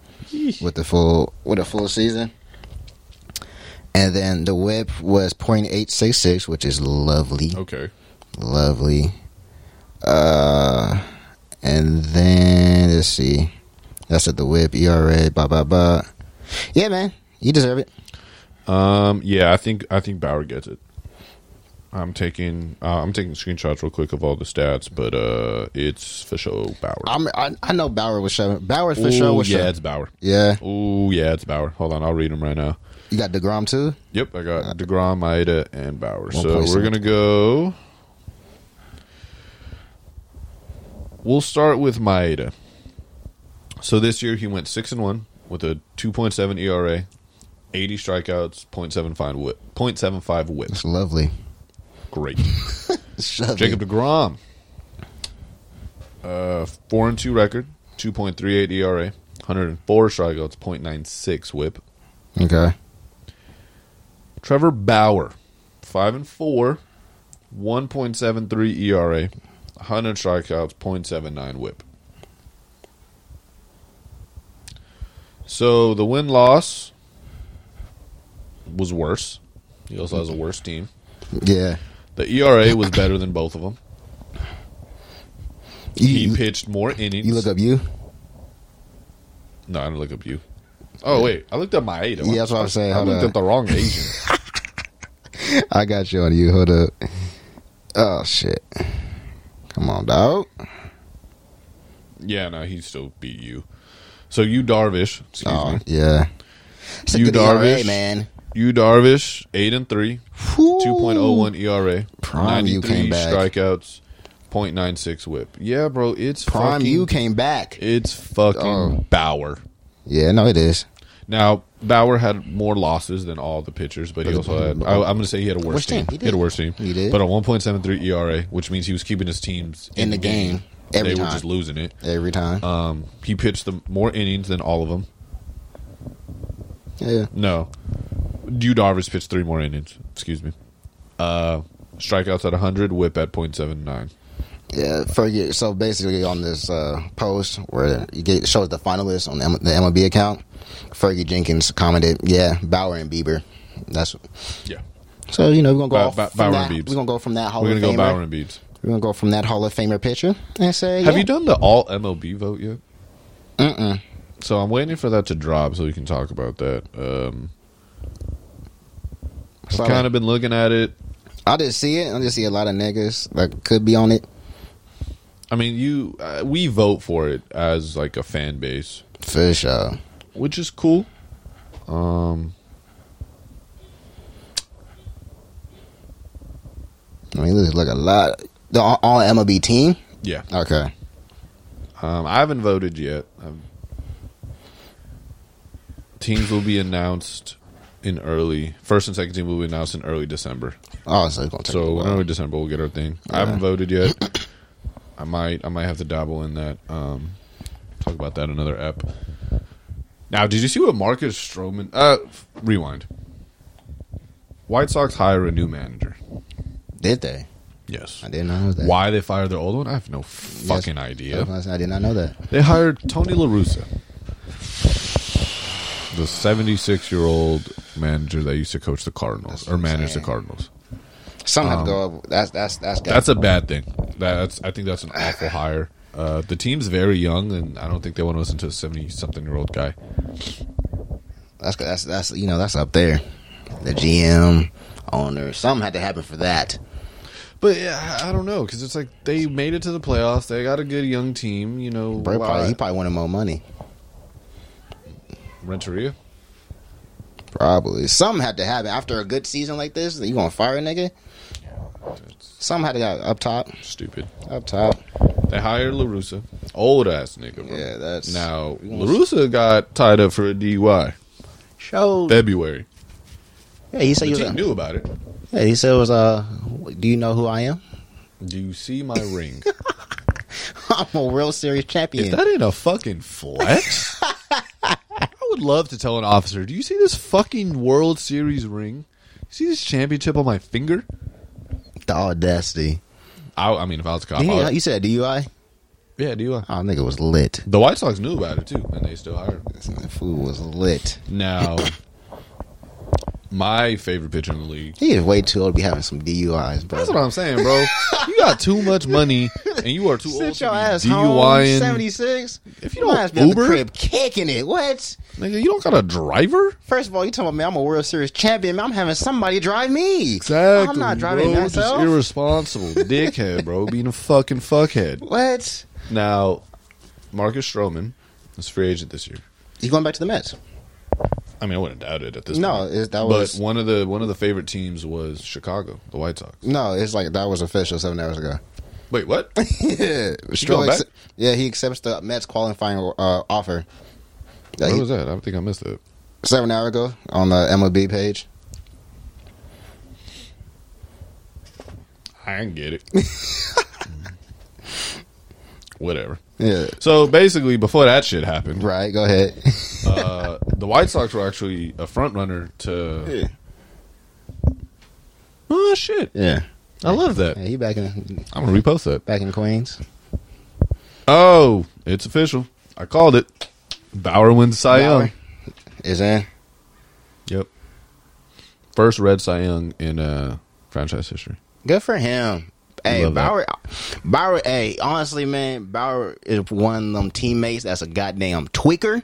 S2: with the full with a full season. And then the whip was .866, which is lovely,
S3: Okay.
S2: lovely. Uh, and then let's see, that's at the whip E ERA, blah blah blah. Yeah, man, you deserve it.
S3: Um. Yeah, I think I think Bauer gets it. I'm taking uh, I'm taking screenshots real quick of all the stats, but uh, it's for sure Bauer.
S2: I'm, I I know Bauer was shoving. Bauer for sure was
S3: yeah,
S2: shoving.
S3: it's Bauer.
S2: Yeah,
S3: Oh yeah, it's Bauer. Hold on, I'll read them right now.
S2: you got Degrom too.
S3: Yep, I got Degrom, Maeda, and Bauer. So
S2: 1.7.
S3: we're gonna go. We'll start with Maeda. So this year he went six and one with a two point seven ERA, eighty strikeouts, 0.75 whip, 0.75 whip.
S2: It's lovely.
S3: Great.
S2: Shove
S3: Jacob Degrom, uh, four and two record, two point three eight E ERA, hundred and four strikeouts, 0.96 whip.
S2: it. Okay.
S3: Trevor Bauer, five and four, one point seven three E ERA, hundred strikeouts, 0.79 WHIP. So the win loss was worse. He also has a worse team.
S2: Yeah.
S3: The ERA was better than both of them.
S2: You,
S3: He
S2: you-
S3: pitched more innings.
S2: you look up you.
S3: No, I didn't look up you. Oh wait, I looked up my Ada.
S2: Yeah, that's what I'm saying.
S3: I
S2: Hold
S3: looked
S2: on.
S3: up the wrong Asian.
S2: I got you on you. Hold up. Oh shit. Come on, dog.
S3: yeah, no, he still beat you. So you Darvish, excuse
S2: Oh
S3: me.
S2: yeah. It's a
S3: You
S2: good ERA,
S3: Darvish.
S2: man.
S3: You Darvish, eight and three,
S2: Whew.
S3: 2.01 ERA,
S2: Prime you
S3: 93
S2: came back.
S3: strikeouts, 0.96 whip. Yeah, bro, it's
S2: Prime
S3: fucking,
S2: you came back.
S3: it's fucking
S2: Oh.
S3: Bauer.
S2: Yeah, no, it is.
S3: Now Bauer had more losses than all the pitchers, but he also had. I, I'm going to say he had a worse,
S2: Worst team.
S3: team.
S2: He
S3: He, had a
S2: did.
S3: worse team.
S2: He did.
S3: But a 1.73 ERA, E which means he was keeping his teams
S2: In the game every
S3: they were
S2: time.
S3: just losing it.
S2: Every time.
S3: Um, he pitched the more innings than all of them.
S2: yeah.
S3: No, Yu Darvish pitched three more innings. Excuse me. Uh, strikeouts at 100, whip at 0.79.
S2: Yeah, for you. So basically, on this uh, post where you get it shows the finalists on the, M- the MLB account, Fergie Jenkins commented, "Yeah, Bauer and Bieber." That's
S3: Yeah,
S2: so you know we're gonna go
S3: Ba-
S2: off
S3: Ba-
S2: from
S3: Bauer
S2: that.
S3: and Biebs.
S2: We're gonna go from that Hall
S3: we're
S2: of
S3: gonna
S2: Famer.
S3: go Bauer and Beebs.
S2: We're gonna go from that Hall of Famer picture and say,
S3: Have
S2: yeah.
S3: you done the all MLB vote yet? Mm-mm. So I'm waiting for that to drop so we can talk about that. Um,
S2: So,
S3: I've kind of been looking at it.
S2: I just see it. I just see a lot of niggas that could be on it
S3: I mean, you uh, we vote for it as like a fan base,
S2: for sure.
S3: which is cool. Um,
S2: I mean, look, look a lot. The all, all MLB team.
S3: yeah.
S2: Okay.
S3: Um, I haven't voted yet. Um teams will be announced in early first and second team will be announced in early December.
S2: Oh, so it's gonna take a
S3: So in
S2: while.
S3: early December we'll get our thing. I haven't voted yet. I might I might have to dabble in that. Um, talk about that another ep. Now, did you see what Marcus Stroman? Uh, f- rewind. White Sox hire a new manager.
S2: did they?
S3: Yes.
S2: I did not know that.
S3: Why they fired their old one? I have no
S2: Yes. Uh-huh.
S3: fucking idea.
S2: I did not know that.
S3: They hired Tony La Russa, the 76 year old manager that used to coach the Cardinals
S2: That's
S3: or
S2: what I'm
S3: manage the
S2: saying.
S3: Cardinals.
S2: Some have to go. up. That's that's that's got-
S3: Um, That's a bad thing. That's I think that's an awful hire. Uh, the team's very young, and I don't think they want to listen to a 70 something year old guy.
S2: that's that's that's you know that's up there. The GM owner, something had to happen for that.
S3: But yeah, I I don't know because it's like they made it to the playoffs. They got a good young team, you know.
S2: Bro, probably,
S3: why-
S2: he probably wanted more money.
S3: Renteria.
S2: Probably something had to happen after a good season like this. You gonna fire a nigga?
S3: That's
S2: Something had to got up top,
S3: stupid.
S2: up top.
S3: They hired Larusa, old ass nigga. Bro.
S2: Yeah, that's
S3: Now Larusa got tied up for a DUI
S2: Show.
S3: February.
S2: Yeah, he said
S3: The
S2: he was.
S3: team
S2: A,
S3: knew about it.
S2: yeah, he said it was. Uh, do you know who I am?
S3: Do you see my ring?
S2: I'm a World Series champion.
S3: If that ain't a fucking flex, I would love to tell an officer, do you see this fucking World Series ring? You see this championship on my finger?
S2: the audacity.
S3: I, I mean, if I was a cop,
S2: Did
S3: I
S2: he,
S3: would-
S2: you said DUI?
S3: yeah, do you?
S2: Oh, nigga was lit.
S3: The White Sox knew about it too, and they still hired him.
S2: That food was lit.
S3: Now, my favorite pitcher in the league.
S2: He is way too old to be having some DUIs, bro.
S3: That's what I'm saying, bro. You got too much money, and you are too old
S2: Sit
S3: to
S2: your
S3: be
S2: ass home,
S3: DUIing.
S2: seventy six.
S3: If you don't Uber-
S2: the crib kicking it, what?
S3: Nigga, you don't got a driver.
S2: First of all, you talking about me? I'm a World Series champion. Man, I'm having somebody drive me. I'm not driving
S3: bro.
S2: myself.
S3: Just irresponsible, dickhead, bro. Being a fucking fuckhead.
S2: what?
S3: Now, Marcus Stroman is free agent this year.
S2: You going back to the Mets?
S3: I mean, I wouldn't doubt it at this.
S2: No,
S3: point.
S2: it- that
S3: but
S2: was-
S3: one of the one of the favorite teams was Chicago, the White Sox.
S2: No, it's like that was official seven hours ago.
S3: Wait, what?
S2: yeah,
S3: going back?
S2: yeah, he accepts the Mets qualifying uh, offer. Yeah,
S3: What
S2: he-
S3: was that? I don't think I missed it.
S2: seven hour ago on the MLB page.
S3: I didn't get it. Whatever.
S2: Yeah,
S3: So basically, before that shit happened,
S2: right. Go ahead.
S3: uh, the White Sox were actually a front runner to.
S2: Yeah.
S3: Oh shit!
S2: yeah,
S3: I love that.
S2: yeah. He back in
S3: I'm gonna repost that.
S2: back in Queens.
S3: Oh, it's official. I called it. Bauer wins Cy Young.
S2: Bauer Is in.
S3: Yep. First red Cy Young in uh, franchise history.
S2: Good for him. Hey,
S3: Love that.
S2: Bauer, Bauer, hey, honestly, man, Bauer is one of them teammates that's a goddamn tweaker.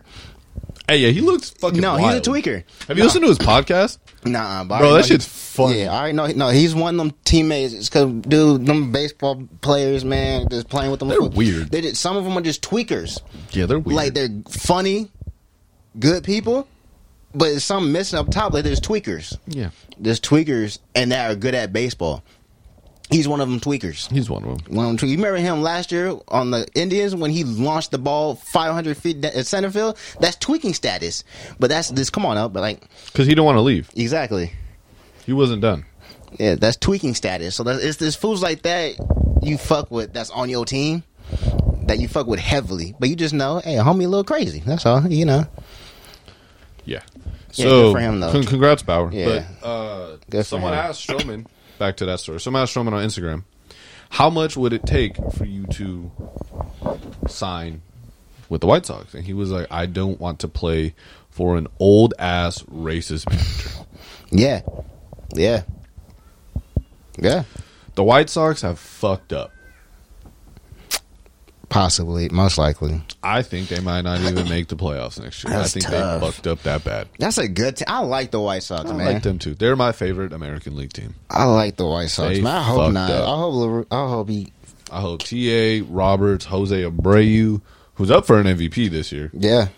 S3: Hey, yeah, he looks fucking.
S2: No,
S3: wild.
S2: he's a tweaker.
S3: Have you listened to his podcast?
S2: Nah, but I
S3: Bro,
S2: already
S3: that
S2: know
S3: shit's funny.
S2: Yeah, I already know. No, he's one of them teammates. It's cause dude, them baseball players, man, just playing with them.
S3: They're weird.
S2: They just, some of them are just tweakers.
S3: Yeah, they're weird.
S2: Like they're funny, good people, but it's some missing up top. Like there's tweakers.
S3: yeah,
S2: There's tweakers, and that are good at baseball. He's one of them tweakers.
S3: he's one of them.
S2: One of them tweakers. You remember him last year on the Indians when he launched the ball 500 feet da- at center field? That's tweaking status. But that's this. Come on up, but like
S3: Because he didn't want to leave.
S2: exactly.
S3: He wasn't done.
S2: Yeah, that's tweaking status. So that's it's there's fools like that you fuck with that's on your team that you fuck with heavily. But you just know, hey, homie a little crazy. That's all, you know.
S3: Yeah.
S2: Yeah,
S3: so
S2: good for him, though.
S3: con- congrats, Bauer.
S2: Yeah.
S3: But uh,
S2: Good for
S3: someone
S2: him.
S3: asked Strowman back to that story. Someone asked Strowman on Instagram, how much would it take for you to sign with the White Sox? And he was like, I don't want to play for an old ass racist manager.
S2: Yeah. Yeah. Yeah.
S3: the White Sox have fucked up.
S2: Possibly, most likely.
S3: I think they might not even make the playoffs next year. I
S2: That's
S3: think
S2: tough.
S3: they fucked up that bad.
S2: That's a good team. I like the White Sox,
S3: I
S2: man.
S3: like them too. They're my favorite American League team.
S2: I like the White Sox,
S3: They
S2: man. I hope
S3: fucked
S2: not.
S3: up.
S2: I hope Leru- I hope he
S3: I hope T.A. Roberts, Jose Abreu, who's up for an MVP this year,
S2: Yeah.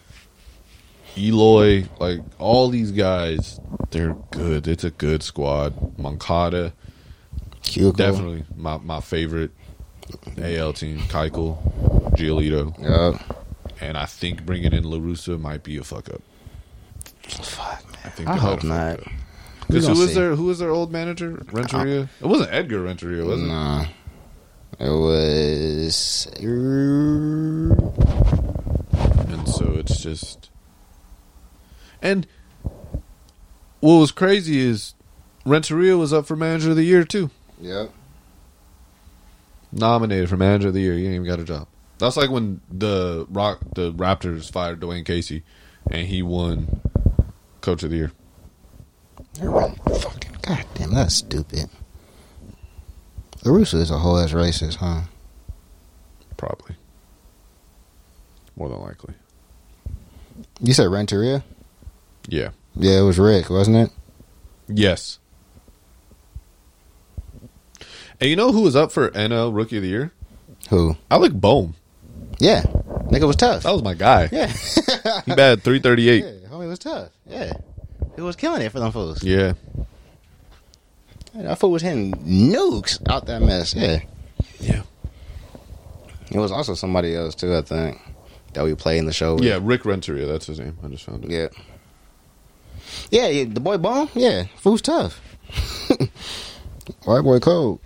S3: Eloy, like all these guys, they're good. It's a good squad. Moncada,
S2: Cute.
S3: definitely my, my favorite AL team. Keuchel, Giolito,
S2: Yup.
S3: and I think bringing in Larusa might be a fuck up.
S2: Fuck, man.
S3: I think.
S2: I
S3: they
S2: hope
S3: might have
S2: not.
S3: fucked up.
S2: We
S3: 'Cause
S2: gonna
S3: who was
S2: see.
S3: their who was their old manager? Renteria. it wasn't Edgar Renteria, was it?
S2: Nah. It was er,
S3: And so it's just. And what was crazy is Renteria was up for manager of the year too.
S2: Yep.
S3: Nominated for manager of the year. You ain't even got a job. That's like when the Rock the Raptors fired Dwayne Casey and he won coach of the year.
S2: You're right. Fucking goddamn, that's stupid. LaRusso is a whole ass racist, huh?
S3: Probably. More than likely.
S2: You said Renteria?
S3: Yeah.
S2: Yeah, it was Rick, wasn't it?
S3: Yes. And you know who was up for NL Rookie of the Year?
S2: Who?
S3: Alec Bohm.
S2: Yeah. Nigga was tough.
S3: That was my guy.
S2: Yeah.
S3: He batted three thirty
S2: yeah,
S3: eight.
S2: homie was tough. Yeah. He was killing it for them fools.
S3: Yeah.
S2: Yeah. That fool was hitting nukes out that mess. Yeah.
S3: Yeah.
S2: It was also somebody else, too, I think, that we played in the show with.
S3: Yeah, Rick Renteria, that's his name. I just found it.
S2: Yeah. Yeah, yeah, the boy bone. Yeah, food's tough. White boy cold.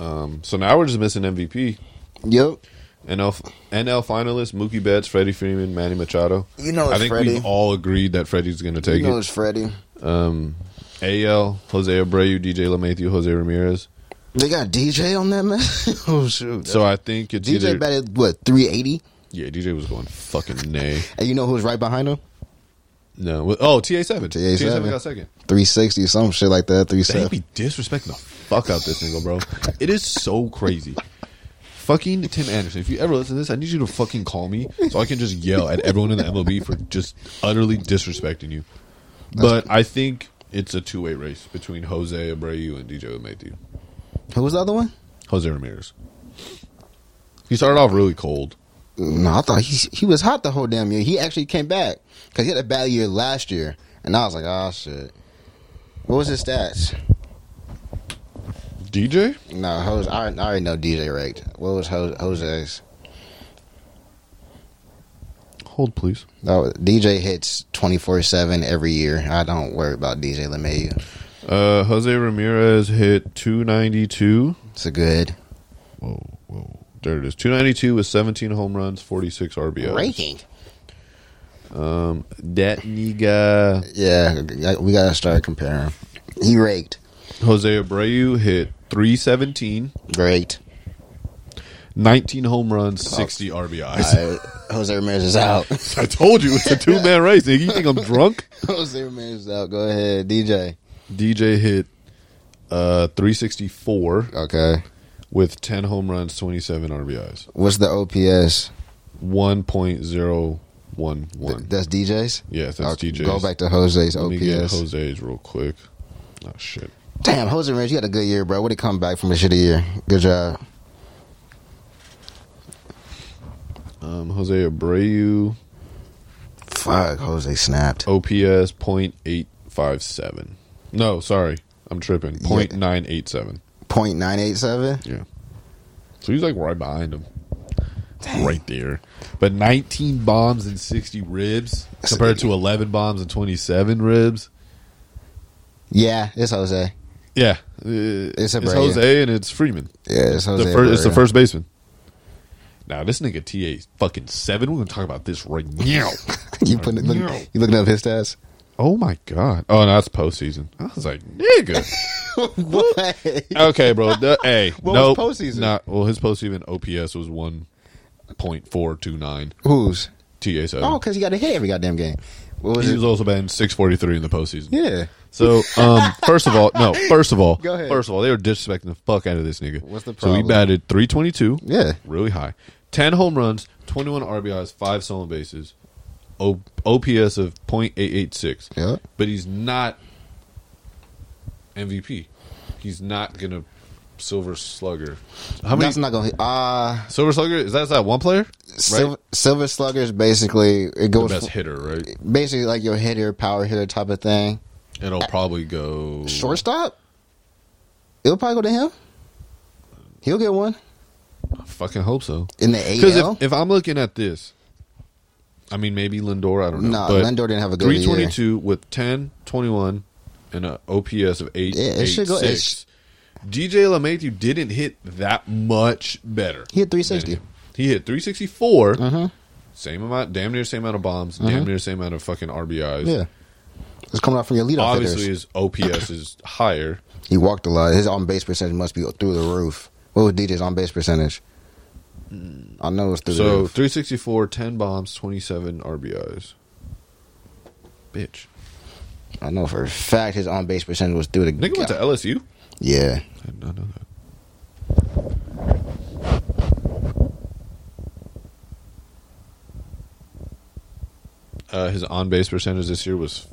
S3: Um so now we're just missing MVP.
S2: Yep.
S3: NL NL finalists, Mookie Betts, Freddie Freeman, Manny Machado.
S2: You know
S3: I
S2: it's
S3: think
S2: Freddie.
S3: we've all agreed that Freddie's gonna
S2: You
S3: take
S2: know
S3: it.
S2: it's Freddie.
S3: Um AL, Jose Abreu, DJ LeMahieu, Jose Ramirez.
S2: They got DJ on that man. oh shoot.
S3: So I think it's
S2: DJ
S3: either
S2: batted what three eighty,
S3: Yeah, DJ was going fucking nay.
S2: and you know who's right behind him?
S3: No. Oh, TA
S2: TA7.
S3: seven. TA seven got second.
S2: Three sixty, some shit like that. Three
S3: They
S2: seventy.
S3: be disrespecting the fuck out this nigga, bro. It is so crazy. Fucking Tim Anderson. If you ever listen to this, I need you to fucking call me so I can just yell at everyone in the MLB for just utterly disrespecting you. But I think it's a two way race between Jose Abreu and DJ LeMahieu.
S2: Who was the other one?
S3: Jose Ramirez. He started off really cold.
S2: No, I thought he he was hot the whole damn year. He actually came back because he had a bad year last year, and I was like, oh shit. What was his stats?
S3: DJ?
S2: No, Jose. I, I already know DJ ranked. What was Jose, Jose's?
S3: Hold please.
S2: No, DJ hits twenty four seven every year. I don't worry about DJ LeMayu.
S3: Uh Jose Ramirez hit two ninety two.
S2: It's a good
S3: Whoa, whoa. There it is. Two ninety two with seventeen home runs, forty six RBIs.
S2: ranking.
S3: Um, that nigga
S2: Yeah, we gotta start comparing. He raked,
S3: Jose Abreu hit 317,
S2: great.
S3: 19 home runs, 60 RBIs.
S2: Uh, Jose Ramirez is out.
S3: I, told you it's a two man race. Nigga. You think I'm drunk?
S2: Jose Ramirez is out. Go ahead, DJ.
S3: DJ hit uh 364
S2: Okay,
S3: with 10 home runs, 27 RBIs,
S2: what's the OPS?
S3: 1.019. One one.
S2: That's DJs.
S3: Yes, that's
S2: Okay,
S3: DJs.
S2: Go back to Jose's
S3: Let me get
S2: OPS.
S3: Jose's real quick. Oh shit.
S2: Damn, Jose Rich, you had a good year, bro. What did come back from a shitty year? Good job.
S3: Um, Jose Abreu
S2: Fuck, Jose
S3: Oh.
S2: snapped.
S3: OPS point eight five seven. No, sorry, I'm tripping. Point nine eight seven.
S2: Point nine eight seven.
S3: Yeah. So he's like right behind him. Right there. But 19 bombs and 60 ribs
S2: a
S3: compared
S2: good
S3: to 11 bombs and 27 ribs.
S2: Yeah, it's Jose.
S3: Yeah. It-
S2: It's
S3: It's,
S2: Abreu.
S3: Jose and it's Freeman.
S2: Yeah, it's Jose.
S3: the first, it's the
S2: Abreu.
S3: first baseman. Now, this nigga TA fucking seven. We're going to talk about this right now.
S2: you putting it-
S3: No.
S2: look, you looking up his stats?
S3: oh, my God. Oh, no, that's postseason. I was like, nigga.
S2: What?
S3: okay, bro. The, hey.
S2: What
S3: nope,
S2: was postseason?
S3: Nah, well, his postseason OPS was 1.429.
S2: Who's?
S3: TA7.
S2: Oh, because he got a hit every goddamn game. What was
S3: He's
S2: it?
S3: also been 643 in the postseason.
S2: Yeah.
S3: So, um, first of all, no, first of all,
S2: Go ahead.
S3: first of all, they were disrespecting the fuck out of this nigga.
S2: What's the
S3: So he
S2: problem?
S3: batted 322.
S2: Yeah.
S3: Really high. 10 home runs, 21 RBIs, 5 stolen bases, o- OPS of .886.
S2: Yeah.
S3: But he's not MVP. He's not going to Silver Slugger. How many
S2: That's not gonna. Uh,
S3: Silver Slugger is that, is that one player?
S2: Silver, Silver Slugger is basically it
S3: The
S2: goes
S3: best
S2: f-
S3: hitter, right?
S2: basically like your hitter, power hitter type of thing.
S3: It'll probably go
S2: Shortstop, it'll probably go to him. He'll get one
S3: I fucking hope so.
S2: in the AL.
S3: Because if, if I'm looking at this, I mean, maybe Lindor, I don't know.
S2: Nah,
S3: but
S2: Lindor didn't have a good year.
S3: 322 with 10, 21, and an OPS of 8,
S2: Yeah, it should go- it
S3: 8.6.
S2: sh-
S3: DJ LeMahieu didn't hit that much better.
S2: He hit 360.
S3: than him. He hit 364. Same amount, damn near same amount of bombs, damn near same amount of fucking RBIs.
S2: yeah, it's coming out from your leadoff
S3: Obviously,
S2: hitters.
S3: his OPS is higher.
S2: He walked a lot. His on base percentage must be through the roof. What was DJ's on base percentage? I know it's through the
S3: So
S2: roof.
S3: 364, 10 bombs, 27 RBIs. Bitch.
S2: I know for a fact his on base percentage was through the.
S3: Nigga went to LSU?
S2: yeah,
S3: I did not know that. Uh, his on base percentage this year was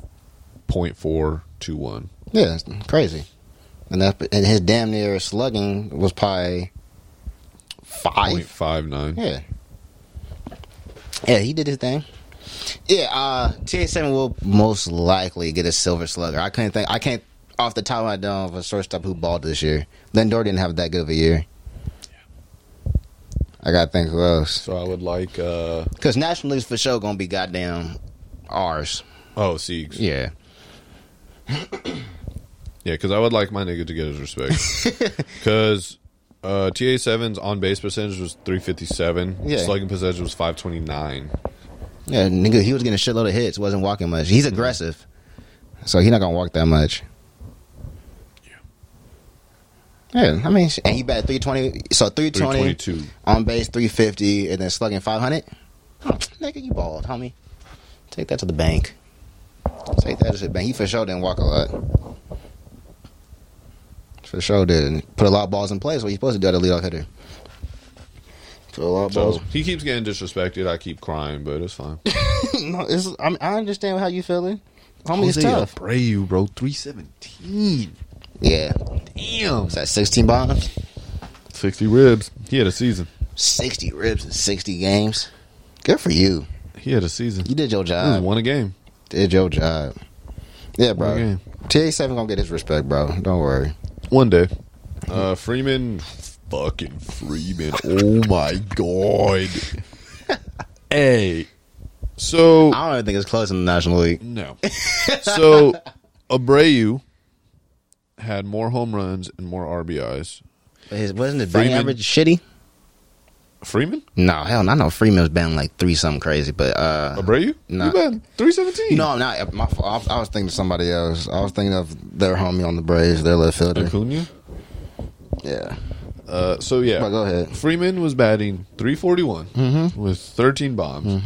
S3: 0.421.
S2: yeah, it's crazy. And that and his damn near slugging was probably five.
S3: 0.59.
S2: Yeah. Yeah, he did his thing. Yeah, uh TA seven will most likely get a silver slugger. I couldn't think I can't off the top of my dome of a shortstop who balled this year. Lindor didn't have that good of a year. I gotta think who else.
S3: So I would like. Uh,
S2: Because National League's for sure gonna be goddamn ours.
S3: oh, Siegs. Yeah,
S2: Yeah.
S3: because I would like my nigga to get his respect. Because uh, TA7's on base percentage was 357.
S2: Yeah.
S3: Slugging percentage was 529.
S2: Yeah, nigga, he was getting a shitload of hits, wasn't walking much. He's aggressive. So he's not gonna walk that much. Yeah, I mean, and he batted 320, so 320,
S3: 322.
S2: on base 350, and then slugging 500. Huh, nigga, you bald, homie. Take that to the bank. Take that to the bank. He for sure didn't walk a lot. For sure didn't. Put a lot of balls in place, what you supposed to do at a leadoff hitter. Put a lot of
S3: So
S2: balls.
S3: he keeps getting disrespected. I keep crying, but it's fine.
S2: no, it's, I, mean, I understand how you feeling. Homie, it's
S3: Jose
S2: tough.
S3: Abreu, bro, three seventeen.
S2: Yeah.
S3: Damn,
S2: Was that 16 bombs?
S3: sixty ribs. He had a season.
S2: 60 ribs in 60 games. Good for you.
S3: He had a season.
S2: You did your
S3: He
S2: job.
S3: just won a game.
S2: Did your job. Yeah, bro.
S3: Okay.
S2: TA7 gonna get his respect, bro. Don't worry.
S3: One day, uh, Freeman, fucking Freeman. Oh my god. hey, so
S2: I don't even think it's close in the National League.
S3: no, so Abreu had more home runs and more RBIs.
S2: But his, wasn't his batting
S3: Freeman-
S2: average shitty?
S3: Freeman,
S2: No, hell, no. I know Freeman's batting like three something crazy, but uh,
S3: Abreu,
S2: Nah.
S3: you been three seventeen.
S2: no, I'm not. uh, My, fault. I was- I was thinking of somebody else. I was thinking of their homie on the Braves, their left fielder.
S3: Acuna.
S2: Yeah,
S3: Uh, so yeah,
S2: But go ahead.
S3: Freeman was batting 341
S2: Mm-hmm.
S3: with 13 bombs,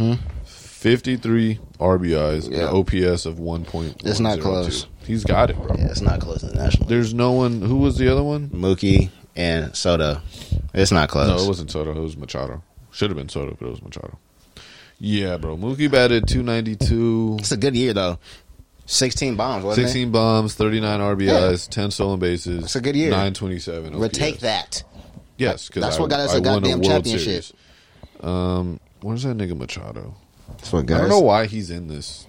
S3: 53 RBIs,
S2: Yeah.
S3: and OPS of 1.102.
S2: It's not close.
S3: He's got it, bro.
S2: yeah, it's not close in the National League.
S3: There's no one. Who was the other one?
S2: Mookie and Soto, it's not close.
S3: No, it wasn't Soto. It was Machado. Should have been Soto, but it was Machado. Yeah, bro. Mookie batted 292,
S2: It's a good year though. Sixteen bombs, wasn't
S3: 16 bombs, 39 RBIs, 10 stolen bases.
S2: That's a good year.
S3: 927.
S2: it? Well, take
S3: OPS.
S2: that.
S3: Yes, because
S2: That's what got us
S3: a
S2: a goddamn championship.
S3: Series. Um, where's that nigga Machado?
S2: That's what
S3: I
S2: got
S3: don't
S2: us.
S3: know why he's in this.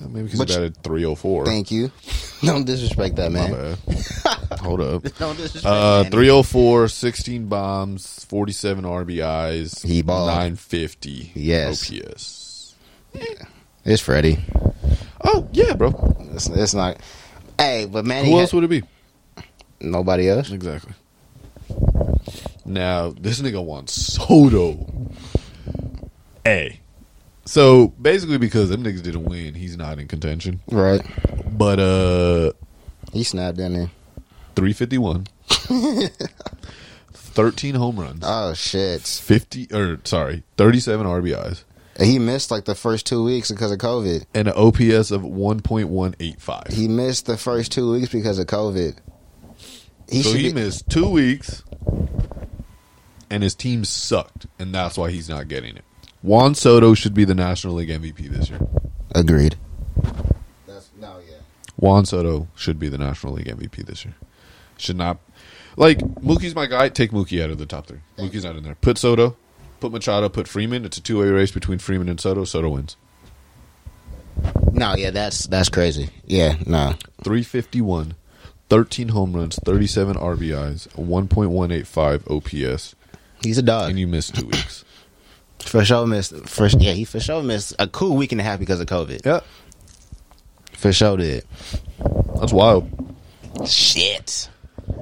S3: Uh, Maybe because he
S2: But you-
S3: batted 304.
S2: Thank you. Don't disrespect that
S3: My
S2: man.
S3: bad. Hold up.
S2: Don't disrespect
S3: Uh,
S2: that.
S3: 304, 16 bombs, 47 RBIs,
S2: He balled.
S3: 950
S2: Yes.
S3: OPS.
S2: It's Freddie.
S3: Oh, yeah, bro.
S2: It's, it's not. Hey, but Manny.
S3: Who
S2: had-
S3: else would it be?
S2: nobody else.
S3: Exactly. Now this nigga wants Soto. Hey. So basically, because them niggas didn't win, he's not in contention.
S2: Right.
S3: But uh,
S2: He snapped in there.
S3: three fifty one, thirteen home runs,
S2: Oh shit.
S3: fifty or sorry, thirty seven RBIs,
S2: He missed like the first two weeks because of COVID.
S3: and an OPS of one point one eight five.
S2: He missed the first two weeks because of COVID. He
S3: So
S2: should
S3: he
S2: be-
S3: missed two weeks, and his team sucked, and that's why he's not getting it. Juan Soto should be the National League MVP this year.
S2: Agreed. That's no, yeah.
S3: Juan Soto should be the National League MVP this year. Should not. Like, Mookie's my guy. Take Mookie out of the top three. Mookie's not in there. Put Soto. Put Machado. Put Freeman. It's a two way race between Freeman and Soto. Soto wins.
S2: No, yeah. That's that's crazy. Yeah. No.
S3: 351, 13 home runs, 37 RBIs, 1.185 OPS,
S2: He's a dog.
S3: and you missed two weeks.
S2: For sure missed. For yeah. He for sure missed a cool week and a half because of COVID.
S3: Yeah.
S2: For sure did.
S3: That's wild.
S2: Shit.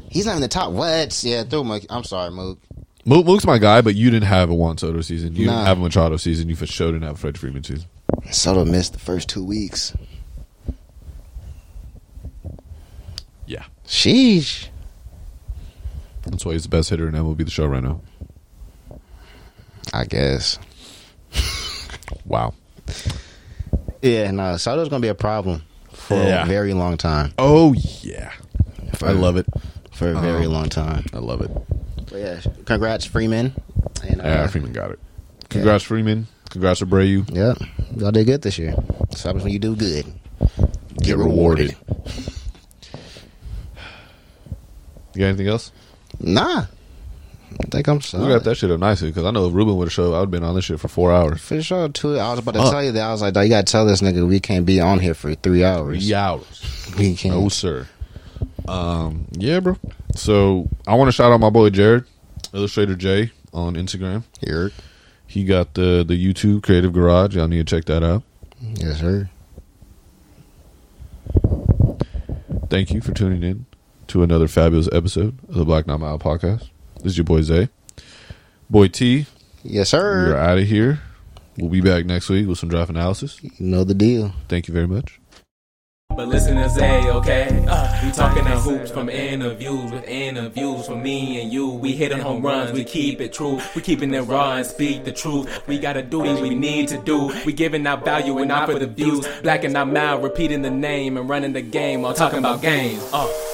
S2: He's not in the top. What? Yeah. Through Mook. I'm sorry, Mook.
S3: Mook, Mook's my guy, but you didn't have a Juan Soto season. You
S2: Nah.
S3: didn't have a Machado season. You for sure didn't have a Fred Freeman season.
S2: Soto missed the first two weeks.
S3: Yeah.
S2: Sheesh.
S3: That's why he's the best hitter in MLB the show right now.
S2: I guess.
S3: Wow.
S2: Yeah, no, Soto's gonna be a problem for
S3: Yeah.
S2: a very long time.
S3: Oh, yeah. I love it.
S2: For a very
S3: Um,
S2: long time.
S3: I love it.
S2: Uh-huh. But yeah, congrats, Freeman. And, uh,
S3: Yeah, Freeman got it. Congrats, Freeman. Congrats, Abreu.
S2: Yeah, y'all did good this year. So happens when you do good.
S3: Get rewarded. You got anything else?
S2: Nah, I think I'm sorry.
S3: We got that shit up nicely because I know if Ruben would have showed, I would have been on this shit for four hours.
S2: For sure, too. I was about to
S3: Fuck.
S2: tell you that. I was like, dawg, you gotta tell this nigga we can't be on here for three hours.
S3: Three hours.
S2: we can't.
S3: No, sir. Um, yeah, bro. So I want to shout out my boy Jared, Illustrator J on Instagram.
S2: Here.
S3: He got the the YouTube Creative Garage. Y'all need to check that out.
S2: Yes, sir.
S3: Thank you for tuning in to another fabulous episode of the Black Not Mile podcast. This is your boy Zay. Boy T,
S2: Yes,
S3: We're
S2: sir.
S3: out of here. We'll be back next week with some draft analysis.
S2: You know the deal.
S3: Thank you very much.
S1: But listen to Zay, okay? Uh, we talking the hoops from interviews with interviews from me and you. We hitting home runs, we keep it true. We keeping it raw and speak the truth. We gotta do what we need to do. We giving our value and not for the views. Blacking our mouth, repeating the name and running the game while talking about games. Uh.